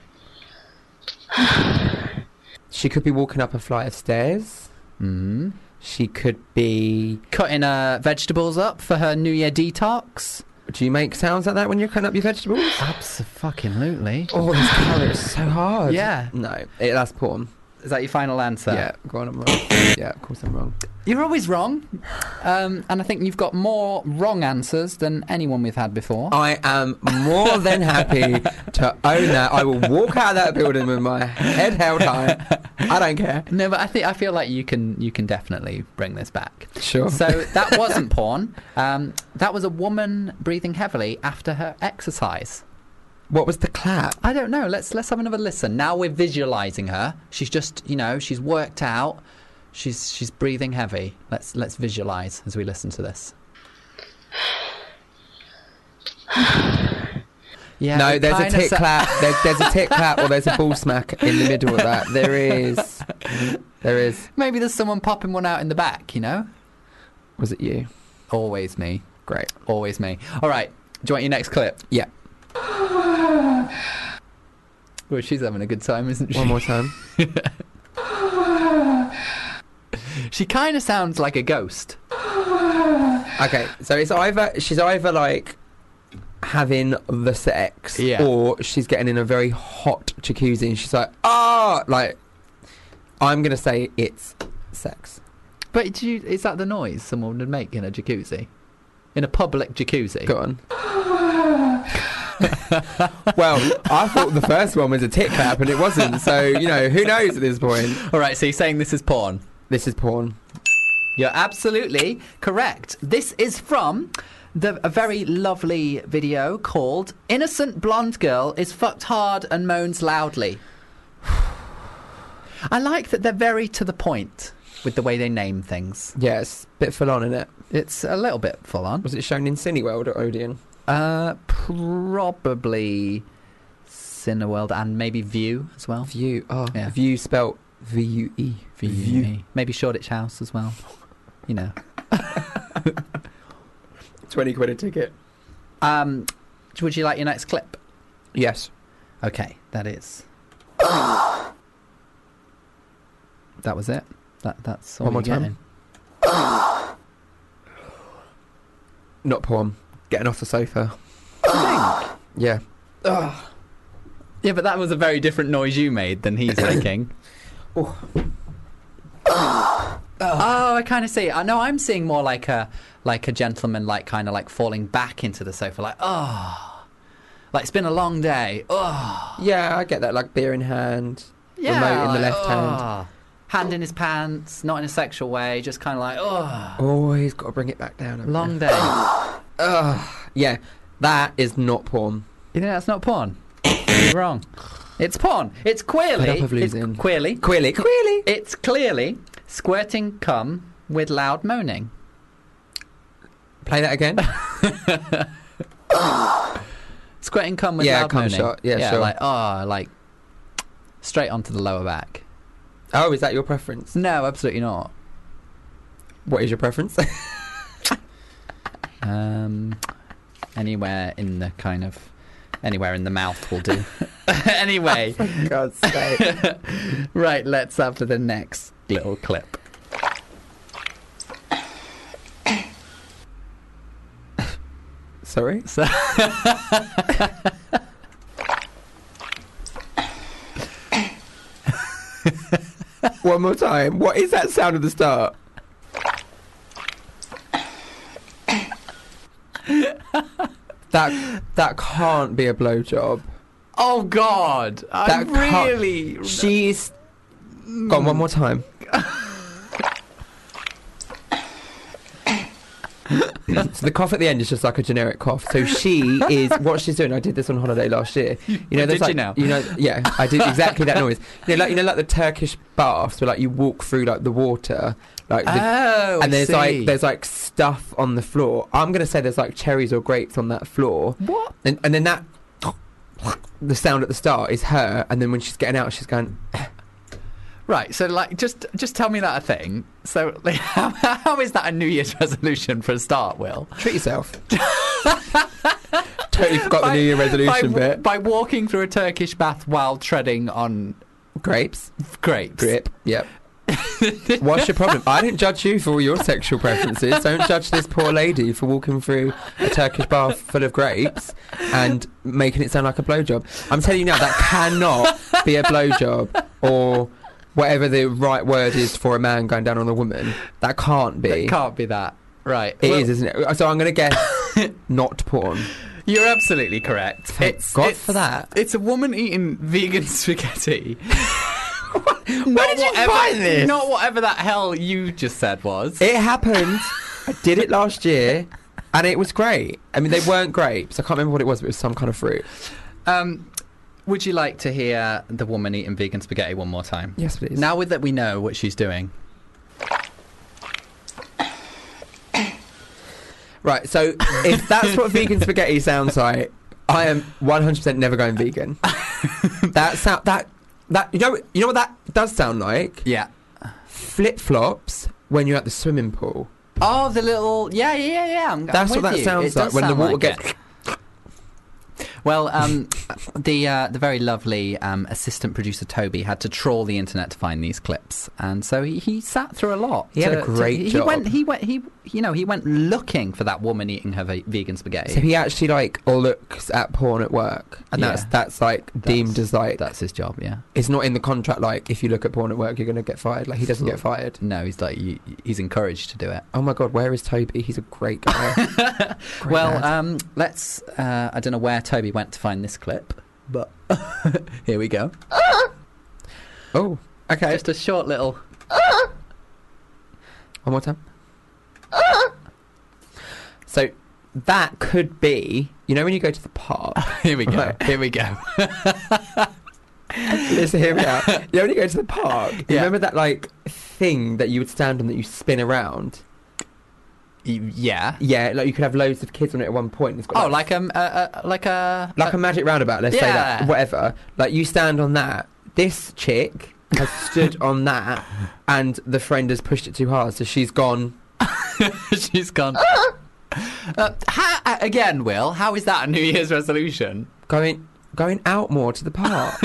[SPEAKER 4] She could be walking up a flight of stairs.
[SPEAKER 1] Mm.
[SPEAKER 4] She could be.
[SPEAKER 1] Cutting her vegetables up for her New Year detox.
[SPEAKER 4] Do you make sounds like that when you're cutting up your vegetables?
[SPEAKER 1] Absolutely.
[SPEAKER 4] Oh, this carrot is [laughs] so hard.
[SPEAKER 1] Yeah.
[SPEAKER 4] No, it, that's porn.
[SPEAKER 1] Is that your final answer?
[SPEAKER 4] yeah, go on, I'm wrong. yeah, of course I'm wrong.
[SPEAKER 1] You're always wrong. Um, and I think you've got more wrong answers than anyone we've had before.
[SPEAKER 4] I am more than happy to own that. I will walk out of that building with my head held high. I don't care.
[SPEAKER 1] No, but I think I feel like you can you can definitely bring this back.
[SPEAKER 4] Sure.
[SPEAKER 1] So that wasn't [laughs] porn. Um, that was a woman breathing heavily after her exercise.
[SPEAKER 4] What was the clap?
[SPEAKER 1] I don't know. Let's let's have another listen. Now we're visualizing her. She's just you know she's worked out. She's she's breathing heavy. Let's let's visualize as we listen to this. [sighs] Yeah.
[SPEAKER 4] No,
[SPEAKER 1] it
[SPEAKER 4] there's a
[SPEAKER 1] kinda
[SPEAKER 4] tit
[SPEAKER 1] sa-
[SPEAKER 4] clap. There, there's a tit clap, or there's a ball smack in the middle of that. There is. There is.
[SPEAKER 1] Maybe there's someone popping one out in the back. You know,
[SPEAKER 4] Was it you?
[SPEAKER 1] always me.
[SPEAKER 4] Great.
[SPEAKER 1] Always me. All right. Do you want your next clip?
[SPEAKER 4] Yeah.
[SPEAKER 1] [sighs] Well, she's having a good time, isn't she?
[SPEAKER 4] One more time.
[SPEAKER 1] She kind of sounds like a ghost.
[SPEAKER 4] Okay, so it's either she's either like having the sex,
[SPEAKER 1] Yeah.
[SPEAKER 4] or she's getting in a very hot jacuzzi, and she's like, ah, like I'm gonna say it's sex.
[SPEAKER 1] But do you, is that the noise someone would make in a jacuzzi? In a public jacuzzi?
[SPEAKER 4] Go on. [laughs] well, I thought the first one was a tit clap, and it wasn't. So you know, who knows at this point?
[SPEAKER 1] All right, so you're saying this is porn?
[SPEAKER 4] This is porn.
[SPEAKER 1] You're absolutely correct. This is from the, a very lovely video called Innocent Blonde Girl is Fucked Hard and Moans Loudly. [sighs] I like that they're very to the point with the way they name things.
[SPEAKER 4] Yeah, it's a bit full on, isn't it?
[SPEAKER 1] It's a little bit full on.
[SPEAKER 4] Was it shown in Cineworld or Odeon?
[SPEAKER 1] Uh, probably Cineworld and maybe View as well.
[SPEAKER 4] View. Oh,
[SPEAKER 1] Yeah.
[SPEAKER 4] View spelt V U E.
[SPEAKER 1] Maybe Shoreditch House as well. You know.
[SPEAKER 4] Twenty quid a ticket.
[SPEAKER 1] Um, would you like your next clip?
[SPEAKER 4] Yes.
[SPEAKER 1] Okay, that is. that was it. That that's all
[SPEAKER 4] One more
[SPEAKER 1] you're
[SPEAKER 4] time.
[SPEAKER 1] getting.
[SPEAKER 4] Not porn. Getting off the [gasps] sofa. yeah.
[SPEAKER 1] Yeah, but that was a very different noise you made than
[SPEAKER 4] [coughs]
[SPEAKER 1] he's making.
[SPEAKER 4] Oh.
[SPEAKER 1] Oh, I kind of see. I know I'm seeing more like a like a gentleman, like kind of like falling back into the sofa, like oh, like it's been a long day. Oh,
[SPEAKER 4] Yeah, I get that. Like beer in hand. remote in the left hand.
[SPEAKER 1] hand, oh. hand in his pants, not in a sexual way, just kind of like
[SPEAKER 4] ah.
[SPEAKER 1] oh,
[SPEAKER 4] Always got to bring it back down. haven't
[SPEAKER 1] long
[SPEAKER 4] you?
[SPEAKER 1] day. [coughs]
[SPEAKER 4] Ugh. Yeah, that is not porn.
[SPEAKER 1] You think that's not porn? You're wrong. It's porn. It's queerly.
[SPEAKER 4] Fed up of losing.
[SPEAKER 1] It's queerly.
[SPEAKER 4] Queerly, queerly.
[SPEAKER 1] It's clearly squirting cum with loud moaning.
[SPEAKER 4] Play that [laughs] again.
[SPEAKER 1] Squirting cum with
[SPEAKER 4] Yeah,
[SPEAKER 1] loud
[SPEAKER 4] cum
[SPEAKER 1] moaning.
[SPEAKER 4] shot. Yeah, sure.
[SPEAKER 1] like oh, like straight onto the lower back.
[SPEAKER 4] oh, is that your preference?
[SPEAKER 1] No, absolutely not.
[SPEAKER 4] What is your preference?
[SPEAKER 1] Um, anywhere in the kind of anywhere in the mouth will do. [laughs] anyway,
[SPEAKER 4] [laughs] God's sake.
[SPEAKER 1] right, let's have to the next little clip.
[SPEAKER 4] [laughs] Sorry.
[SPEAKER 1] So-
[SPEAKER 4] [laughs] One more time. What is that sound at the start? that that can't be a blowjob.
[SPEAKER 1] Oh God!
[SPEAKER 4] That can't- She's gone one more
[SPEAKER 1] [laughs]
[SPEAKER 4] time. so the cough at the end is just like a generic cough. So she is what she's doing. I did this on holiday last year. You know,
[SPEAKER 1] Did
[SPEAKER 4] there's
[SPEAKER 1] you
[SPEAKER 4] like,
[SPEAKER 1] now?
[SPEAKER 4] know, yeah, I did exactly that noise. You know, like you know, like the Turkish baths where like you walk through like the water, like the,
[SPEAKER 1] oh,
[SPEAKER 4] and
[SPEAKER 1] I
[SPEAKER 4] there's
[SPEAKER 1] see.
[SPEAKER 4] like there's like stuff on the floor. I'm gonna say there's like cherries or grapes on that floor.
[SPEAKER 1] what?
[SPEAKER 4] And, and then that, the sound at the start is her, and then when she's getting out, she's going,
[SPEAKER 1] Right, so like, just just tell me that a thing. So, [laughs] like, how, how is that a New Year's resolution for a start, Will?
[SPEAKER 4] treat [laughs] yourself. totally forgot the New Year
[SPEAKER 1] by,
[SPEAKER 4] resolution
[SPEAKER 1] w-
[SPEAKER 4] bit.
[SPEAKER 1] by walking through a Turkish bath while treading on
[SPEAKER 4] [laughs] Grapes.
[SPEAKER 1] grapes.
[SPEAKER 4] Grip. [laughs] Yep. What's your problem? I don't judge you for all your sexual preferences. Don't judge this poor lady for walking through a Turkish bath full of grapes and making it sound like a blowjob. I'm telling you now, that cannot be a blowjob or whatever the right word is for a man going down on a woman. That can't be.
[SPEAKER 1] It can't be that. Right.
[SPEAKER 4] It
[SPEAKER 1] Well,
[SPEAKER 4] is, isn't it? So I'm going to
[SPEAKER 1] [laughs]
[SPEAKER 4] guess not porn.
[SPEAKER 1] You're absolutely correct.
[SPEAKER 4] Thank God for that.
[SPEAKER 1] It's a woman eating vegan [laughs]
[SPEAKER 4] [laughs]
[SPEAKER 1] spaghetti. Where
[SPEAKER 4] did you find this?
[SPEAKER 1] Not whatever that hell you just said was.
[SPEAKER 4] It happened. I did it last year, and it was great. I mean, they weren't grapes. I can't remember what it was, but it was some kind of fruit.
[SPEAKER 1] Um, would you like to hear the woman eating vegan spaghetti one more time?
[SPEAKER 4] Yes, please.
[SPEAKER 1] Now with that we know what she's doing.
[SPEAKER 4] right. So if that's what vegan spaghetti sounds like, I am 100% never going vegan. that sound that that you know you know what that does sound like
[SPEAKER 1] Yeah.
[SPEAKER 4] flip flops when you're at the swimming pool.
[SPEAKER 1] Oh, the little yeah, yeah, yeah. I'm,
[SPEAKER 4] That's
[SPEAKER 1] I'm
[SPEAKER 4] what
[SPEAKER 1] with
[SPEAKER 4] that
[SPEAKER 1] you.
[SPEAKER 4] sounds
[SPEAKER 1] It
[SPEAKER 4] like
[SPEAKER 1] does
[SPEAKER 4] when the
[SPEAKER 1] sound
[SPEAKER 4] water
[SPEAKER 1] like
[SPEAKER 4] gets.
[SPEAKER 1] it. Well, um, [laughs] the uh, the very lovely um, assistant producer Toby had to trawl the internet to find these clips, and so he, he sat through a lot.
[SPEAKER 4] He had
[SPEAKER 1] to- to-
[SPEAKER 4] a great
[SPEAKER 1] he
[SPEAKER 4] job.
[SPEAKER 1] went. He went. He you know he went looking for that woman eating her ve- vegan spaghetti.
[SPEAKER 4] So he actually like looks at porn at work, and that's
[SPEAKER 1] Yeah.
[SPEAKER 4] that's like deemed as like
[SPEAKER 1] That's his job. Yeah.
[SPEAKER 4] it's not in the contract. Like if you look at porn at work, you're gonna get fired. Like he doesn't get fired.
[SPEAKER 1] No, he's like you, he's encouraged to do it.
[SPEAKER 4] Oh my god, where is Toby? He's a
[SPEAKER 1] [laughs]
[SPEAKER 4] great guy. Great
[SPEAKER 1] well,
[SPEAKER 4] lad.
[SPEAKER 1] um, let's. Uh, I don't know where Toby went to find this clip, but [laughs] here we go.
[SPEAKER 4] oh, okay.
[SPEAKER 1] Just a short little.
[SPEAKER 4] One more time. [laughs] so that could be, you know, when you go to
[SPEAKER 1] [laughs]
[SPEAKER 4] the park.
[SPEAKER 1] Here we go.
[SPEAKER 4] Right.
[SPEAKER 1] Here we go.
[SPEAKER 4] Listen, hear me out. You know, when you go to the park, you
[SPEAKER 1] Yeah.
[SPEAKER 4] remember that like thing that you would stand on that you spin around.
[SPEAKER 1] [laughs] Y- Yeah.
[SPEAKER 4] Yeah, like you could have loads of kids on it at one point. It's got
[SPEAKER 1] Oh, like um, uh, uh, [laughs] like a
[SPEAKER 4] like a magic roundabout, let's say
[SPEAKER 1] Yeah.
[SPEAKER 4] that, whatever. Like you stand on that. This chick has stood on that, and the friend has pushed it too hard, so she's gone.
[SPEAKER 1] she's [laughs] gone. uh, ha- uh, again, Will, how is that a New Year's resolution? [laughs]
[SPEAKER 4] Going, going out more to the park.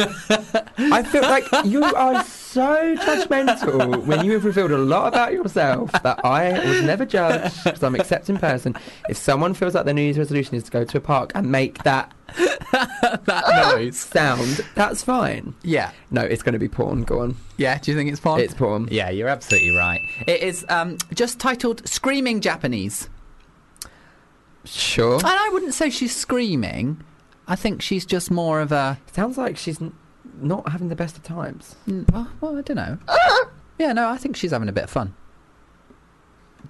[SPEAKER 4] I feel like you are so judgmental when you have revealed a lot about yourself that I would never judge because I'm an accepting person. If someone feels like their New Year's resolution is to go to a park and make that
[SPEAKER 1] That [laughs] noise.
[SPEAKER 4] sound, that's fine.
[SPEAKER 1] Yeah,
[SPEAKER 4] No, it's going to be porn. Go on.
[SPEAKER 1] yeah. Do you think it's porn?
[SPEAKER 4] It's porn.
[SPEAKER 1] Yeah, you're absolutely right. It is um, just titled "Screaming Japanese,"
[SPEAKER 4] Sure.
[SPEAKER 1] and I wouldn't say she's screaming. I think she's just more of a.
[SPEAKER 4] Sounds like she's n- not having the best of times.
[SPEAKER 1] mm, Well, well I don't know. yeah, no, I think she's having a bit of fun.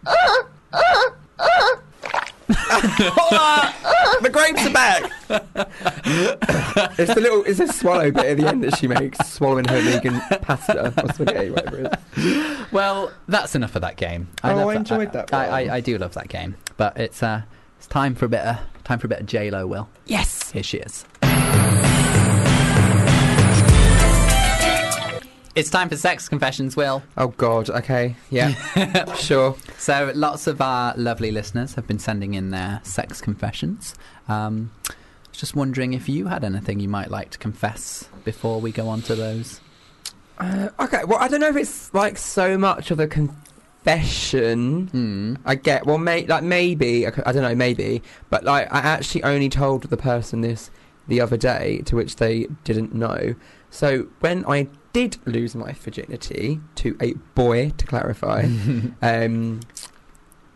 [SPEAKER 4] [laughs] the grapes are back. it's the little, it's a swallow bit at the end that she makes, swallowing her vegan pasta or spaghetti, whatever it is.
[SPEAKER 1] Well, that's enough of that game.
[SPEAKER 4] Oh,
[SPEAKER 1] love
[SPEAKER 4] I enjoyed that
[SPEAKER 1] I,
[SPEAKER 4] one.
[SPEAKER 1] I, I do love that game, but it's uh, it's time for a bit of time for a bit of J Lo. Will yes, here she is. It's time for sex confessions, Will.
[SPEAKER 4] Oh God. Okay. Yeah. sure.
[SPEAKER 1] So lots of our lovely listeners have been sending in their sex confessions. Um, I was just wondering if you had anything you might like to confess before we go on to those.
[SPEAKER 4] Uh, okay. Well, I don't know if it's like so much of a confession.
[SPEAKER 1] [gasps] Mm.
[SPEAKER 4] I get. Well, may, like maybe. I c- I don't know. Maybe. But like, I actually only told the person this the other day, to which they didn't know. So when I did lose my virginity to a boy, to clarify, um,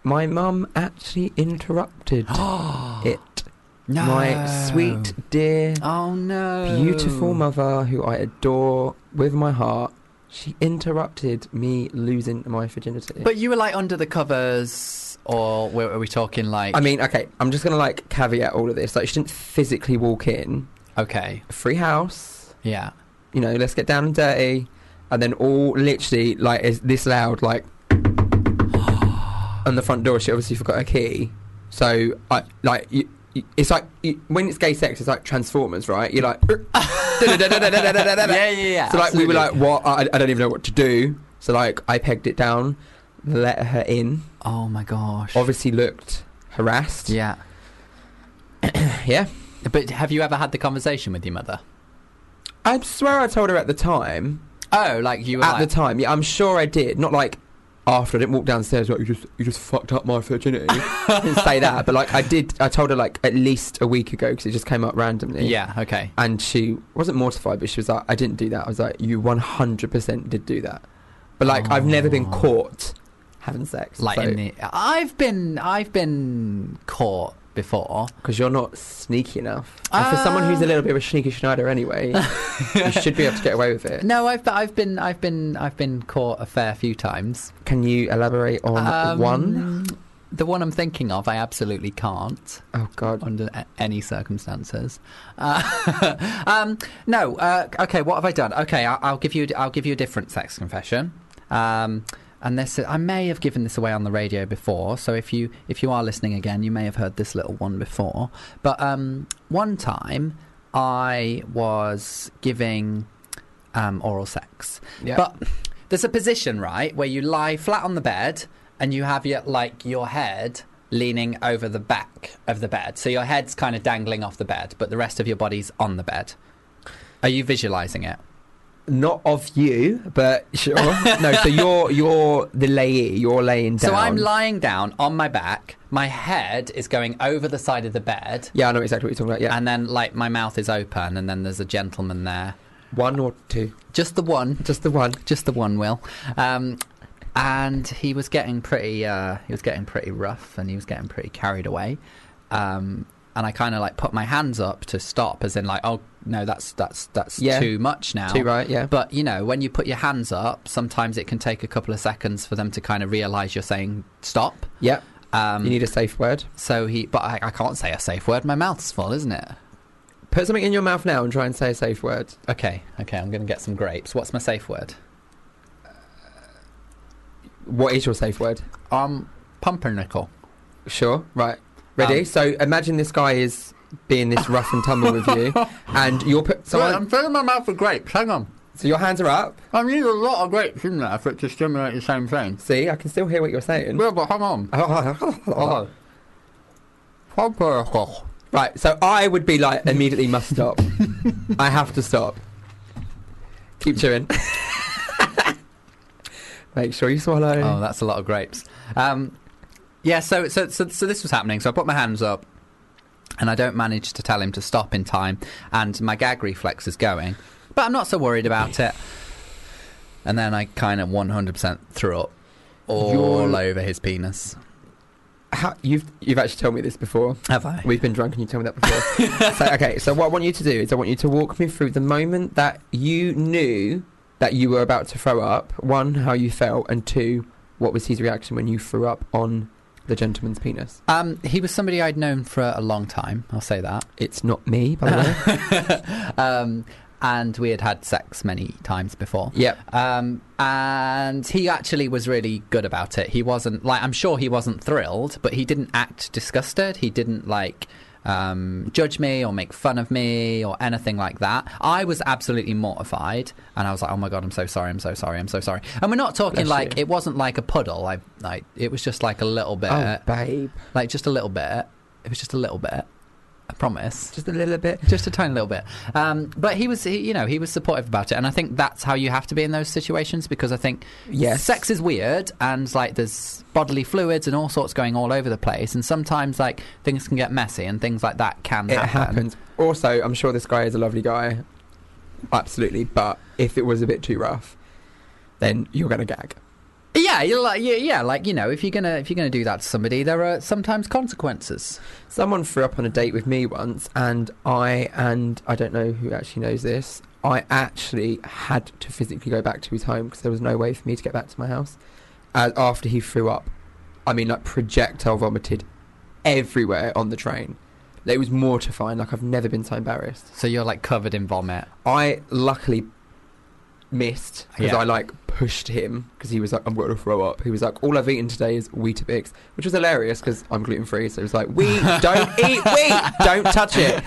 [SPEAKER 4] my mum actually interrupted it.
[SPEAKER 1] [gasps] No.
[SPEAKER 4] My sweet, dear,
[SPEAKER 1] Oh no. Oh.
[SPEAKER 4] beautiful mother, who I adore with my heart. She interrupted me losing my virginity.
[SPEAKER 1] But you were like under the covers, or were, are we talking like?
[SPEAKER 4] I mean, okay, I'm just gonna like caveat all of this. Like, she didn't physically walk in.
[SPEAKER 1] okay,
[SPEAKER 4] Free house,
[SPEAKER 1] yeah.
[SPEAKER 4] you know. Let's get down and dirty, and then all literally like is this loud like on the front door. She obviously forgot her key, so I like you. you- It's like you, when it's gay sex, it's like Transformers, right? You're like,
[SPEAKER 1] [laughs]
[SPEAKER 4] [laughs]
[SPEAKER 1] Yeah, yeah, yeah.
[SPEAKER 4] so like we
[SPEAKER 1] absolutely.
[SPEAKER 4] were like, what? I, I don't even know what to do. So like I pegged it down, let her in.
[SPEAKER 1] oh my gosh.
[SPEAKER 4] Obviously looked harassed.
[SPEAKER 1] Yeah,
[SPEAKER 4] yeah.
[SPEAKER 1] but have you ever had the conversation with your mother?
[SPEAKER 4] I swear I told her at the time.
[SPEAKER 1] Oh, like you were
[SPEAKER 4] at
[SPEAKER 1] like,
[SPEAKER 4] the time, yeah, I'm sure I did. Not like after I didn't walk downstairs like you just you just fucked up my virginity.
[SPEAKER 1] [laughs]
[SPEAKER 4] I didn't say that, but like I did. I told her like at least a week ago because it just came up randomly.
[SPEAKER 1] Yeah. Okay.
[SPEAKER 4] and she wasn't mortified, but she was like, "I didn't do that." I was like, "You 100% did do that," but like I've never been
[SPEAKER 1] Oh.
[SPEAKER 4] caught having sex,
[SPEAKER 1] Like in the, I've been I've been caught before.
[SPEAKER 4] because you're not sneaky enough. and for someone who's a
[SPEAKER 1] Uh.
[SPEAKER 4] little bit of a sneaky Schneider
[SPEAKER 1] [laughs]
[SPEAKER 4] anyway, you should be able to get away with it.
[SPEAKER 1] No, I've I've been I've been I've been caught a fair few times.
[SPEAKER 4] Can you elaborate on
[SPEAKER 1] Um,
[SPEAKER 4] one?
[SPEAKER 1] The one I'm thinking of, I absolutely can't.
[SPEAKER 4] Oh God,
[SPEAKER 1] under a- any circumstances. Uh, [laughs] um, no. Uh, okay. What have I done? Okay. I'll, I'll give you. I'll give you a different sex confession. Um, and this, I may have given this away on the radio before. So if you if you are listening again, you may have heard this little one before. But um, one time, I was giving um, oral sex.
[SPEAKER 4] Yeah.
[SPEAKER 1] But there's a position, right, where you lie flat on the bed and you have your like your head leaning over the back of the bed. So your head's kind of dangling off the bed, but the rest of your body's on the bed. Are you visualizing it?
[SPEAKER 4] not of you, but
[SPEAKER 1] [laughs]
[SPEAKER 4] sure. no, so you're you're the layee. You're laying down.
[SPEAKER 1] So I'm lying down on my back. My head is going over the side of the bed,
[SPEAKER 4] Yeah, I know exactly what you're talking about. Yeah,
[SPEAKER 1] and then like my mouth is open, and then there's a gentleman there.
[SPEAKER 4] one or two,
[SPEAKER 1] Just the one.
[SPEAKER 4] just the one.
[SPEAKER 1] just the one will um, and he was getting pretty uh, he was getting pretty rough and he was getting pretty carried away um, and i kind of like put my hands up to stop as in like oh no that's that's that's
[SPEAKER 4] Yeah.
[SPEAKER 1] too much now
[SPEAKER 4] Two right, yeah.
[SPEAKER 1] but you know when you put your hands up sometimes it can take a couple of seconds for them to kind of realize you're saying stop
[SPEAKER 4] Yep.
[SPEAKER 1] um,
[SPEAKER 4] you need a safe word.
[SPEAKER 1] so he but I, I can't say a safe word my mouth's full isn't it
[SPEAKER 4] Put something in your mouth now and try and say a safe word.
[SPEAKER 1] okay okay i'm gonna get some grapes what's my safe word
[SPEAKER 4] What is your safe word?
[SPEAKER 1] um pumpernickel
[SPEAKER 4] Sure. Right. Ready?
[SPEAKER 1] Um,
[SPEAKER 4] so imagine this guy is being this rough and tumble
[SPEAKER 1] [laughs]
[SPEAKER 4] with you, and you're put. So,
[SPEAKER 1] Right, filling my mouth with grapes hang on
[SPEAKER 4] so your hands are up.
[SPEAKER 1] I need a lot of grapes in there for it to stimulate the same thing.
[SPEAKER 4] See, I can still hear what you're [laughs] saying. Oh,
[SPEAKER 1] Yeah, but hang on.
[SPEAKER 4] right.
[SPEAKER 1] Pumpernickel.
[SPEAKER 4] So I would be like, immediately must stop. I have to stop. Keep [laughs] chewing. Make sure you swallow.
[SPEAKER 1] Oh, that's a lot of grapes. Um, yeah, so, so so so this was happening. So I put my hands up, and I don't manage to tell him to stop in time, and my gag reflex is going, but I'm not so worried about it. And then I kind of 100% threw up all
[SPEAKER 4] You're-
[SPEAKER 1] over his penis.
[SPEAKER 4] How, you've you've actually told me this before.
[SPEAKER 1] Have I?
[SPEAKER 4] We've been drunk and you told me that [laughs] before. so, okay, so what I want you to do is I want you to walk me through the moment that you knew that you were about to throw up. One, how you felt, and two, what was his reaction when you threw up on the gentleman's penis?
[SPEAKER 1] Um, he was somebody I'd known for a long time. I'll say that.
[SPEAKER 4] It's not me, by the way. [laughs]
[SPEAKER 1] um, and we had had sex many times before.
[SPEAKER 4] Yep.
[SPEAKER 1] Um, and he actually was really good about it. He wasn't like I'm sure he wasn't thrilled, but he didn't act disgusted. He didn't like um, judge me or make fun of me or anything like that. I was absolutely mortified, and I was like, "Oh my god, I'm so sorry. I'm so sorry. I'm so sorry." And we're not talking
[SPEAKER 4] Bless
[SPEAKER 1] like
[SPEAKER 4] you.
[SPEAKER 1] it wasn't like a puddle. I like it was just like a little bit,
[SPEAKER 4] Oh, babe,
[SPEAKER 1] like just a little bit. It was just a little bit. I promise
[SPEAKER 4] just a little bit.
[SPEAKER 1] just a tiny little bit. Um, but he was, he, you know, he was supportive about it, and I think that's how you have to be in those situations because I think
[SPEAKER 4] Yes.
[SPEAKER 1] sex is weird, and like there's bodily fluids and all sorts going all over the place, and sometimes like things can get messy and things like that can
[SPEAKER 4] It
[SPEAKER 1] happen.
[SPEAKER 4] happens. Also, I'm sure this guy is a lovely guy, absolutely. But if it was a bit too rough, then you're gonna gag.
[SPEAKER 1] Yeah, you're like, yeah, yeah, like you know, if you're gonna if you're gonna do that to somebody, there are sometimes consequences.
[SPEAKER 4] Someone threw up on a date with me once, and I and I don't know who actually knows this. I actually had to physically go back to his home because there was no way for me to get back to my house. Uh, after he threw up, I mean, like projectile vomited everywhere on the train. It was mortifying. Like I've never been so embarrassed.
[SPEAKER 1] So you're like covered in vomit.
[SPEAKER 4] I luckily missed because
[SPEAKER 1] Yeah.
[SPEAKER 4] I like pushed him because he was like, "I'm going to throw up." He was like, "All I've eaten today is Weetabix," which was hilarious because I'm gluten free. So he was like, "We don't eat wheat. Don't touch it."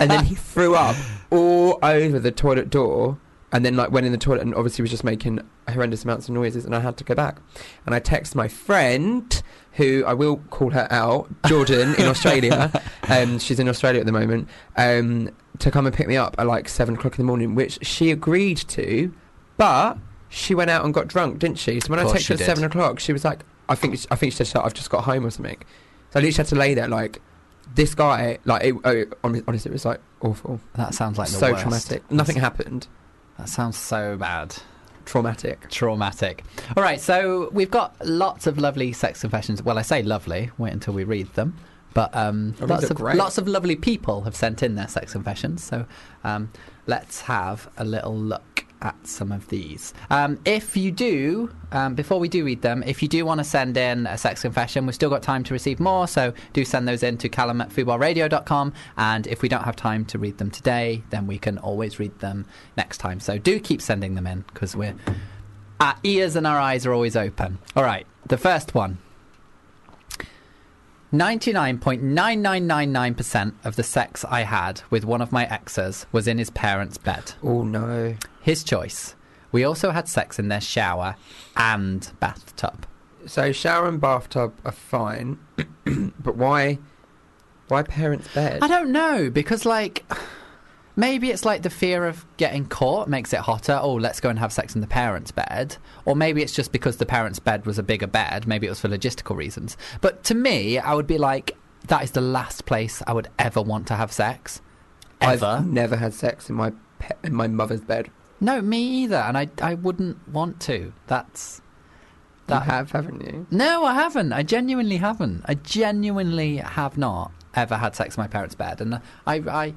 [SPEAKER 4] And then he threw up all over the toilet door. And then like went in the toilet and obviously was just making horrendous amounts of noises and I had to go back. And I text my friend, who I will call her out, Jordan
[SPEAKER 1] [laughs]
[SPEAKER 4] in Australia. Um, she's in Australia at the moment. Um, to come and pick me up at like seven o'clock in the morning, which she agreed to, but she went out and got drunk, didn't she? So when I
[SPEAKER 1] Course
[SPEAKER 4] texted
[SPEAKER 1] she
[SPEAKER 4] her at
[SPEAKER 1] did.
[SPEAKER 4] seven o'clock, she was like, I think, I think she said, I've just got home or something. So I literally had to lay there like, this guy, like, it, oh, it- hon- honestly, it was like awful.
[SPEAKER 1] That sounds like the
[SPEAKER 4] so
[SPEAKER 1] worst.
[SPEAKER 4] traumatic. Nothing happened.
[SPEAKER 1] That sounds so bad.
[SPEAKER 4] Traumatic.
[SPEAKER 1] Traumatic. All right, so we've got lots of lovely sex confessions. Well, I say lovely. Wait until we read them. But um,
[SPEAKER 4] Oh, these
[SPEAKER 1] lots
[SPEAKER 4] are
[SPEAKER 1] of
[SPEAKER 4] great.
[SPEAKER 1] lots of lovely people have sent in their sex confessions. So um, let's have a little look at some of these. Um, if you do, um, before we do read them, if you do want to send in a sex confession, we've still got time to receive more. So do send those in to callum at footballradio.com. And if we don't have time to read them today, then we can always read them next time. So do keep sending them in because we're our ears and our eyes are always open. All right, the first one. 99.9999% of the sex I had with one of my exes was in his parents' bed.
[SPEAKER 4] Oh no.
[SPEAKER 1] His choice. We also had sex in their shower and bathtub.
[SPEAKER 4] So shower and bathtub are fine, [clears throat] but why? Why parents' bed?
[SPEAKER 1] I don't know because like maybe it's like the fear of getting caught makes it hotter. Oh, let's go and have sex in the parents' bed, or maybe it's just because the parents' bed was a bigger bed. Maybe it was for logistical reasons. But to me, I would be like, that is the last place I would ever want to have sex. Ever?
[SPEAKER 4] I've never had sex in my pe- in my mother's bed.
[SPEAKER 1] No, me either, and I I wouldn't want to. That's
[SPEAKER 4] You
[SPEAKER 1] that
[SPEAKER 4] have, haven't you?
[SPEAKER 1] No, I haven't. I genuinely haven't. I genuinely have not ever had sex in my parents' bed, and I, I,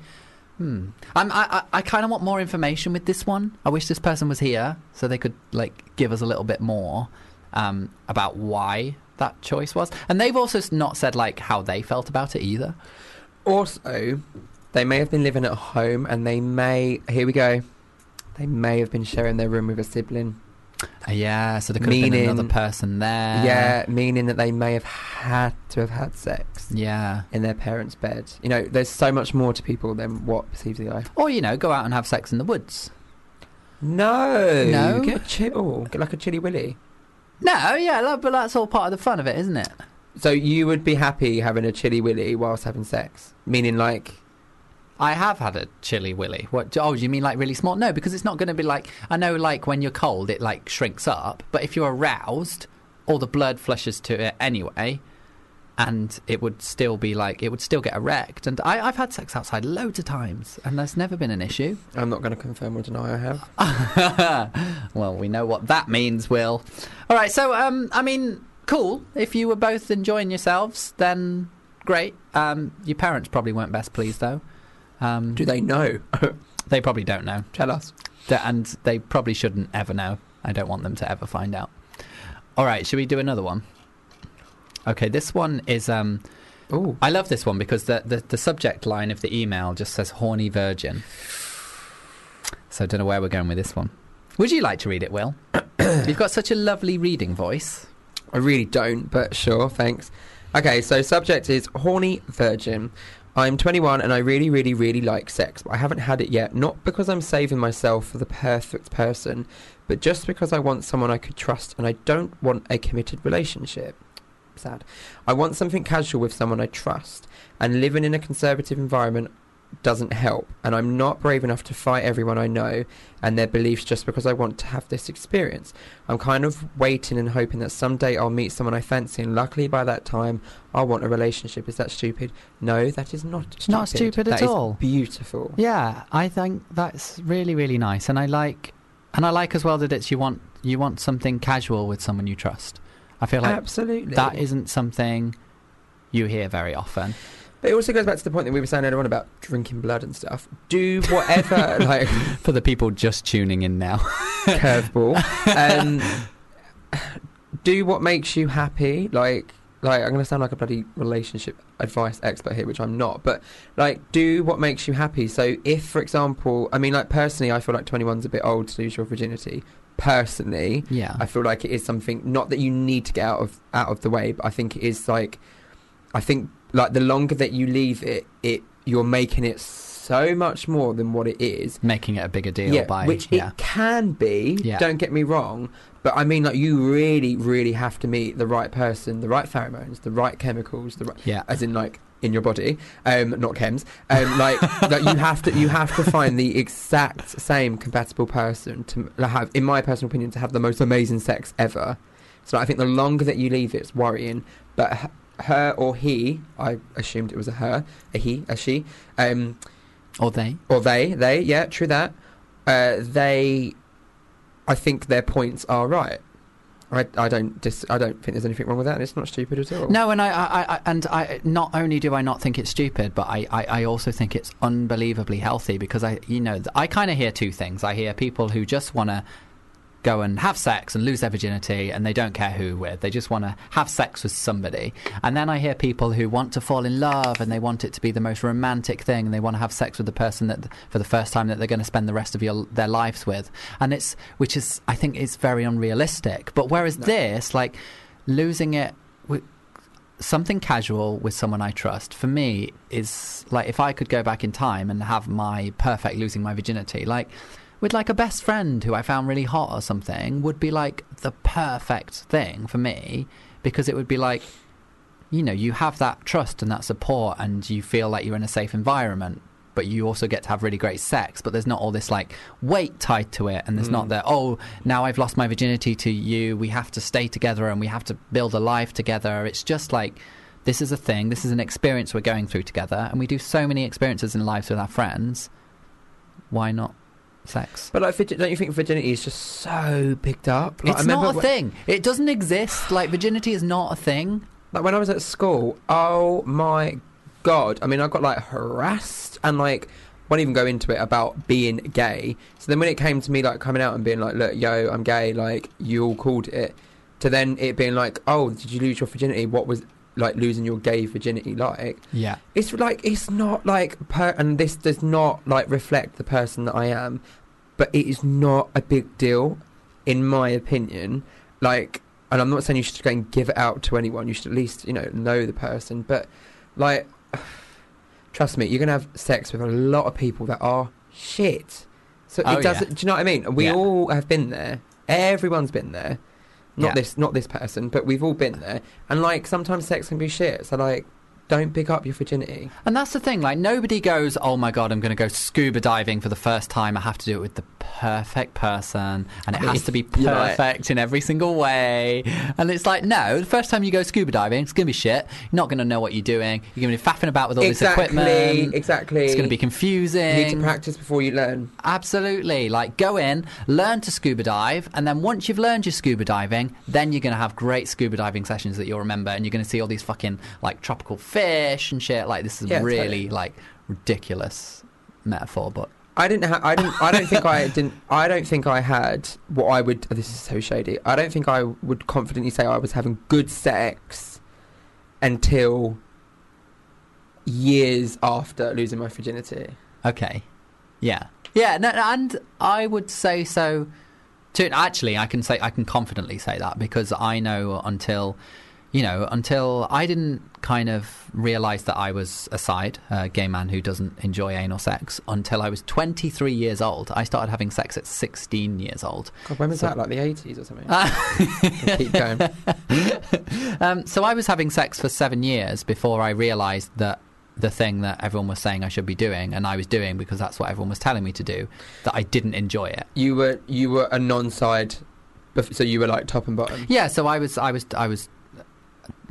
[SPEAKER 1] hmm, I'm, I, I, I kind of want more information with this one. I wish this person was here so they could like give us a little bit more um, about why that choice was, and they've also s- not said like how they felt about it either.
[SPEAKER 4] Also, they may have been living at home, and they may. Here we go. They may have been sharing their room with a sibling.
[SPEAKER 1] Uh, yeah, so there could have been
[SPEAKER 4] Meaning-
[SPEAKER 1] another person there.
[SPEAKER 4] yeah, meaning that they may have had to have had sex
[SPEAKER 1] yeah.
[SPEAKER 4] in their parents' bed. You know, there's so much more to people than what perceives the eye.
[SPEAKER 1] Or you know, go out and have sex in the woods.
[SPEAKER 4] No,
[SPEAKER 1] No.
[SPEAKER 4] get chill, get like a chilly willy.
[SPEAKER 1] No, yeah, that, but that's all part of the fun of it, isn't it?
[SPEAKER 4] So you would be happy having a chilly willy whilst having sex, meaning like
[SPEAKER 1] I have had a chilly willy. What? Oh, you mean like really small? No, because it's not going to be like I know. Like when you're cold, it like shrinks up. But if you're aroused, all the blood flushes to it anyway, and it would still be like it would still get erect. And I, I've had sex outside loads of times, and there's never been an issue.
[SPEAKER 4] I'm not going to confirm or deny I have.
[SPEAKER 1] [laughs] well, we know what that means, Will. All right, so um, I mean, cool. If you were both enjoying yourselves, then great. Um, your parents probably weren't best pleased though. Um,
[SPEAKER 4] Do they know? [laughs]
[SPEAKER 1] they probably don't know.
[SPEAKER 4] Tell us.
[SPEAKER 1] That- and they probably shouldn't ever know. I don't want them to ever find out. All right, should we do another one? Okay, this one is. Um,
[SPEAKER 4] Oh,
[SPEAKER 1] I love this one because the, the the subject line of the email just says "horny virgin." So I don't know where we're going with this one. Would you like to read it, [coughs] Will? You've got such a lovely reading voice.
[SPEAKER 4] I really don't, but sure, thanks. Okay, so subject is horny virgin. I'm 21 and I really, really, really like sex, but I haven't had it yet. Not because I'm saving myself for the perfect person, but just because I want someone I could trust and I don't want a committed relationship. Sad. I want something casual with someone I trust, and living in a conservative environment doesn't help. And I'm not brave enough to fight everyone I know and their beliefs just because I want to have this experience. I'm kind of waiting and hoping that someday I'll meet someone I fancy, and luckily by that time I'll want a relationship. Is that stupid? No, that is not stupid.
[SPEAKER 1] Not stupid at
[SPEAKER 4] That is
[SPEAKER 1] all.
[SPEAKER 4] beautiful.
[SPEAKER 1] Yeah, I think that's really really nice, and I like, and I like as well that it's you want you want something casual with someone you trust. I feel like
[SPEAKER 4] Absolutely.
[SPEAKER 1] that isn't something you hear very often.
[SPEAKER 4] But it also goes back to the point that we were saying earlier on about drinking blood and stuff. Do whatever, like
[SPEAKER 1] For the people just tuning in now,
[SPEAKER 4] curveball. Um, do what makes you happy. Like, like I'm going to sound like a bloody relationship advice expert here, which I'm not. But like, do what makes you happy. So, if, for example, I mean, like personally, I feel like 21's a bit old to lose your virginity. Personally,
[SPEAKER 1] [laughs] yeah,
[SPEAKER 4] I feel like it is something not that you need to get out of out of the way, but I think it is like I think like the longer that you leave it, it you're making it so much more than what it is.
[SPEAKER 1] making it a bigger deal
[SPEAKER 4] yeah,
[SPEAKER 1] by
[SPEAKER 4] which
[SPEAKER 1] yeah.
[SPEAKER 4] it can be.
[SPEAKER 1] Yeah.
[SPEAKER 4] Don't get me wrong, but I mean, like you really, really have to meet the right person, the right pheromones, the right chemicals, the right,
[SPEAKER 1] Yeah.
[SPEAKER 4] as in like in your body, um, not chems. Um, like like you have to you have to find the exact same compatible person to m- have, in my personal opinion, to have the most amazing sex ever. So I think the longer that you leave it, it's worrying. But h- her or he, I assumed it was a her, a he, a she. Um,
[SPEAKER 1] or they.
[SPEAKER 4] or they, they, yeah, true that. Uh, they, I think their points are right. I, I don't dis, I don't think there's anything wrong with that. and It's not stupid at all.
[SPEAKER 1] No, and I, I, I and I not only do I not think it's stupid, but I, I, I also think it's unbelievably healthy because I you know I kind of hear two things. I hear people who just want to go and have sex and lose their virginity and they don't care who with. They just want to have sex with somebody. And then I hear people who want to fall in love and they want it to be the most romantic thing and they want to have sex with the person that for the first time that they're going to spend the rest of your, their lives with. And it's which is I think is very unrealistic. But whereas this like losing it with something casual with someone I trust for me is like if I could go back in time and have my perfect losing my virginity, like with like a best friend who I found really hot or something, would be like the perfect thing for me because it would be like, you know, you have that trust and that support and you feel like you're in a safe environment. But you also get to have really great sex, but there's not all this like weight tied to it, and there's not that oh now I've lost my virginity to you. We have to stay together and we have to build a life together. It's just like this is a thing, this is an experience we're going through together, and we do so many experiences in lives with our friends. Why not sex?
[SPEAKER 4] But like, virgi- don't you think virginity is just so picked up? Like, I
[SPEAKER 1] it's not a
[SPEAKER 4] remember wh-
[SPEAKER 1] thing. It doesn't exist. Like virginity is not a thing.
[SPEAKER 4] Like when I was at school. Oh my god! I mean, I got like harassed and like won't even go into it about being gay. So then when it came to me like coming out and being like, look, yo, I'm gay. Like you all called it. To then it being like, oh, did you lose your virginity? What was like losing your gay virginity like?
[SPEAKER 1] Yeah.
[SPEAKER 4] it's like it's not like per- and this does not like reflect the person that I am, but it is not a big deal, in my opinion. Like, and I'm not saying you should go and give it out to anyone. You should at least you know know the person. But like, [sighs] trust me, you're gonna have sex with a lot of people that are shit. So
[SPEAKER 1] Oh,
[SPEAKER 4] it doesn't.
[SPEAKER 1] yeah.
[SPEAKER 4] Do you know what I mean? We
[SPEAKER 1] Yeah.
[SPEAKER 4] all have been there. Everyone's been there. Not
[SPEAKER 1] Yeah.
[SPEAKER 4] this, not this person, but we've all been there. And like, sometimes sex can be shit. So like, don't pick up your virginity.
[SPEAKER 1] And that's the thing. Like nobody goes, "Oh my god, I'm going to go scuba diving for the first time. I have to do it with the perfect person, and it
[SPEAKER 4] mean,
[SPEAKER 1] has to be
[SPEAKER 4] you're [laughs] right.
[SPEAKER 1] perfect in every single way." And it's like, no, the first time you go scuba diving, it's going to be shit. You're not going to know what you're doing. You're going to be faffing about with all
[SPEAKER 4] exactly,
[SPEAKER 1] this equipment.
[SPEAKER 4] Exactly.
[SPEAKER 1] It's going to be confusing.
[SPEAKER 4] You need to practice before you learn.
[SPEAKER 1] Absolutely. Like, go in, learn to scuba dive, and then once you've learned your scuba diving, then you're going to have great scuba diving sessions that you'll remember, and you're going to see all these fucking, like, tropical fish and shit. Like, this is
[SPEAKER 4] Yeah,
[SPEAKER 1] really,
[SPEAKER 4] totally.
[SPEAKER 1] like, ridiculous metaphor, but.
[SPEAKER 4] I didn't. Ha- I didn't. I don't think I didn't. I don't think I had what I would. oh, This is so shady. I don't think I would confidently say I was having good sex until years after losing my virginity.
[SPEAKER 1] Okay. Yeah. Yeah, no, no, and I would say so. To actually, I can say I can confidently say that because I know until, you know, until I didn't kind of realize that I was a side a gay man who doesn't enjoy anal sex until I was 23 years old. I started having sex at 16 years old.
[SPEAKER 4] God, when was
[SPEAKER 1] So-
[SPEAKER 4] that? Like the eighties
[SPEAKER 1] [laughs]
[SPEAKER 4] or something? Keep going.
[SPEAKER 1] Um, so I was having sex for seven years before I realized that the thing that everyone was saying I should be doing and I was doing because that's what everyone was telling me to do that I didn't enjoy it.
[SPEAKER 4] You were. You were a non-side. bef- So you were like top and bottom.
[SPEAKER 1] Yeah, so I was, I was, I was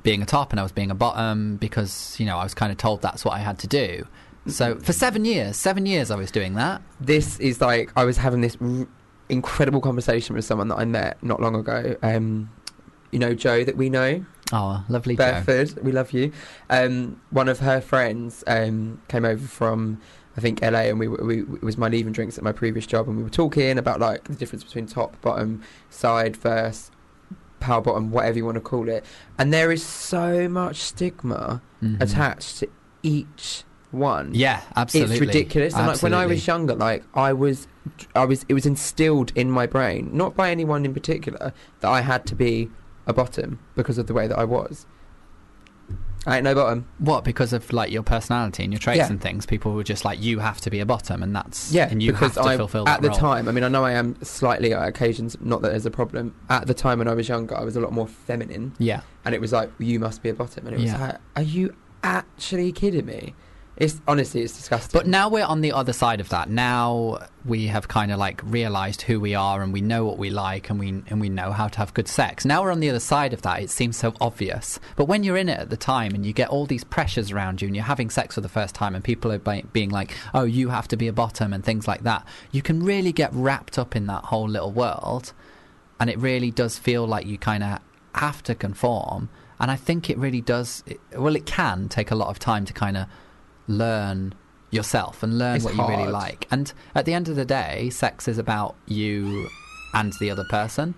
[SPEAKER 1] being a top and I was being a bottom because you know I was kind of told that's what I had to do.
[SPEAKER 4] Mm-hmm.
[SPEAKER 1] So for seven years, seven years I was doing that.
[SPEAKER 4] this is like I was having this r- incredible conversation with someone that I met not long ago. Um, you know Joe that we know,
[SPEAKER 1] Oh, lovely Joe.
[SPEAKER 4] Bedford. We love you. Um, one of her friends um, came over from I think LA, and we, were- we it was my leaving drinks at my previous job, and we were talking about like the difference between top, bottom, side, verse, power bottom, whatever you want to call it. And there is so much stigma
[SPEAKER 1] Mhm.
[SPEAKER 4] attached to each one.
[SPEAKER 1] Yeah, absolutely.
[SPEAKER 4] It's ridiculous. And like when I was
[SPEAKER 1] Absolutely.
[SPEAKER 4] younger, like I was, I was, it was instilled in my brain, not by anyone in particular, that I had to be a bottom because of the way that I was. I ain't no bottom.
[SPEAKER 1] What? Because of like your personality and your traits
[SPEAKER 4] Yeah.
[SPEAKER 1] and things, people were just like, you have to be a bottom, and that's
[SPEAKER 4] Yeah,
[SPEAKER 1] and you
[SPEAKER 4] because
[SPEAKER 1] have to
[SPEAKER 4] I
[SPEAKER 1] fulfill
[SPEAKER 4] at
[SPEAKER 1] that
[SPEAKER 4] the
[SPEAKER 1] role.
[SPEAKER 4] time. I mean, I know I am slightly at occasions. Not that there's a problem. At the time when I was younger, I was a lot more feminine,
[SPEAKER 1] Yeah,
[SPEAKER 4] and it was like you must be a bottom, and it was
[SPEAKER 1] Yeah.
[SPEAKER 4] like, are you actually kidding me? It's honestly, it's disgusting.
[SPEAKER 1] but now we're on the other side of that. Now we have kind of like realized who we are, and we know what we like, and we and we know how to have good sex. Now we're on the other side of that. It seems so obvious, but when you're in it at the time, and you get all these pressures around you, and you're having sex for the first time, and people are bi- being like, "Oh, you have to be a bottom," and things like that, you can really get wrapped up in that whole little world. and it really does feel like you kind of have to conform. And I think it really does. It, well, it can take a lot of time to kind of learn yourself and learn
[SPEAKER 4] It's
[SPEAKER 1] what you really
[SPEAKER 4] hard.
[SPEAKER 1] like. And at the end of the day, sex is about you and the other person.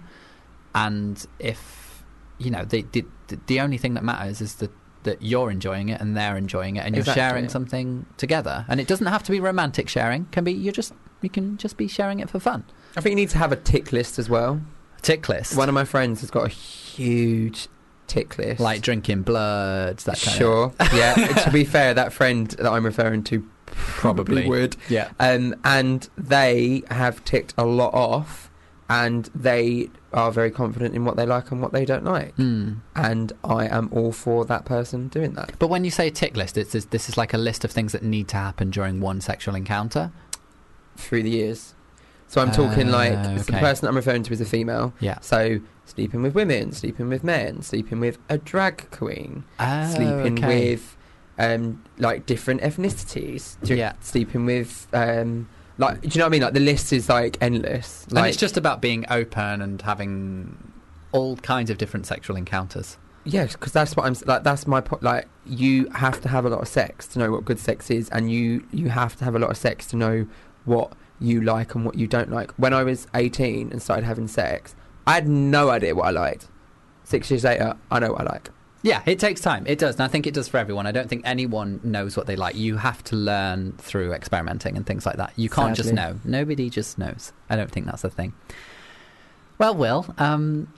[SPEAKER 1] And if you know, the the, the only thing that matters is that that you're enjoying it and they're enjoying it, and you're
[SPEAKER 4] Exactly.
[SPEAKER 1] sharing something together. And it doesn't have to be romantic sharing. Can be you just you can just be sharing it for fun.
[SPEAKER 4] I think you need to have a tick list as well.
[SPEAKER 1] Tick list.
[SPEAKER 4] One of my friends has got a huge tick list.
[SPEAKER 1] like drinking bloods, that kind of [laughs]
[SPEAKER 4] sure, yeah. to be fair, that friend that I'm referring to probably
[SPEAKER 1] Probably.
[SPEAKER 4] would.
[SPEAKER 1] yeah.
[SPEAKER 4] Um, and they have ticked a lot off, and they are very confident in what they like and what they don't like.
[SPEAKER 1] Mm.
[SPEAKER 4] And I am all for that person doing that.
[SPEAKER 1] But when you say tick list, it's, it's, this is like a list of things that need to happen during one sexual encounter.
[SPEAKER 4] through the years. So I'm talking like
[SPEAKER 1] Ah,
[SPEAKER 4] so the
[SPEAKER 1] okay.
[SPEAKER 4] person I'm referring to is a female.
[SPEAKER 1] Yeah.
[SPEAKER 4] So sleeping with women, sleeping with men, sleeping with a drag queen,
[SPEAKER 1] Oh,
[SPEAKER 4] sleeping
[SPEAKER 1] okay.
[SPEAKER 4] with um like different ethnicities, dr-
[SPEAKER 1] Yeah.
[SPEAKER 4] sleeping with um like do you know what I mean? Like the list is like endless. Like
[SPEAKER 1] and it's just about being open and having all kinds of different sexual encounters.
[SPEAKER 4] yes, because that's what I'm s- like. That's my point. Like you have to have a lot of sex to know what good sex is, and you you have to have a lot of sex to know what you like and what you don't like. When I was 18 and started having sex, I had no idea what I liked. Six years later, I know what I like.
[SPEAKER 1] Yeah, it takes time. It does. And I think it does for everyone. I don't think anyone knows what they like. You have to learn through experimenting and things like that. You can't just
[SPEAKER 4] Sadly.
[SPEAKER 1] know. Nobody just knows. I don't think that's a thing. Well, Will, um,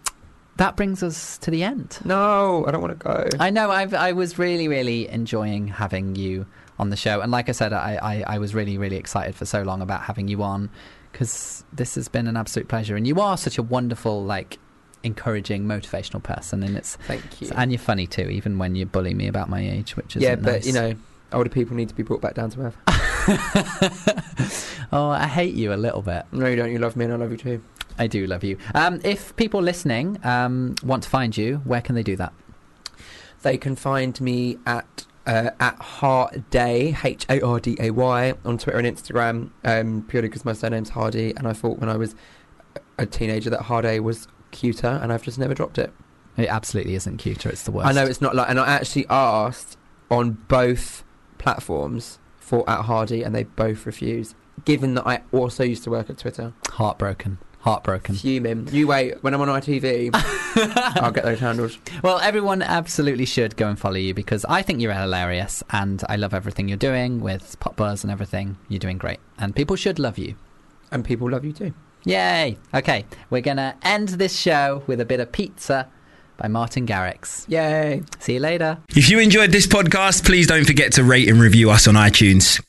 [SPEAKER 1] that brings us to the end.
[SPEAKER 4] No, I don't want to go.
[SPEAKER 1] I know. I've, I was really, really enjoying having you on the show, and like I said, I, I, I was really, really excited for so long about having you on because this has been an absolute pleasure, and you are such a wonderful, like, encouraging, motivational person, and it's
[SPEAKER 4] Thank you.
[SPEAKER 1] and you're funny too, even when you bully me about my age, which is
[SPEAKER 4] yeah, but you know, older people need to be brought back down to earth.
[SPEAKER 1] [laughs] oh, I hate you a little bit.
[SPEAKER 4] No, you don't. You love me, and I love you too.
[SPEAKER 1] I do love you. Um, if people listening um, want to find you, where can they do that?
[SPEAKER 4] They can find me at uh, at Harday H A R D A Y on Twitter and Instagram um, purely because my surname's Hardy and I thought when I was a teenager that Harday was cuter and I've just never dropped it.
[SPEAKER 1] It absolutely isn't cuter. It's the worst.
[SPEAKER 4] I know it's not like, and I actually asked on both platforms for at Hardy and they both refused. Given that I also used to work at Twitter,
[SPEAKER 1] heartbroken.
[SPEAKER 4] [laughs]
[SPEAKER 1] Heartbroken.
[SPEAKER 4] fuming. You wait when I'm on ITV, I'll get those handles.
[SPEAKER 1] Well, everyone absolutely should go and follow you because I think you're hilarious and I love everything you're doing with Pop Buzz and everything. You're doing great. And people should love you.
[SPEAKER 4] And people love you too.
[SPEAKER 1] Yay! Okay, we're going to end this show with a bit of pizza by Martin Garrix.
[SPEAKER 4] Yay!
[SPEAKER 1] See you later.
[SPEAKER 8] If you enjoyed this podcast, please don't forget to rate and review us on iTunes.